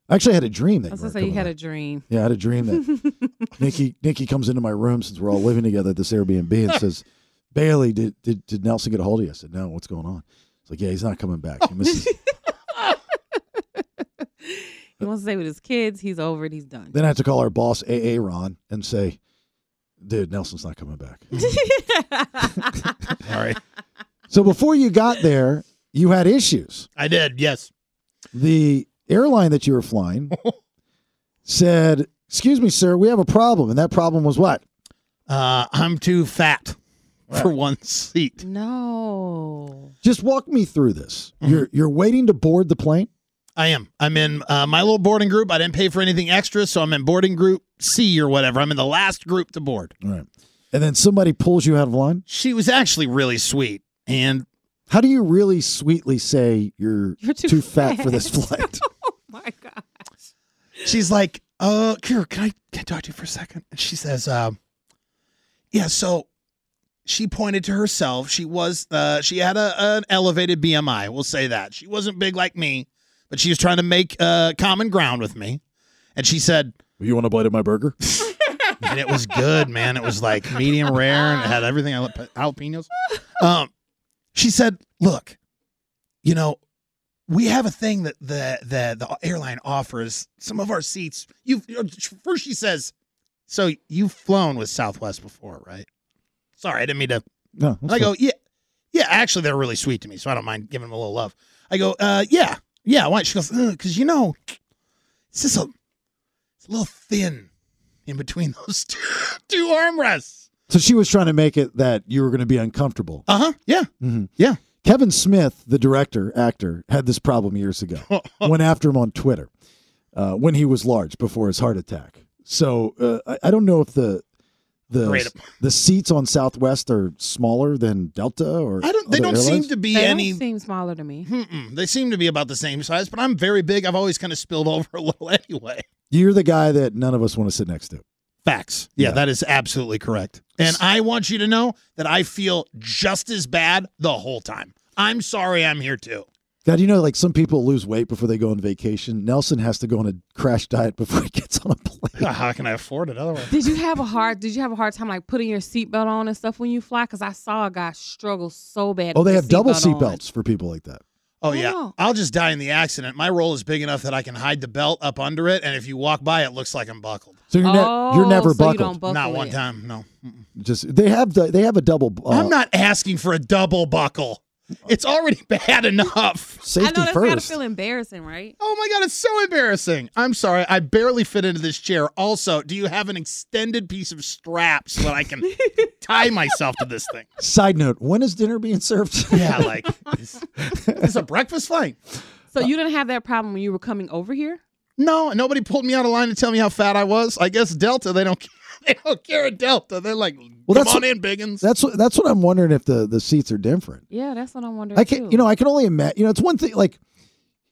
S8: I actually had a dream that
S7: I was
S8: you were
S7: gonna say you
S8: coming
S7: had
S8: back.
S7: a dream.
S8: Yeah, I had a dream that
S7: (laughs)
S8: Nikki Nikki comes into my room since we're all living together at this Airbnb and says, Bailey, did, did did Nelson get a hold of you? I said, No. What's going on? It's like, yeah, he's not coming back. He misses-
S7: Oh, He wants to stay with his kids. He's over it. He's done.
S8: (laughs)
S7: (laughs)
S8: (laughs) then I have to call our boss AA Ron and say, Dude, Nelson's not coming back. (laughs)
S9: All right,
S8: so before you got there, you had issues.
S9: I did. Yes.
S8: the airline that you were (laughs) flying said, "Excuse me, sir, we have a problem." And that problem was what?
S9: Uh, I'm too fat for one seat.
S7: No.
S8: Just walk me through this. You're you're waiting to board the plane.
S9: I am. I'm in uh, my little boarding group. I didn't pay for anything extra, so I'm in boarding group C or whatever. I'm in the last group to board.
S8: All right. And then somebody pulls you out of line.
S9: She was actually really sweet, and
S8: How do you really sweetly say you're, too, fat, for this (laughs) flight?
S9: she's like, "Uh, Kira, can I can I talk to you for a second? And she says, um, "Yeah." So she pointed to herself. She was uh, she had a, an elevated BMI. We'll say that she wasn't big like me, but she was trying to make uh, common ground with me. And she said,
S8: "You want a bite of my burger?"
S9: and it was good, man. It was like medium rare and it had everything. I like jalapenos. Um, she said, "Look, you know, we have a thing that the the the airline offers. Some of our seats. You first, she says, so you've flown with Southwest before, right? Sorry, I didn't mean to.
S8: No,
S9: And I go, yeah, yeah. Actually, they're really sweet to me, so I don't mind giving them a little love. I go, uh, yeah, yeah. Why? She goes, because you know, it's just a, it's a little thin in between (laughs) those two, two armrests.
S8: So she was trying to make it that you were going to be uncomfortable.
S9: Uh huh. Yeah.
S8: Mhm.
S9: Yeah.
S8: Kevin Smith, the director, actor, had this problem years ago. (laughs) went after him on Twitter uh, when he was large before his heart attack. So uh, I, I don't know if the
S9: Great.
S8: the the seats on Southwest are smaller than Delta or
S9: I don't. They
S8: other
S9: don't seem
S8: airlines?
S9: to be
S7: They don't
S9: any.
S7: seem smaller to me.
S9: Mm-mm. They seem to be about the same size, but I'm very big. I've always kind of spilled (laughs) over a little anyway.
S8: You're the guy that none of us want to sit next to.
S9: Facts. Yeah, that is absolutely correct. And I want you to know that I feel just as bad the whole time. I'm sorry I'm here too.
S8: God, you know, like some people lose weight before they go on vacation. Nelson has to go on a crash diet (laughs) before he gets on a plane.
S9: (laughs) How can I afford it otherwise?
S7: Did you have a hard? Did you have a hard time like putting your seatbelt on and stuff when you fly? Because I saw a guy struggle so bad.
S8: Oh,
S7: with
S8: they
S7: the
S8: have double
S7: seatbelt on.
S8: seatbelts for people like that.
S9: Oh, yeah.
S7: Wow.
S9: I'll just die in the accident. My roll is big enough that I can hide the belt up under it. And if you walk by, it looks like I'm buckled.
S8: So you're, ne-
S7: Oh,
S8: you're never buckled.
S9: Not one time. No. Mm-mm.
S8: Just they have the, they have a double. Uh,
S9: I'm not asking for a double buckle. It's already (laughs) bad enough.
S7: I know
S8: safety
S7: that's gotta
S8: first.
S7: feel embarrassing, right?
S9: Oh my god, it's so embarrassing. I'm sorry, I barely fit into this chair. Also, do you have an extended piece of strap so that I can tie myself to this thing?
S8: Side note: When is dinner being served?
S9: Yeah, (laughs)
S8: (laughs)
S9: like is, is a breakfast flight?
S7: So you didn't have that problem when you were coming over here?
S9: No, nobody pulled me out of line to tell me how fat I was. I guess Delta, they don't (laughs) care. They don't care at Delta. They're like,
S8: Well,
S9: come
S8: that's
S9: on
S8: what-
S9: in, Biggins.
S8: That's what that's what I'm wondering if the the seats are different.
S7: Yeah, that's what I'm wondering.
S8: I can
S7: too.
S8: you know I can only imagine. You know, it's one thing like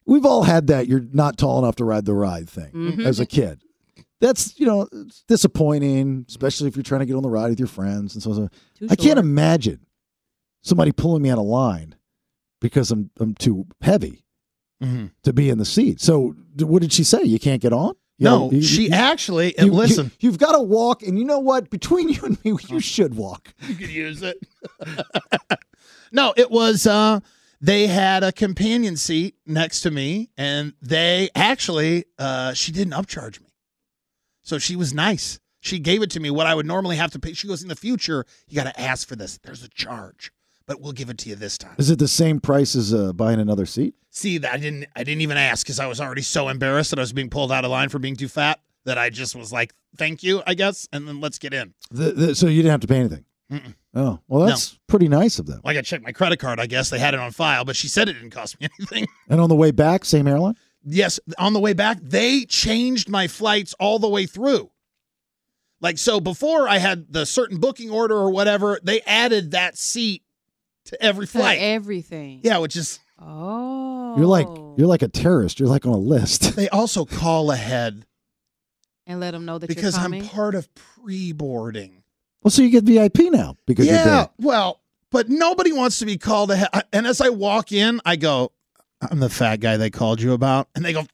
S8: we've all had that you're not tall enough to ride the ride thing
S7: Mhm.
S8: as a kid. That's you know it's disappointing, especially if you're trying to get on the ride with your friends and so on.
S7: Too
S8: I can't
S7: short.
S8: imagine somebody pulling me out of line because I'm I'm too heavy
S9: Mhm.
S8: to be in the seat. So d- what did she say? You can't get on? You
S9: No,
S8: know, you-
S9: she
S8: you-
S9: actually.
S8: you-
S9: And listen,
S8: you, have got to walk, and you know what? Between (laughs) you and me, (laughs) you should walk.
S9: you could use it. (laughs) no, it was uh they had a companion seat next to me and they actually uh she didn't upcharge me. So she was nice. She gave it to me what I would normally have to pay. She goes in the future, you got to ask for this. There's a charge, but we'll give it to you this time.
S8: Is it the same price as uh, buying another seat?
S9: See that I didn't I didn't even ask cuz I was already so embarrassed that I was being pulled out of line for being too fat that I just was like, "Thank you, I guess, and then let's get in."
S8: The, the, so you didn't have to pay anything.
S9: Mm-mm.
S8: Oh, well,
S9: No.
S8: that's pretty nice of them.
S9: Well, I got to check my credit card, I guess. They had it on file, but she said it didn't cost me (laughs) anything.
S8: And on the way back, same airline.
S9: Yes, on the way back, they changed my flights all the way through. Like, so before I had the certain booking order or whatever, they added that seat to every
S7: To
S9: flight.
S7: everything.
S9: yeah, which is,
S7: Oh.
S8: You're like you're like a terrorist. You're like on a list. (laughs)
S9: they also call ahead
S7: and let them know that
S9: because
S7: you're
S9: I'm
S7: coming.
S9: part of pre boarding.
S8: Well, so you get VIP now because you're
S9: Yeah,
S8: dead.
S9: well, but nobody wants to be called ahead. I- And as I walk in, I go, I'm the fat guy they called you about. And they go,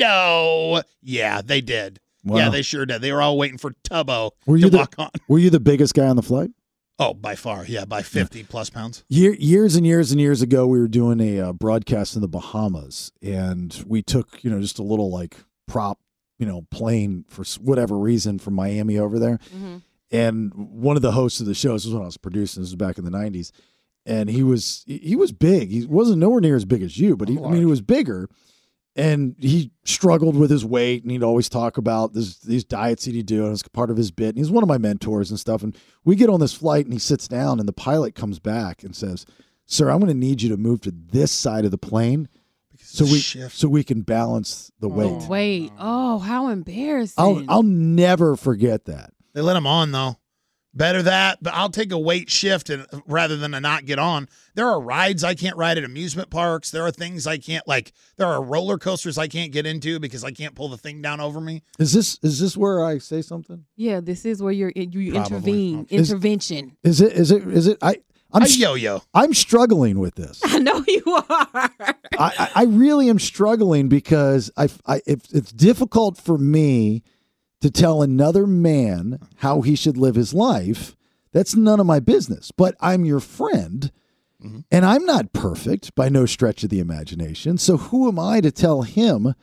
S9: no. Yeah, they did. Yeah,
S8: Wow.
S9: they sure did. They were all waiting for Tubbo
S8: Were
S9: to
S8: you the-
S9: walk on.
S8: Were you the biggest guy on the flight?
S9: Oh, by far, yeah, by fifty plus pounds.
S8: Year, years and years and years ago, we were doing a uh, broadcast in the Bahamas, and we took you know just a little like prop you know plane for s- whatever reason from Miami over there,
S7: Mm-hmm.
S8: and one of the hosts of the show this was when I was producing. This was back in the '90s, and he was he he was big. He wasn't nowhere near as big as you, but he, I mean he was bigger. and he struggled with his weight and he'd always talk about this, these diets that he'd do and it's part of his bit and he's one of my mentors and stuff and we get on this flight and he sits down and the pilot comes back and says sir i'm going to need you to move to this side of the plane so we so we can balance the weight
S7: Oh, wait. Oh, how embarrassing.
S8: i'll i'll never forget that
S9: They let him on though. Better that, but I'll take a weight shift and uh, rather than to not get on. There are rides I can't ride at amusement parks. There are things I can't like. There are roller coasters I can't get into because I can't pull the thing down over me.
S8: is this is this where i say something
S7: yeah, this is where you're you you
S8: Probably.
S7: intervene.
S8: Okay. Is-
S7: Intervention. (laughs)
S8: is it is it is it i i'm
S9: A
S8: str-
S9: yo-yo.
S8: i'm struggling with this
S7: I know you are.
S8: I, I- I really am struggling because I, I if it's difficult for me to tell another man how he should live his life. That's none of my business. But I'm your friend, and I'm not perfect by no stretch of the imagination. So who am I to tell him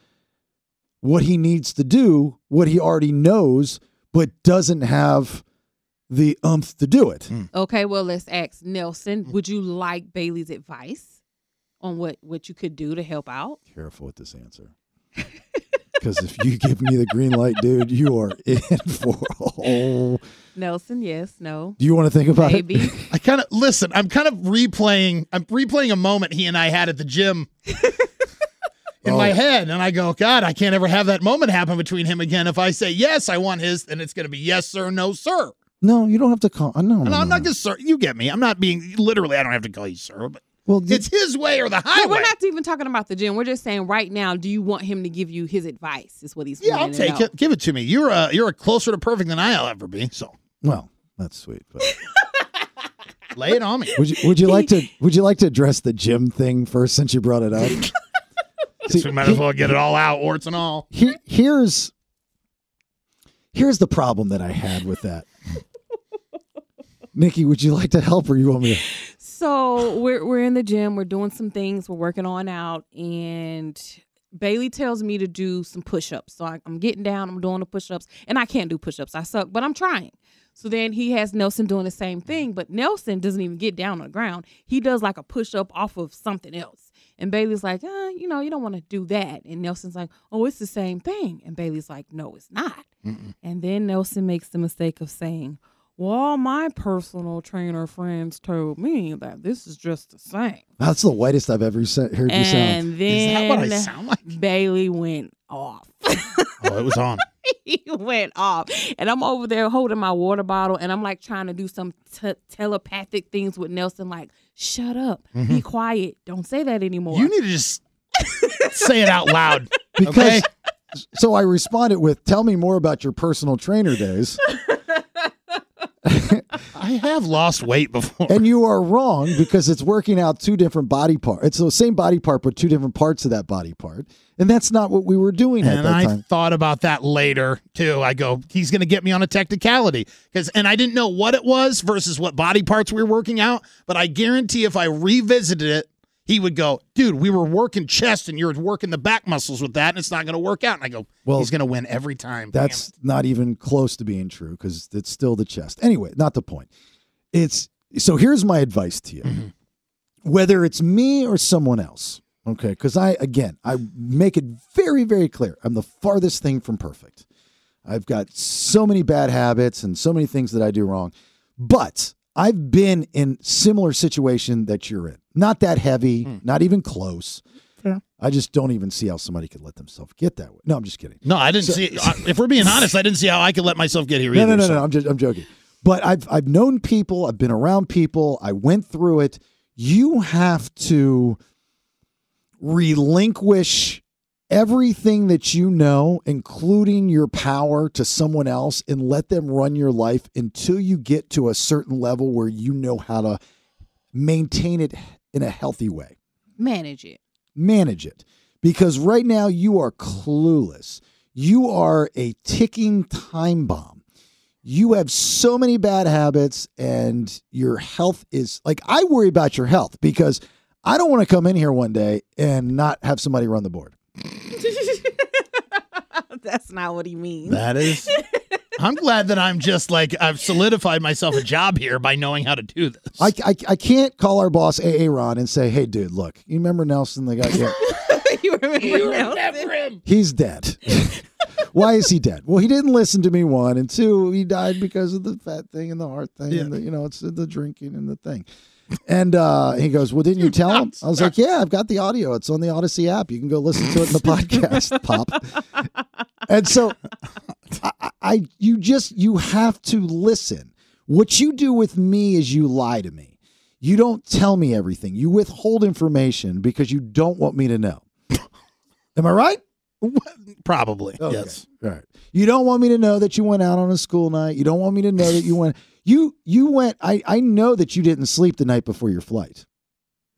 S8: what he needs to do, what he already knows, but doesn't have the umph to do it?
S7: Okay, well, let's ask
S9: Mm.
S7: Nelson. Would you like Bailey's advice on what what you could do to help out?
S8: Careful with this answer. (laughs) Because if you give me the green light, dude, you are (laughs) in for all.
S7: Nelson, yes, no.
S8: Do you want to think about
S7: Maybe.
S8: it?
S9: I kind of listen. I'm kind of replaying. I'm replaying a moment he and I had at the gym in my
S8: (laughs) Oh.
S9: head, and I go, God, I can't ever have that moment happen between him again. If I say yes, I want his, then it's going to be yes sir, no sir.
S8: No, you don't have to call. uh, No,
S9: And
S8: no,
S9: I'm
S8: no.
S9: not just sir. You get me. I'm not being literally. I don't have to call you sir, but
S8: Well, you-
S9: it's his way or the
S7: No,
S9: highway.
S7: we're not even talking about the gym. We're just saying right now, do you want him to give you his advice? Is what he's
S9: yeah, I'll
S7: wanting to
S9: take
S7: know.
S9: it. Give it to me. You're a you're a closer to perfect than I'll ever be. So
S8: Well, that's sweet. But
S9: lay it (laughs) on me.
S8: would you would you like to would you like to address the gym thing first since you brought
S9: (laughs)
S8: it up? See,
S9: we might as
S8: he-
S9: well get it all out, warts and all.
S8: Here, here's here's the problem that I had with that.
S9: (laughs)
S8: Nikki, would you like to help or you want me? To?
S7: So we're we're in the gym. We're doing some things. We're working on out, and Bailey tells me to do some push ups. So I, I'm getting down. I'm doing the push ups, and I can't do push ups. I suck, but I'm trying. So then he has Nelson doing the same thing, but Nelson doesn't even get down on the ground. He does like a push up off of something else. And Bailey's like, uh, you know, you don't want to do that. And Nelson's like, oh, it's the same thing. And Bailey's like, no, it's not. And then Nelson makes the mistake of saying, Well, my personal trainer friends told me that this is just the same.
S8: That's the whitest I've ever sa- heard you
S9: Um,
S8: sound.
S7: And then
S9: what I sound
S7: Bailey went off. (laughs)
S9: Oh, it was on.
S7: he went off. And I'm over there holding my water bottle and I'm like trying to do some t- telepathic things with Nelson, like, shut up, be
S9: Mhm.
S7: quiet, don't say that anymore.
S9: You need to just say it out loud.
S8: Because
S9: Okay.
S8: so I responded with, "Tell me more about your personal trainer days."
S9: I have lost weight before.
S8: and you are wrong because it's working out two different body parts. It's the same body part, but two different parts of that body part, and that's not what we were doing at
S9: And
S8: that
S9: I
S8: time.
S9: thought about that later too. I go, he's going to get me on a technicality because, and I didn't know what it was versus what body parts we were working out. But I guarantee if I revisited it, he would go, dude, we were working chest and you're working the back muscles with that, and it's not going to work out. And I go, well,
S8: Well,
S9: he's going to win every time. Damn
S8: That's not even close to being true because it's still the chest. Anyway, not the point. It's so here's my advice to you. Whether it's me or someone else, okay, because I again I make it very, very clear. I'm the farthest thing from perfect. I've got so many bad habits and so many things that I do wrong. But I've been in similar situation that you're in. Not that heavy, not even close.
S9: Fair.
S8: I just don't even see how somebody could let themselves get that way. No, I'm just kidding.
S9: it. no, I didn't see. I- If we're being honest, I didn't see how I could let myself get here.
S8: No,
S9: either,
S8: no, no,
S9: so-
S8: no. I'm just, I'm joking. But I've, I've known people. I've been around people. I went through it. You have to relinquish everything that you know, including your power, to someone else, and let them run your life until you get to a certain level where you know how to maintain it in a healthy way
S7: Manage it. (laughs)
S8: manage it because right now you are clueless. You are a ticking time bomb. You have so many bad habits and your health is like I worry about your health because I don't want to come in here one day and not have somebody run the board.
S7: That's not what he means.
S9: That is. I'm glad that I'm just like I've solidified myself a job here by knowing how to do this.
S8: I, I, I can't call our boss AA Ron and say, "Hey dude, look, you remember Nelson the guy yeah.
S7: (laughs) you remember
S2: You
S7: now.
S2: remember him.
S8: He's dead. Why is he dead? Well, he didn't listen to me. One and two, he died because of the fat thing and the heart thing. And the, you know, it's the drinking and the thing. And uh, he goes, "Well, didn't you tell him?" I was like, "Yeah, I've got the audio. It's on the Odyssey app. You can go listen to it in the podcast." Pop. And so, I, I- I you just you have to listen. What you do with me is you lie to me. You don't tell me everything. You withhold information because you don't want me to know. Am I right?
S9: Probably.
S8: Oh, Okay.
S9: Yes.
S8: All right. You don't want me to know that you went out on a school night. You don't want me to know that you went. (laughs) You you went. I I know that you didn't sleep the night before your flight.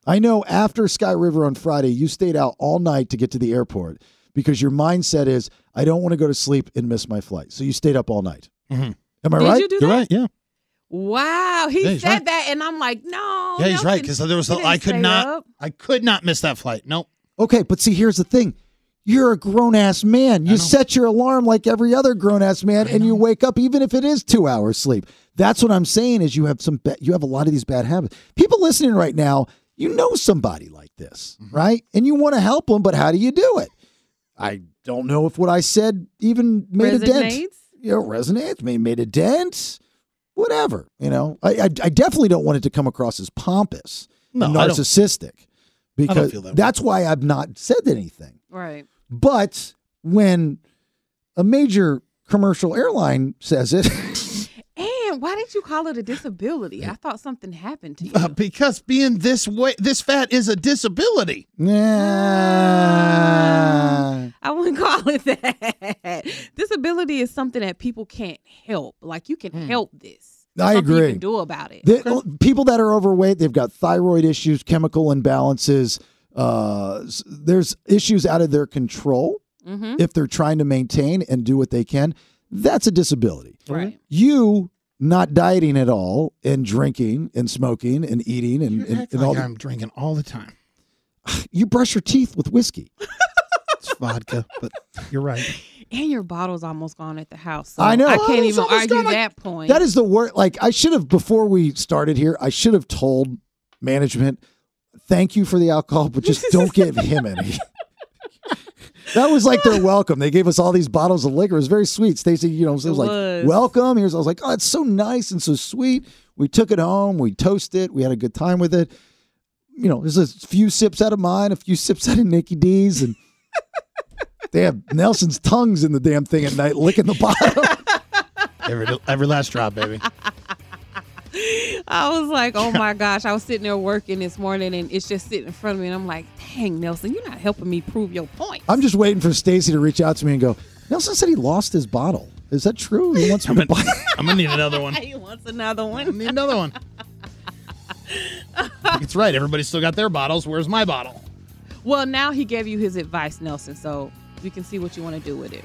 S8: I know after Sky River on Friday, you stayed out all night to get to the airport because your mindset is I don't want to go to sleep and miss my flight. So you stayed up all night. Am I
S7: Did
S8: right?
S7: you do Mm-hmm. You're that? right,
S9: Yeah.
S7: Wow, he
S9: Yeah, he's
S7: said
S9: right.
S7: that, and I'm like, no.
S9: yeah, he's
S7: Oh, no,
S9: right
S7: he-
S9: because there was
S7: he
S9: the, I
S7: didn't
S9: could
S7: stay
S9: not
S7: up.
S9: I could not miss that flight. Nope.
S8: Okay, but see, here's the thing. You're a grown ass man. You set your alarm like every other grown ass man, and you wake up even if it is two hours sleep. That's what I'm saying. Is you have some ba- you have a lot of these bad habits. People listening right now, you know somebody like this, right? And you want to help them, but how do you do it? I don't know if what I said even made a dent.
S7: Resonates?
S8: You know, resonates. Made made a dent. Whatever. You know, I I, I definitely don't want it to come across as pompous,
S9: No,
S8: and
S9: I don't-
S8: narcissistic
S9: I don't
S8: because
S9: feel that way.
S8: that's why I've not said anything.
S7: Right.
S8: But when a major commercial airline says it, (laughs)
S7: And why did you call it a disability? I thought something happened
S8: (laughs)
S7: to you.
S9: Uh, because being this way, this fat is a disability. Ah.
S8: nah.
S7: I wouldn't call it that. (laughs) disability is something that people can't help. Like you can help this.
S8: I
S7: Something You
S8: agree.
S7: can do about it.
S8: The- people that are overweight, they've got thyroid issues, chemical imbalances. Uh, s- there's issues out of their control
S7: Mhm.
S9: Mm-hmm.
S8: if they're trying to maintain and do what they can. That's a disability.
S7: Right.
S8: You not dieting at all and drinking and smoking and eating and, and,
S9: Act
S8: and
S9: like
S8: all the-
S9: I'm drinking all the time.
S8: you brush your teeth with whiskey.
S9: It's vodka, but you're right.
S7: And your bottle's almost gone at the house. So
S8: I know.
S7: I can't
S8: It's
S7: even
S8: almost
S7: argue
S8: gone, like-
S7: that point.
S8: That is the word. Like I should have before we started here. I should have told management, "Thank you for the alcohol, but just don't
S7: (laughs)
S8: give him any." that was like their welcome. They gave us all these bottles of liquor. It was very sweet. Stacy, you know, it was,
S7: It
S8: like
S7: was.
S8: welcome. Here's I was like, oh, it's so nice and so sweet. We took it home. We toasted it. We had a good time with it. You know, there's a few sips out of mine, a few sips out of Nikki D's, and they have Nelson's tongues in the damn thing at night, licking the bottom.
S9: (laughs) Every, every last drop, baby.
S7: I was like, oh my gosh. I was sitting there working this morning and it's just sitting in front of me. And I'm like, dang, Nelson, you're not helping me prove your point. (laughs)
S8: I'm just waiting for Stacy to reach out to me and go, Nelson said he lost his bottle. Is that true? He wants me
S9: (laughs)
S8: to buy
S9: (laughs) I'm gonna need
S7: (laughs)
S9: another one.
S7: He wants another one.
S9: Need another one. It's right. Everybody's still got their bottles. Where's my bottle?
S7: Well, now he gave you his advice, Nelson. So you can see what you want to do with it.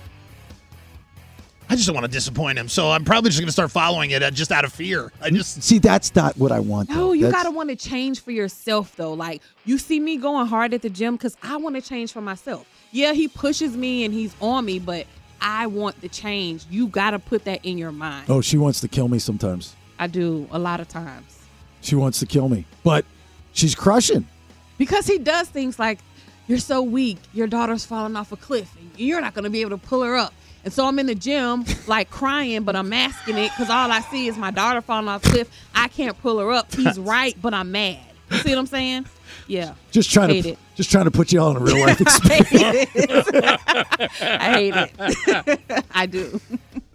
S9: I just don't want to disappoint him, so I'm probably just gonna start following it uh, just out of fear. I just
S8: See, that's not what I want. though.
S7: No, Oh, you
S8: That's-
S7: gotta want to change for yourself though. Like you see me going hard at the gym because I want to change for myself. Yeah, he pushes me and he's on me, but I want the change. You gotta put that in your mind.
S8: Oh, she wants to kill me sometimes.
S7: I do a lot of times
S8: She wants to kill me, but she's crushing.
S7: because he does things like you're so weak, your daughter's falling off a cliff, and you're not gonna be able to pull her up. And so I'm in the gym, like crying, but I'm masking it because all I see is my daughter falling off a cliff. I can't pull her up. (laughs) He's right, but I'm mad. You see what I'm saying? (laughs) Yeah.
S8: Just trying
S7: Hate
S8: to
S7: it.
S8: just trying to put you all in a real
S7: (laughs)
S8: life experience.
S7: I hate it. (laughs) I do.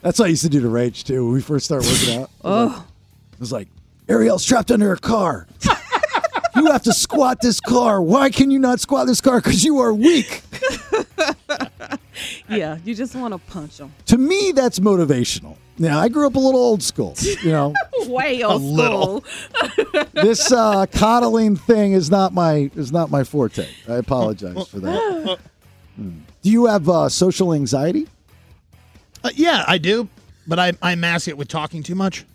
S8: That's what I used to do to Rage too when we first started working out.
S7: (laughs) Oh.
S8: It was like, Ariel's trapped under a car. (laughs) you have to squat this car. Why can you not squat this car? Because you are weak.
S7: Yeah, you just want to punch them.
S8: To me, that's motivational. Now, I grew up a little old school, you know.
S7: (laughs) Way old school.
S8: little. this uh, coddling thing is not my is not my forte. I apologize for that. Do you have uh, social anxiety?
S9: Uh, yeah, I do, but I, I mask it with talking too much.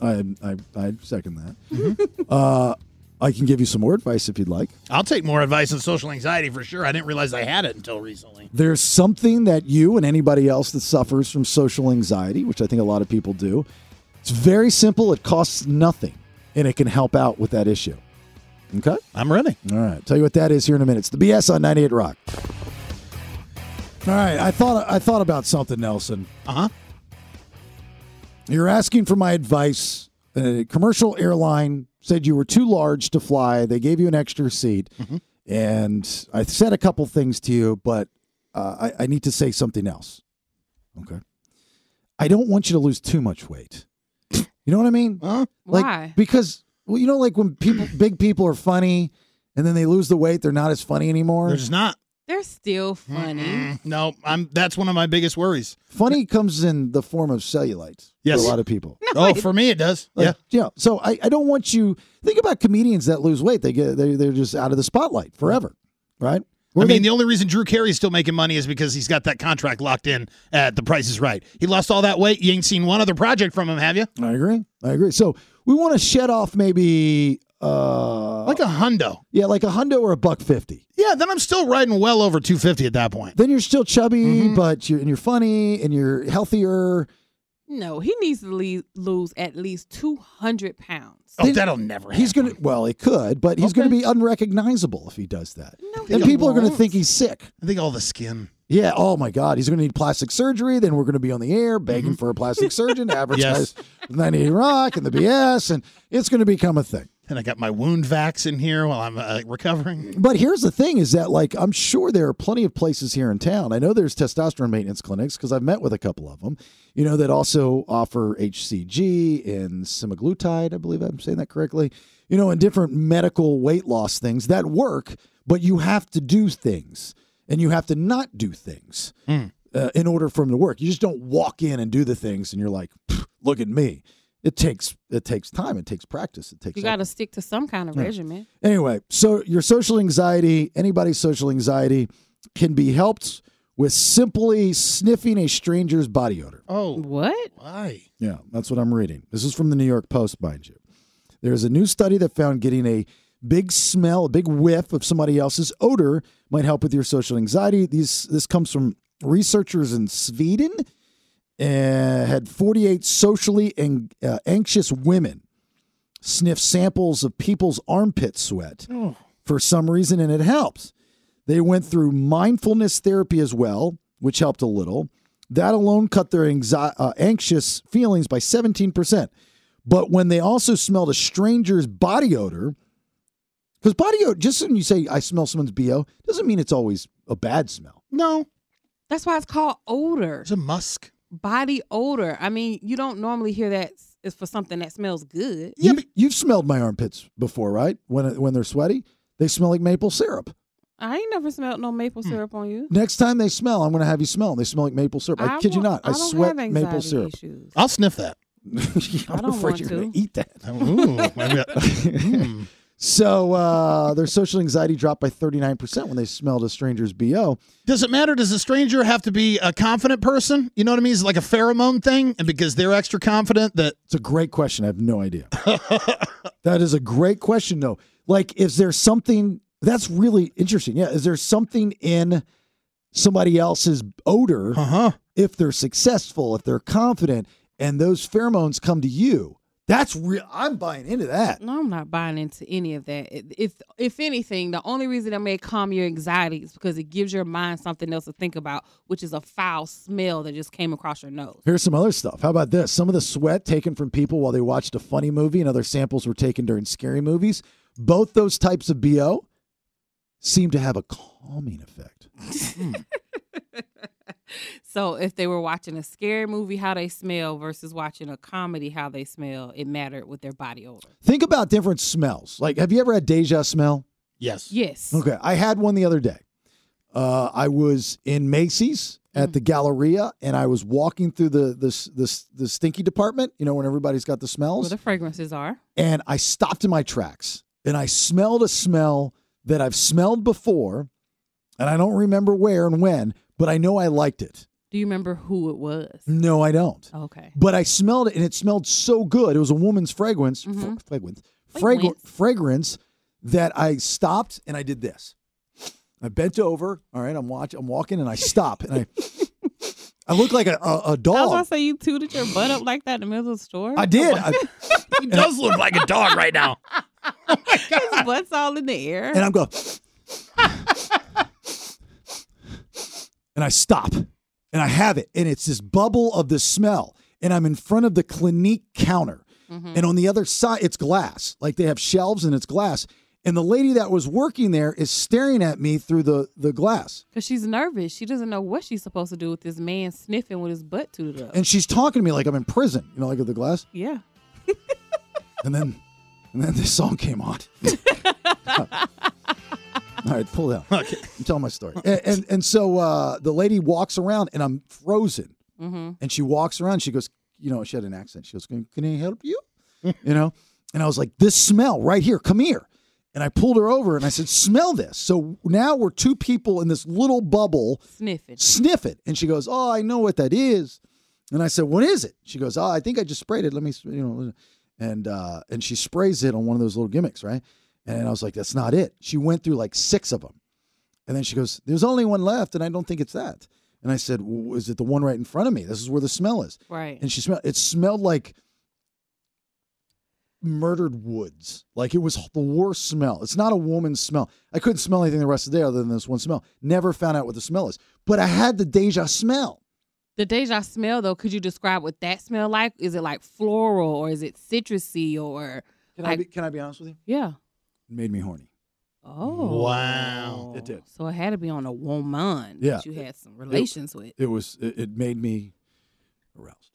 S8: I I, I second that. Uh, I can give you some more advice if you'd like.
S9: I'll take more advice on social anxiety for sure. I didn't realize I had it until recently.
S8: There's something that you and anybody else that suffers from social anxiety, which I think a lot of people do. It's very simple. It costs nothing, and it can help out with that issue. Okay.
S9: I'm ready.
S8: All right. Tell you what that is here in a minute. It's the BS on 98 Rock. All right. I thought I thought about something, Nelson.
S9: Uh huh.
S8: You're asking for my advice. A commercial airline said you were too large to fly. They gave you an extra seat. And I said a couple things to you, but uh, I, I need to say something else. Okay. I don't want you to lose too much weight. You know what I mean? Huh? Like,
S7: Why?
S8: Because well, you know, like when people, (laughs) big people are funny, and then they lose the weight, they're not as funny anymore.
S9: They're just not.
S7: They're still funny.
S9: No, I'm. That's one of my biggest worries.
S8: Funny comes in the form of cellulite.
S9: Yes.
S8: for a lot of people.
S9: oh, for me it does.
S8: Like,
S9: yeah.
S8: yeah. So I, I don't want you think about comedians that lose weight. They get they they're just out of the spotlight forever, right? Where
S9: I mean,
S8: they-
S9: the only reason Drew Carey's still making money is because he's got that contract locked in at The Price is Right. He lost all that weight. You ain't seen one other project from him, have you?
S8: I agree. I agree. So we want to shed off maybe uh
S9: Like a hundo.
S8: yeah, like a hundo or a buck fifty.
S9: Yeah, then I'm still riding well over 250 at that point.
S8: Then you're still chubby,
S9: Mm-hmm.
S8: but you're and you're funny and you're healthier.
S7: No, he needs to le- lose at least 200 pounds.
S9: Oh, that'll never happen.
S8: He's gonna well, it could, but he's gonna be unrecognizable if he does that.
S7: he
S8: and people are gonna
S7: won't.
S8: think he's sick.
S9: I think all the skin.
S8: Yeah. Oh my God. He's going to need plastic surgery. Then we're going to be on the air begging
S7: Mm-hmm.
S8: for a plastic surgeon.
S7: (laughs)
S8: Advertise with 98 Rock and the BS, and it's going to become a thing.
S9: And I got my wound vax in here while I'm uh, recovering.
S8: But here's the thing: is that like I'm sure there are plenty of places here in town. I know there's testosterone maintenance clinics because I've met with a couple of them. You know that also offer HCG and semaglutide. I believe I'm saying that correctly. You know, and different medical weight loss things that work, but you have to do things and you have to not do things. uh, in order for him to work. You just don't walk in and do the things, and you're like, "Pfft, look at me. It takes it takes time. It takes practice. It takes.
S7: You got to stick to some kind of
S8: Yeah.
S7: regimen.
S8: Anyway, so your social anxiety, anybody's social anxiety, can be helped with simply sniffing a stranger's body odor.
S9: Oh,
S7: What?
S9: why?
S8: Yeah, that's what I'm reading. This is from the New York Post, mind you. There is a new study that found getting a big smell, a big whiff of somebody else's odor might help with your social anxiety. These this comes from researchers in Sweden and had 48 socially ang- uh, anxious women sniff samples of people's armpit sweat for some reason, and it helps. They went through mindfulness therapy as well, which helped a little. That alone cut their anxi- uh, anxious feelings by 17%. But when they also smelled a stranger's body odor, because body odor, just when you say I smell someone's BO, doesn't mean it's always a bad smell.
S9: No.
S7: That's why it's called odor.
S9: It's a musk.
S7: Body odor. I mean, you don't normally hear that s- is for something that smells good.
S8: you, you've smelled my armpits before, right? When, when they're sweaty, they smell like maple syrup.
S7: I ain't never smelled no maple
S8: Hmm.
S7: syrup on you.
S8: Next time they smell, I'm going to have you smell. And they smell like maple syrup. I,
S7: I
S8: kid you
S7: won't-
S8: not. I,
S7: I don't
S8: sweat
S7: have
S8: maple
S7: anxiety
S8: syrup.
S7: issues.
S9: I'll sniff that.
S8: (laughs) I'm
S7: I don't
S8: afraid
S7: want
S8: you're going
S7: to. Hmm.
S8: to eat that.
S9: Ooh, maybe I-
S8: (laughs) So uh, their social anxiety dropped by 39% when they smelled a stranger's BO.
S9: (laughs) Does it matter? Does a stranger have to be a confident person? You know what I mean? It's like a pheromone thing, and because they're extra confident, that
S8: It's a great question. I have no idea. that is a great question, though. Like, is there something that's really interesting? Yeah. Is there something in somebody else's odor
S9: uh-huh.
S8: if they're successful, if they're confident, and those pheromones come to you? That's real. I'm buying into that.
S7: No, I'm not buying into any of that. It- If if anything, the only reason that may calm your anxiety is because it gives your mind something else to think about, which is a foul smell that just came across your nose.
S8: Here's some other stuff. How about this? Some of the sweat taken from people while they watched a funny movie and other samples were taken during scary movies. Both those types of BO seem to have a calming effect.
S7: So if they were watching a scary movie, how they smell versus watching a comedy, how they smell, it mattered with their body odor.
S8: Think about different smells. Like, have you ever had deja smell?
S9: yes,
S7: Yes.
S8: Okay. I had one the other day. Uh, I was in Macy's at the Galleria and I was walking through the, the, the, the stinky department, you know, when everybody's got the
S7: Well,
S8: smells.
S7: the fragrances are.
S8: and I stopped in my tracks and I smelled a smell that I've smelled before and I don't remember where and when, but I know I liked it.
S7: Do you remember who it was?
S8: No, I don't.
S7: Okay.
S8: But I smelled it and it smelled so good. It was a woman's fragrance, fr-
S7: Mhm.
S8: fragrance, fragrance,
S7: Fragrance.
S8: fragrance that I stopped and I did this. I bent over. All right, I'm watching. I'm walking and I stop and I I look like a, a, a
S7: I was about to
S8: dog.
S7: say you tooted your butt up like that in the middle of the store.
S8: I did. I,
S9: he does look like a dog right now.
S7: His butt's all in the air.
S8: And I'm going, and I stop and I have it. And it's this bubble of the smell. And I'm in front of the Clinique counter.
S2: Mhm.
S8: And on the other side, it's glass. Like they have shelves and it's glass. And the lady that was working there is staring at me through the, the glass.
S7: Because she's nervous. She doesn't know what she's supposed to do with this man sniffing with his butt tooted up.
S8: And she's talking to me like I'm in prison, you know, like with the glass.
S7: Yeah.
S8: And then and then this song came on. All right, pull down. Okay. I'm telling my story. And and, and so uh, the lady walks around and I'm frozen.
S2: Mm-hmm.
S8: And she walks around. She goes, you know, she had an accent. She goes, can, can I help you? you know? And I was like, this smell right here, come here. And I pulled her over and I said, smell this. So now we're two people in this little bubble.
S7: Sniff it.
S8: Sniff it. And she goes, oh, I know what that is. And I said, what is it? She goes, oh, I think I just sprayed it. Let me, you know. And, uh, and she sprays it on one of those little gimmicks, right? And I was like, that's not it. She went through like six of them. And then she goes, There's only one left, and I don't think it's that. And I said, well, Is it the one right in front of me? This is where the smell is.
S7: Right.
S8: And she smelled, it smelled like murdered woods. Like it was the worst smell. It's not a woman's smell. I couldn't smell anything the rest of the day other than this one smell. Never found out what the smell is. But I had the deja smell.
S7: The deja smell, though, could you describe what that smell like? Is it like floral or is it citrusy or.
S8: Can, I,
S7: like-
S8: be, can I be honest with you?
S7: Yeah.
S8: It made me horny.
S7: Oh.
S8: Wow. It did.
S7: So it had to be on a woman
S8: Yeah.
S7: that you had some relations with.
S8: It was, it, it made me aroused.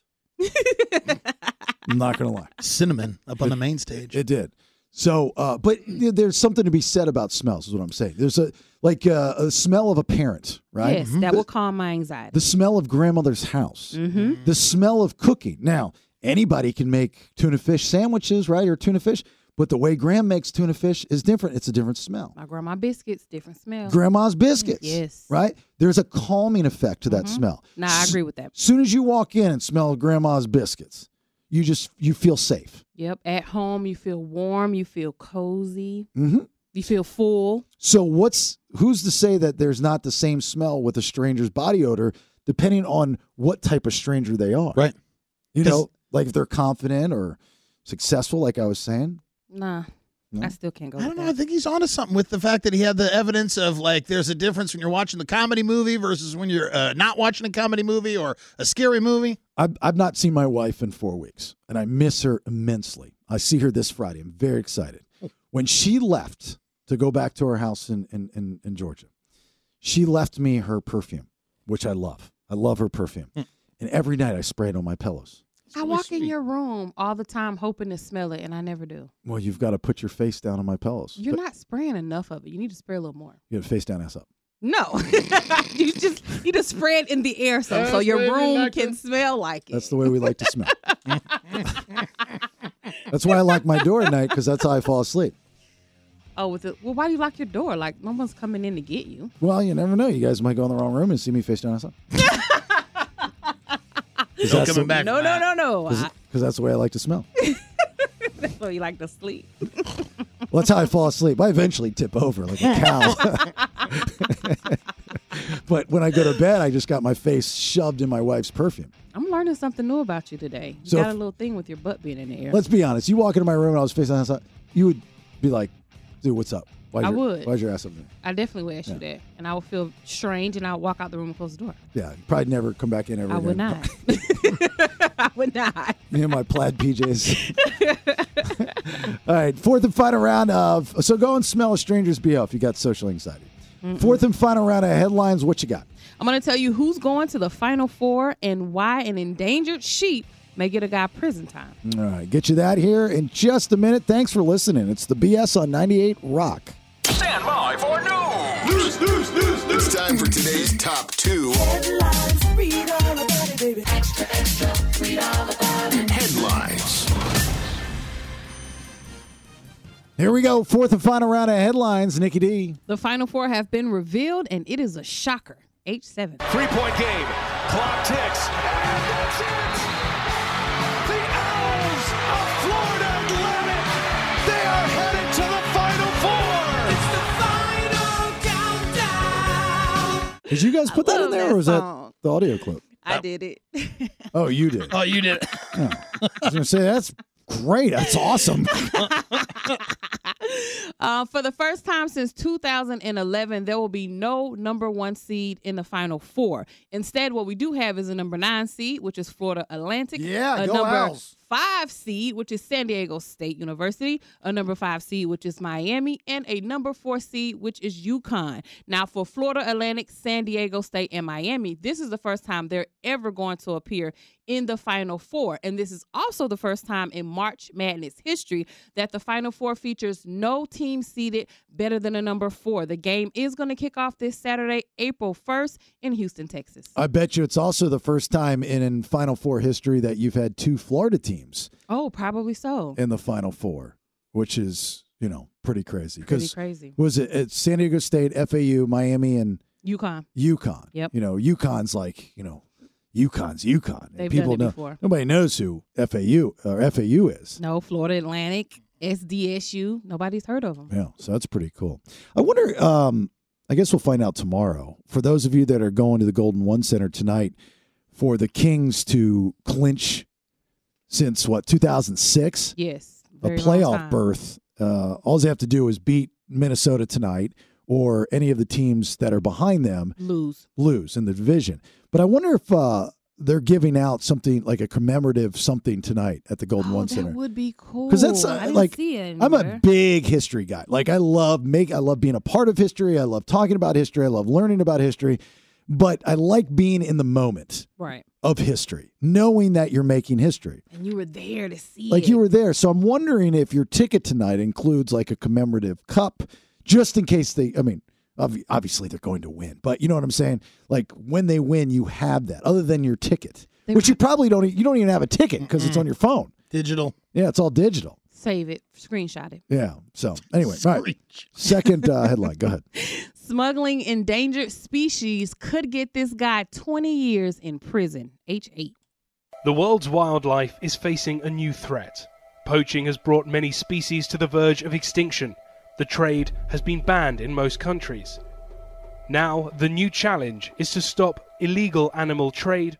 S8: I'm not going to lie.
S9: (laughs) Cinnamon up on the main stage.
S8: It did. So, uh, but th- there's something to be said about smells, is what I'm saying. There's a like uh, a smell of a parent, right? Mm-hmm.
S7: Yes, that will calm my anxiety.
S8: The smell of grandmother's house.
S7: Mhm.
S8: The smell of cooking. Now, anybody can make tuna fish sandwiches, right? Or tuna fish, but the way Graham makes tuna fish is different. It's a different smell.
S7: My grandma biscuits, different smell.
S8: Grandma's biscuits.
S7: Yes.
S8: Right? There's a calming effect to that
S7: Mhm.
S8: smell.
S7: Nah, I agree with that.
S8: Soon as you walk in and smell grandma's biscuits, you just you feel safe.
S7: Yep. At home, you feel warm, you feel cozy,
S8: Mm-hmm.
S7: you feel full.
S8: So what's who's to say that there's not the same smell with a stranger's body odor, depending on what type of stranger they are.
S9: Right.
S8: You
S9: 'Cause-
S8: know, like if they're confident or successful, like I was saying.
S7: Nah,
S8: No?
S7: I still can't go.
S9: I don't
S7: with
S9: know.
S7: that.
S9: I think he's onto something with the fact that he had the evidence of like there's a difference when you're watching the comedy movie versus when you're uh, not watching a comedy movie or a scary movie.
S8: I've I've not seen my wife in four weeks, and I miss her immensely. I see her this Friday. I'm very excited. When she left to go back to her house in in in, in Georgia, she left me her perfume, which I love. I love her perfume,
S7: Mm.
S8: and every night I spray it on my pillows.
S7: I walk in your room all the time hoping to smell it, and I never do.
S8: Well, you've got to put your face down on my pillows.
S7: You're not spraying enough of it. You need to spray a little more.
S8: You got face down, ass up.
S7: No, (laughs) you just you just spray it in the air some so
S2: That's
S7: your
S2: what we
S7: room
S2: like
S7: can smell like it.
S8: That's the way we like
S7: (laughs)
S8: to smell. that's why I lock my door at night because that's how I fall asleep.
S7: Oh, with the well, why do you lock your door? Like no one's coming in to get you.
S8: Well, you never know. You guys might go in the wrong room and see me face down,
S7: (laughs)
S8: ass up. Is
S9: No
S8: that
S9: coming
S8: so-
S9: back
S7: No, no, no, (laughs) no. I-
S8: Because that's the way I like to smell.
S7: That's why you like to sleep.
S8: Well, that's how I fall asleep. I eventually tip over
S7: (laughs)
S8: like a cow. (laughs) but when I go to bed, I just got my face shoved in my wife's perfume.
S7: I'm learning something new about you today. You
S8: So
S7: got
S8: if-
S7: a little thing with your butt being in the air.
S8: Let's be honest. You walk into my room and I was face down, ass up, you would be like, dude, what's up? Why's
S7: I
S8: your,
S7: would.
S8: Why's your ass up there?
S7: I definitely would ask you that, and I would feel strange, and I would walk out the room and close the door.
S8: Yeah, you'd probably never come back in ever
S7: I would
S8: again.
S7: not. (laughs) I would not.
S8: Me and my plaid PJs. All right, fourth and final round of so go and smell a stranger's BO if you got social anxiety.
S7: Mm-mm.
S8: Fourth and final round of headlines. What you got?
S7: I'm going to tell you who's going to the Final Four and why an endangered sheep may get a guy prison time.
S8: All right, get you that here in just a minute. Thanks for listening. It's the BS on 98 Rock.
S3: Stand by for news. News, news, news, news.
S4: It's time for today's top two. Headlines.
S8: Here we go. Fourth and final round of headlines. Nikki D.
S7: The Final Four have been revealed, and it is a shocker. H7.
S2: Three point game. Clock ticks. And that's it. The Owls of Florida Atlantic. They are headed to the Final Four. It's the final countdown.
S8: Did you guys put that in
S7: love
S8: there,
S7: that
S8: or was
S7: song.
S8: that the audio clip?
S7: I did it. (laughs)
S8: Oh, you did.
S9: Oh, you did.
S8: Oh. I was gonna say that's great. That's awesome.
S7: Uh, for the first time since 2011, there will be no number one seed in the final four. Instead, what we do have is a number nine seed, which is Florida Atlantic.
S8: Yeah,
S7: a
S8: go
S7: number
S8: Owls.
S7: five seed, which is San Diego State University. A number five seed, which is Miami, and a number four seed, which is UConn. Now, for Florida Atlantic, San Diego State, and Miami, this is the first time they're ever going to appear in the Final Four. And this is also the first time in March Madness history that the Final Four features no team seeded better than a number four. The game is going to kick off this Saturday, April 1st, in Houston, Texas.
S8: I bet you it's also the first time in, in Final Four history that you've had two Florida teams
S7: Oh, probably so.
S8: in the Final Four, which is you know pretty crazy. 'Cause
S7: crazy.
S8: Was it it's San Diego State, FAU, Miami, and
S7: UConn.
S8: UConn?
S7: Yep.
S8: You know, UConn's like you know, UConn's UConn. And
S7: They've done
S8: people
S7: it
S8: know
S7: before.
S8: nobody knows who FAU or FAU is.
S7: No, Florida Atlantic, SDSU. Nobody's heard of them.
S8: Yeah, so that's pretty cool. I wonder. Um, I guess we'll find out tomorrow. For those of you that are going to the Golden One Center tonight for the Kings to clinch since what 2006
S7: Yes.
S8: a
S7: very long
S8: playoff
S7: time.
S8: berth. Uh, all they have to do is beat Minnesota tonight, or any of the teams that are behind them
S7: Lose.
S8: lose in the division. But I wonder if uh, they're giving out something like a commemorative something tonight at the Golden One
S7: Oh, that
S8: Center
S7: would be cool.
S8: because that's
S7: I
S8: uh,
S7: didn't
S8: like
S7: see it
S8: I'm a
S7: anywhere.
S8: big history guy. Like I love make I love being a part of history. I love talking about history. I love learning about history, but I like being in the moment
S7: Right.
S8: of history, knowing that you're making history.
S7: And you were there to see
S8: Like
S7: it.
S8: you were there, so I'm wondering if your ticket tonight includes like a commemorative cup, just in case they. I mean, obvi- obviously they're going to win, but you know what I'm saying. Like when they win, you have that other than your ticket, which you probably don't. e, You don't even have a ticket because it's on your phone.
S9: Digital.
S8: Yeah, it's all digital.
S7: Save it. Screenshot it.
S8: Yeah. So anyway, all right. Second uh, headline. Go ahead.
S7: Smuggling endangered species could get this guy 20 years in prison. H8.
S1: The world's wildlife is facing a new threat. Poaching has brought many species to the verge of extinction. The trade has been banned in most countries. Now, the new challenge is to stop illegal animal trade.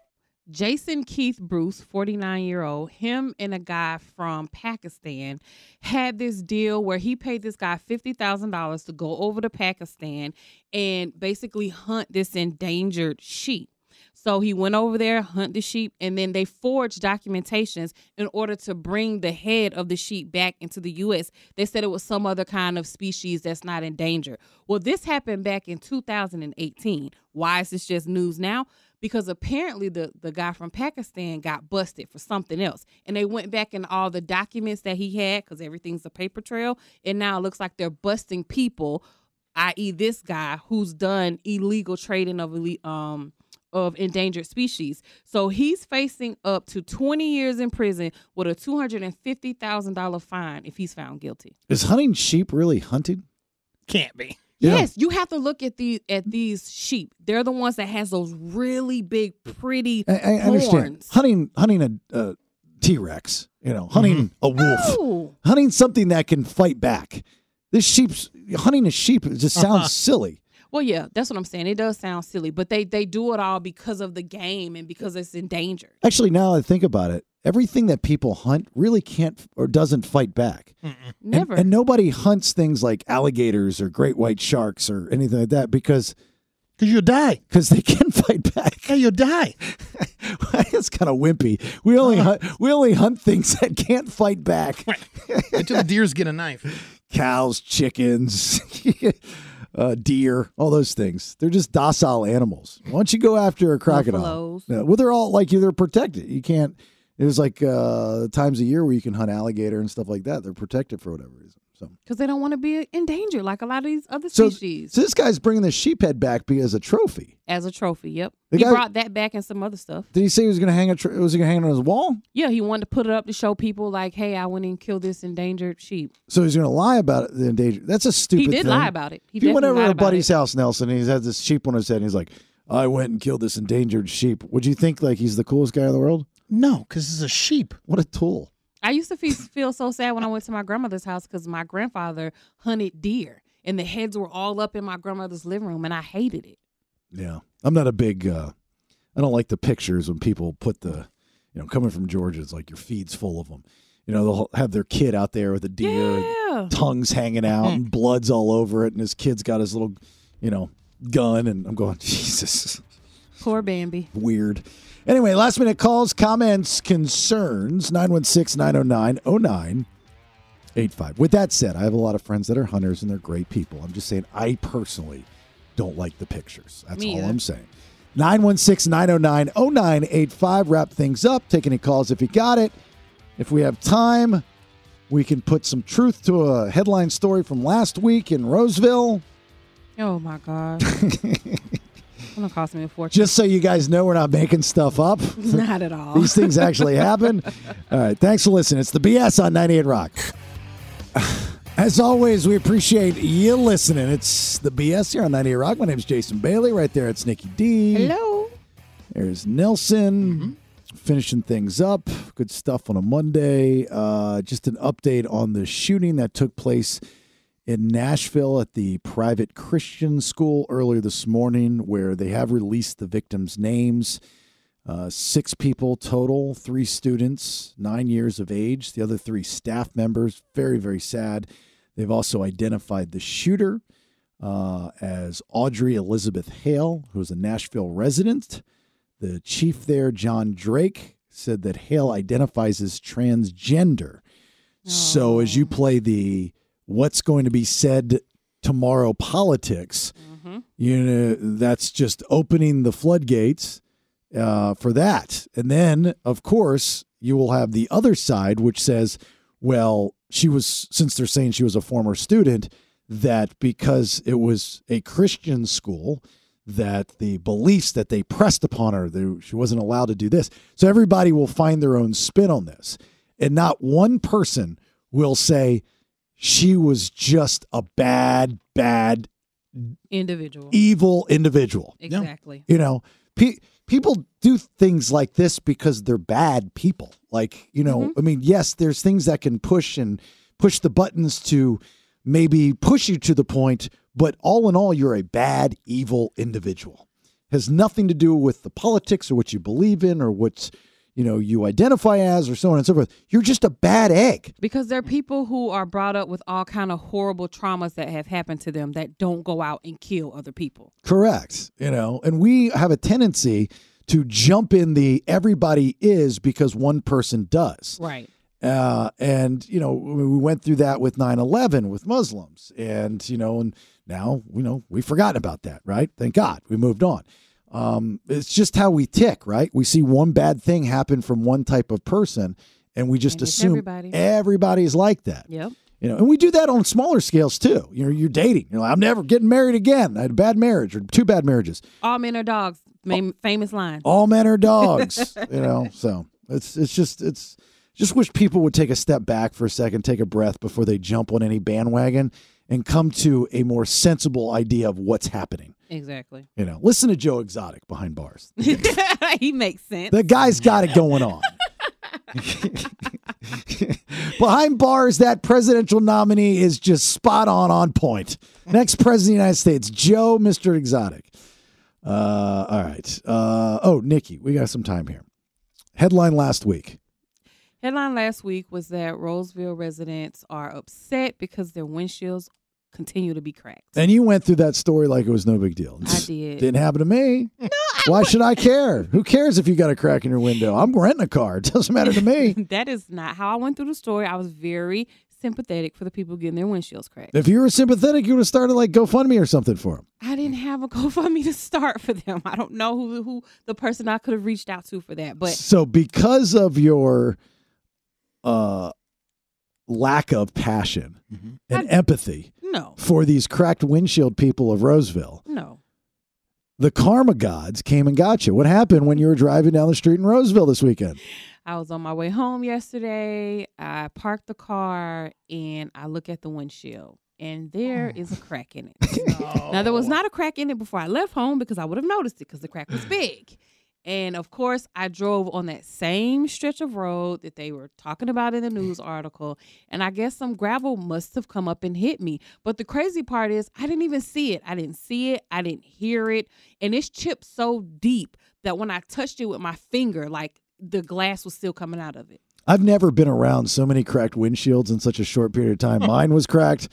S7: Jason Keith Bruce, 49 year old, him and a guy from Pakistan had this deal where he paid this guy $50,000 to go over to Pakistan and basically hunt this endangered sheep. So he went over there, hunt the sheep, and then they forged documentations in order to bring the head of the sheep back into the U.S. They said it was some other kind of species that's not endangered. Well, this happened back in 2018. Why is this just news now? Because apparently the, the guy from Pakistan got busted for something else. And they went back in all the documents that he had, because everything's a paper trail. And now it looks like they're busting people i.e., this guy who's done illegal trading of ele- um of endangered species. So he's facing up to 20 years in prison with a $250,000 fine if he's found guilty.
S8: Is hunting sheep really hunting?
S9: Can't be.
S8: Yeah.
S7: Yes, you have to look at the at these sheep. They're the ones that has those really big, pretty
S8: I, I understand
S7: horns.
S8: hunting. Hunting a, a T Rex. You know, hunting a wolf.
S7: No.
S8: Hunting something that can fight back. This sheep's hunting a sheep. It (laughs) just sounds silly.
S7: Well, yeah, that's what I'm saying. It does sound silly, but they they do it all because of the game and because it's endangered.
S8: Actually, now I think about it, everything that people hunt really can't or doesn't fight back. And-
S7: Never.
S8: And, nobody hunts things like alligators or great white sharks or anything like that because
S9: because you'll die
S8: because they (laughs) can fight back.
S9: Yeah, you'll die.
S8: (laughs)
S9: Uh-huh.
S8: It's kind of wimpy. We only hunt, we only hunt things that can't fight back.
S9: Until the deers get a knife.
S8: Cows, chickens, (laughs) uh, deer, all those things. They're just docile animals. Why don't you go after a crocodile?
S7: Buffaloes.
S8: No, well, they're all like you. They're protected. You can't. There's like uh, times a year where you can hunt alligator and stuff like that. They're protected for whatever reason. So
S7: Because they don't want to be endangered like a lot of these other
S8: So,
S7: species.
S8: so this guy's bringing the sheep head back be- as a trophy.
S7: as a trophy. Yep,
S8: The
S7: he
S8: guy-
S7: brought that back and some other stuff.
S8: Did he say he was going to hang a tr- was he going to hang it on his wall?
S7: Yeah, he wanted to put it up to show people like, hey, I went and killed this endangered sheep.
S8: So he's going to lie about it, the endangered. That's a stupid.
S7: he did
S8: thing.
S7: lie about it. He
S8: if you went
S7: definitely
S8: over
S7: lied
S8: to a
S7: about
S8: buddy's
S7: it.
S8: house, Nelson, and he's had this sheep on his head, and he's like, "I went and killed this endangered sheep." Would you think like he's the coolest guy in the world?
S9: No, because it's a sheep.
S8: What a tool!
S7: I used to feel, feel so sad when I went to my grandmother's house because my grandfather hunted deer and the heads were all up in my grandmother's living room and I hated it.
S8: Yeah, I'm not a big. uh I don't like the pictures when people put the, you know, coming from Georgia, it's like your feed's full of them. you know, they'll have their kid out there with a deer, and tongues hanging out, and blood's all over it, and his kid's got his little, you know, gun, and I'm going, (laughs) Jesus,
S7: Poor Bambi.
S8: weird. Anyway, last minute calls, comments, concerns, 916 909 0985. With that said, I have a lot of friends that are hunters and they're great people. I'm just saying, I personally don't like the pictures. That's
S5: Me
S8: all
S5: either.
S8: I'm saying. 916 909 0985. Wrap things up. Take any calls if you got it. If we have time, we can put some truth to a headline story from last week in Roseville.
S7: Oh my
S8: (laughs)
S7: god. It's gonna cost me a fortune.
S8: Just so you guys know, we're not making stuff up.
S7: (laughs)
S8: (laughs)
S7: Not at all.
S8: These things actually happen. All right. Thanks for listening. It's the BS on 98 Rock. As always, we appreciate you listening. It's the BS here on 98 Rock. My name's Jason Bailey. Right there, it's Nikki D.
S7: Hello.
S8: There's Nelson finishing things up. Good stuff on a Monday. Uh, just an update on the shooting that took place in Nashville at the private Christian school earlier this morning, where they have released the victims' names. Uh, six people total, three students, nine years of age, the other three staff members. Very, very sad. They've also identified the shooter uh, as Audrey Elizabeth Hale, who's a Nashville resident. The chief there, John Drake, said that Hale identifies as transgender. So as you play the what's going to be said tomorrow politics, you know that's just opening the floodgates uh, for that. And then, of course, you will have the other side, which says, well, she was, since they're saying she was a former student, that because it was a Christian school, that the beliefs that they pressed upon her, they, she wasn't allowed to do this. So everybody will find their own spin on this. And not one person will say, she was just a bad, bad,
S7: Individual.
S8: E- evil individual.
S7: Exactly.
S8: You know, pe- people do things like this because they're bad people. Like, you know, I mean, yes, there's things that can push and push the buttons to maybe push you to the point, but all in all, you're a bad, evil individual. Has nothing to do with the politics or what you believe in or what's, you know, you identify as or so on and so forth. You're just a bad egg.
S7: Because there are people who are brought up with all kind of horrible traumas that have happened to them that don't go out and kill other people.
S8: Correct. You know, and we have a tendency to jump in the everybody is because one person does.
S7: Right.
S8: Uh, and, you know, we we went through that with 9 11 with Muslims. And, you know, and now, you know, we've forgotten about that, right? Thank God we moved on. Um, it's just how we tick, right? We see one bad thing happen from one type of person and we just
S7: And it's
S8: assume
S7: everybody.
S8: everybody's like that.
S7: Yep.
S8: You know, and we do that on smaller scales too. You know, you're dating. You're like, I'm never getting married again. I had a bad marriage or two bad marriages.
S7: All men are dogs. Mam- famous line.
S8: All men are dogs. you know, so it's it's just it's just wish people would take a step back for a second, take a breath before they jump on any bandwagon, and come to a more sensible idea of what's happening.
S7: Exactly.
S8: You know, listen to Joe Exotic behind bars.
S7: (laughs) he makes sense.
S8: The guy's got it going on. Behind bars, that presidential nominee is just spot on, on point. Next president of the United States, Joe Mr. Exotic. Uh, all right. Uh, oh, Nikki, we got some time here. Headline last week.
S7: Headline last week was that Roseville residents are upset because their windshields continue to be cracked.
S8: And you went through that story like it was no big deal.
S7: (laughs) I did.
S8: Didn't happen to me. Why should I care? Who cares if you got a crack in your window? I'm renting a car. It doesn't matter to me.
S7: (laughs) that is not how I went through the story. I was very sympathetic for the people getting their windshields cracked.
S8: If you were sympathetic, you would have started like GoFundMe or something for him.
S7: I didn't have a GoFundMe to start (laughs) for them. I don't know who who the person I could have reached out to for that, (laughs) but
S8: so because of your uh lack of passion
S9: Mm-hmm.
S8: and empathy
S7: no,
S8: for these cracked windshield people of Roseville,
S7: no.
S8: the karma gods came and got you. What happened when you were driving down the street in Roseville this weekend?
S7: I was on my way home yesterday. I parked the car and I look at the windshield, and there is a crack in it.
S9: Oh.
S7: Now, there
S8: Oh.
S7: was not a crack in it before I left home because I would have noticed it because the crack
S8: (clears throat)
S7: was big. And of course, I drove on that same stretch of road that they were talking about in
S8: (laughs)
S7: the news article. And I guess some gravel must have come up and hit me. But the crazy part is, I didn't even see it. I didn't see it. I didn't hear it. And it's chipped so deep that when I touched it with my finger, like the glass was still coming out of it.
S8: I've never been around so many cracked windshields in such a short period of time. Mine was cracked.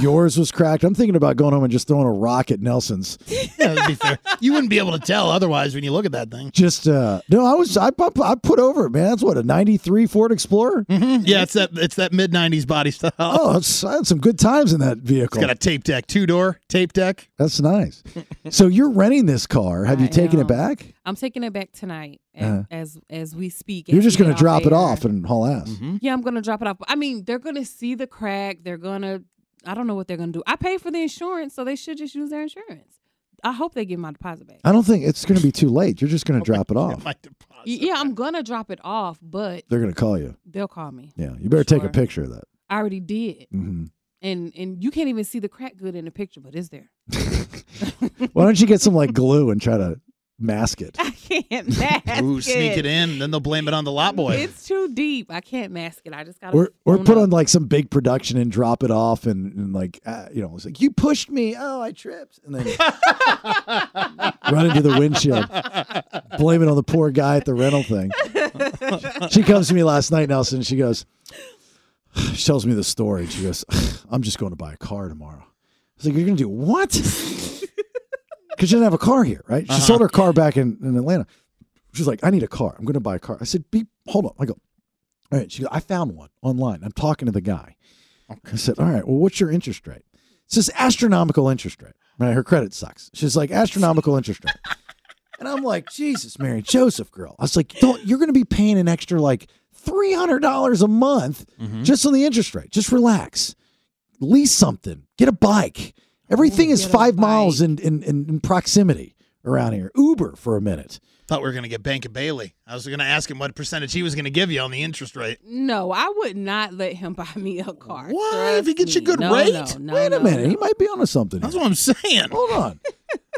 S8: Yours was cracked. I'm thinking about going home and just throwing a rock at Nelson's.
S9: (laughs) Yeah, that'd be fair. You wouldn't be able to tell otherwise when you look at that thing.
S8: Just uh no, I was I, put- I put over it, man. That's what a '93 Ford Explorer.
S9: Mm-hmm. Yeah, it's that it's that mid '90s body style.
S8: Oh, it's, I had some good times in that
S9: it's
S8: vehicle.
S9: got a tape deck, two door tape deck.
S8: That's nice. so you're renting this car. Have you taken it back?
S7: I'm taking it back tonight a-
S8: Uh-huh.
S7: as as we speak.
S8: You're
S7: as
S8: just
S7: we
S8: going to
S7: are
S8: drop it
S7: there.
S8: off and haul ass.
S9: Mm-hmm.
S7: Yeah, I'm gonna drop it off. I mean, they're gonna see the crack. They're gonna. I don't know what they're gonna do. I paid for the insurance, so they should just use their insurance. I hope they give my deposit
S9: Oh,
S7: back.
S8: I don't think it's going to be too late. You're just going to drop
S9: (laughs)
S8: it off.
S7: Y- yeah, I'm gonna drop it off, but
S8: They're going to call you.
S7: they'll call me.
S8: Yeah, you better take a picture of that.
S7: I already did,
S8: hmm
S7: and and you can't even see the crack good in the picture, but it's there.
S8: (laughs)
S7: (laughs)
S8: Why don't you get some like glue and try to mask it?
S7: I can't mask
S9: (laughs) Ooh, sneak it
S7: it
S9: in, then they'll blame it on the lot boy.
S7: It's too deep. I can't mask it. I just gotta.
S8: Or or
S7: own
S8: put
S7: up.
S8: on like some big production and drop it off and, and like uh, you know it's like you pushed me. Oh, I tripped
S7: (laughs)
S8: and then run into the windshield. Blame it on the poor guy at the rental thing. she comes to me last night, Nelson. and She goes, (sighs) she tells me the story. She goes, (sighs) I'm just going to buy a car tomorrow. I was like, you're going to do what? (laughs) Because she doesn't have a car here, right? She sold her car back in, in Atlanta. She's like, I need a car. I'm going to buy a car. I said, Be, hold on. I go, all right. She goes, I found one online. I'm talking to the guy. I said, all right, well, what's your interest rate? It's this astronomical interest rate. Right? Her credit sucks. She's like, astronomical interest rate. And I'm like, Jesus, Mary Joseph, girl. I was like, don't, you're going to be paying an extra like $300 a month just on the interest rate. Just relax. Lease something. Get a bike. Everything is five miles in, in, in, in proximity around here. Uber for a minute.
S9: Thought we were gonna get Bank of Bailey. I was gonna ask him what percentage he was gonna give you on the interest rate.
S7: No, I would not let him (laughs) buy me a car.
S9: Why? If he
S7: Trust
S9: gets you
S7: me.
S9: good
S7: No,
S9: rate?
S7: no, no,
S8: Wait a
S7: no,
S8: minute.
S7: no.
S8: He might be onto something.
S9: That's what I'm saying.
S8: (laughs) Hold on.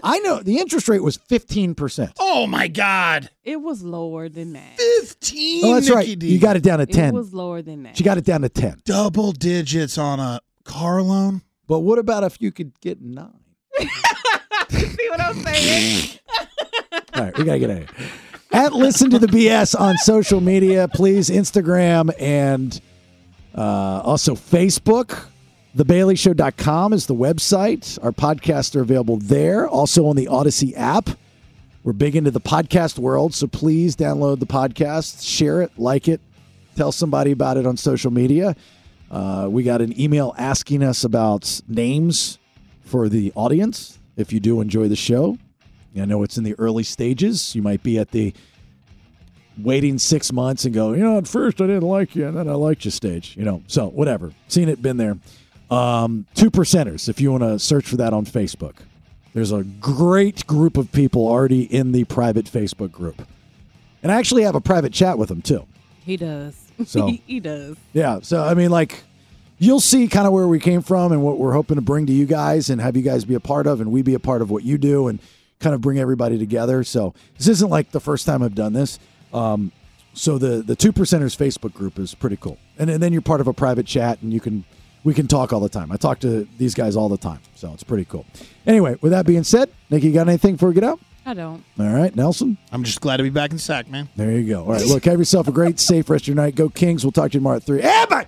S8: I know the interest rate was 15%.
S9: Oh my God.
S7: It was lower than that.
S9: Fifteen.
S8: Oh, that's right.
S9: Nikki D.
S8: You got it down to
S7: It
S8: 10.
S7: was lower than that.
S8: She got it down to 10.
S9: double digits on a car loan.
S8: But what about if you could get nine?
S7: See what I'm saying?
S8: All right, we gotta get out of here. At listen to the BS on social media, please Instagram and uh, also Facebook. TheBaileyShow.com is the website. Our podcasts are available there. Also on the Odyssey app. We're big into the podcast world, so please download the podcast, share it, like it, tell somebody about it on social media. Uh, we got an email asking us about names for the audience. If you do enjoy the show, I know it's in the early stages. You might be at the waiting six months and go, you know, at first I didn't like you, and then I liked you stage, you know. So whatever, seen it, been there. Um, two percenters. If you want to search for that on Facebook, there's a great group of people already in the private Facebook group, and I actually have a private chat with them too.
S7: He does. (laughs)
S8: So-
S7: he, he does.
S8: Yeah. So I mean, like, you'll see kind of where we came from and what we're hoping to bring to you guys, and have you guys be a part of, and we be a part of what you do, and kind of bring everybody together. So this isn't like the first time I've done this. Um, so the the two percenters Facebook group is pretty cool, and, and then you're part of a private chat, and you can we can talk all the time. I talk to these guys all the time, so it's pretty cool. Anyway, with that being said, Nikki, you got anything before we get out?
S7: I don't.
S8: All right, Nelson.
S9: I'm just glad to be back in SAC, man.
S8: There you go. All right, look, have yourself a great, safe rest of your night. Go Kings. We'll talk to you tomorrow at three. Hey, bye!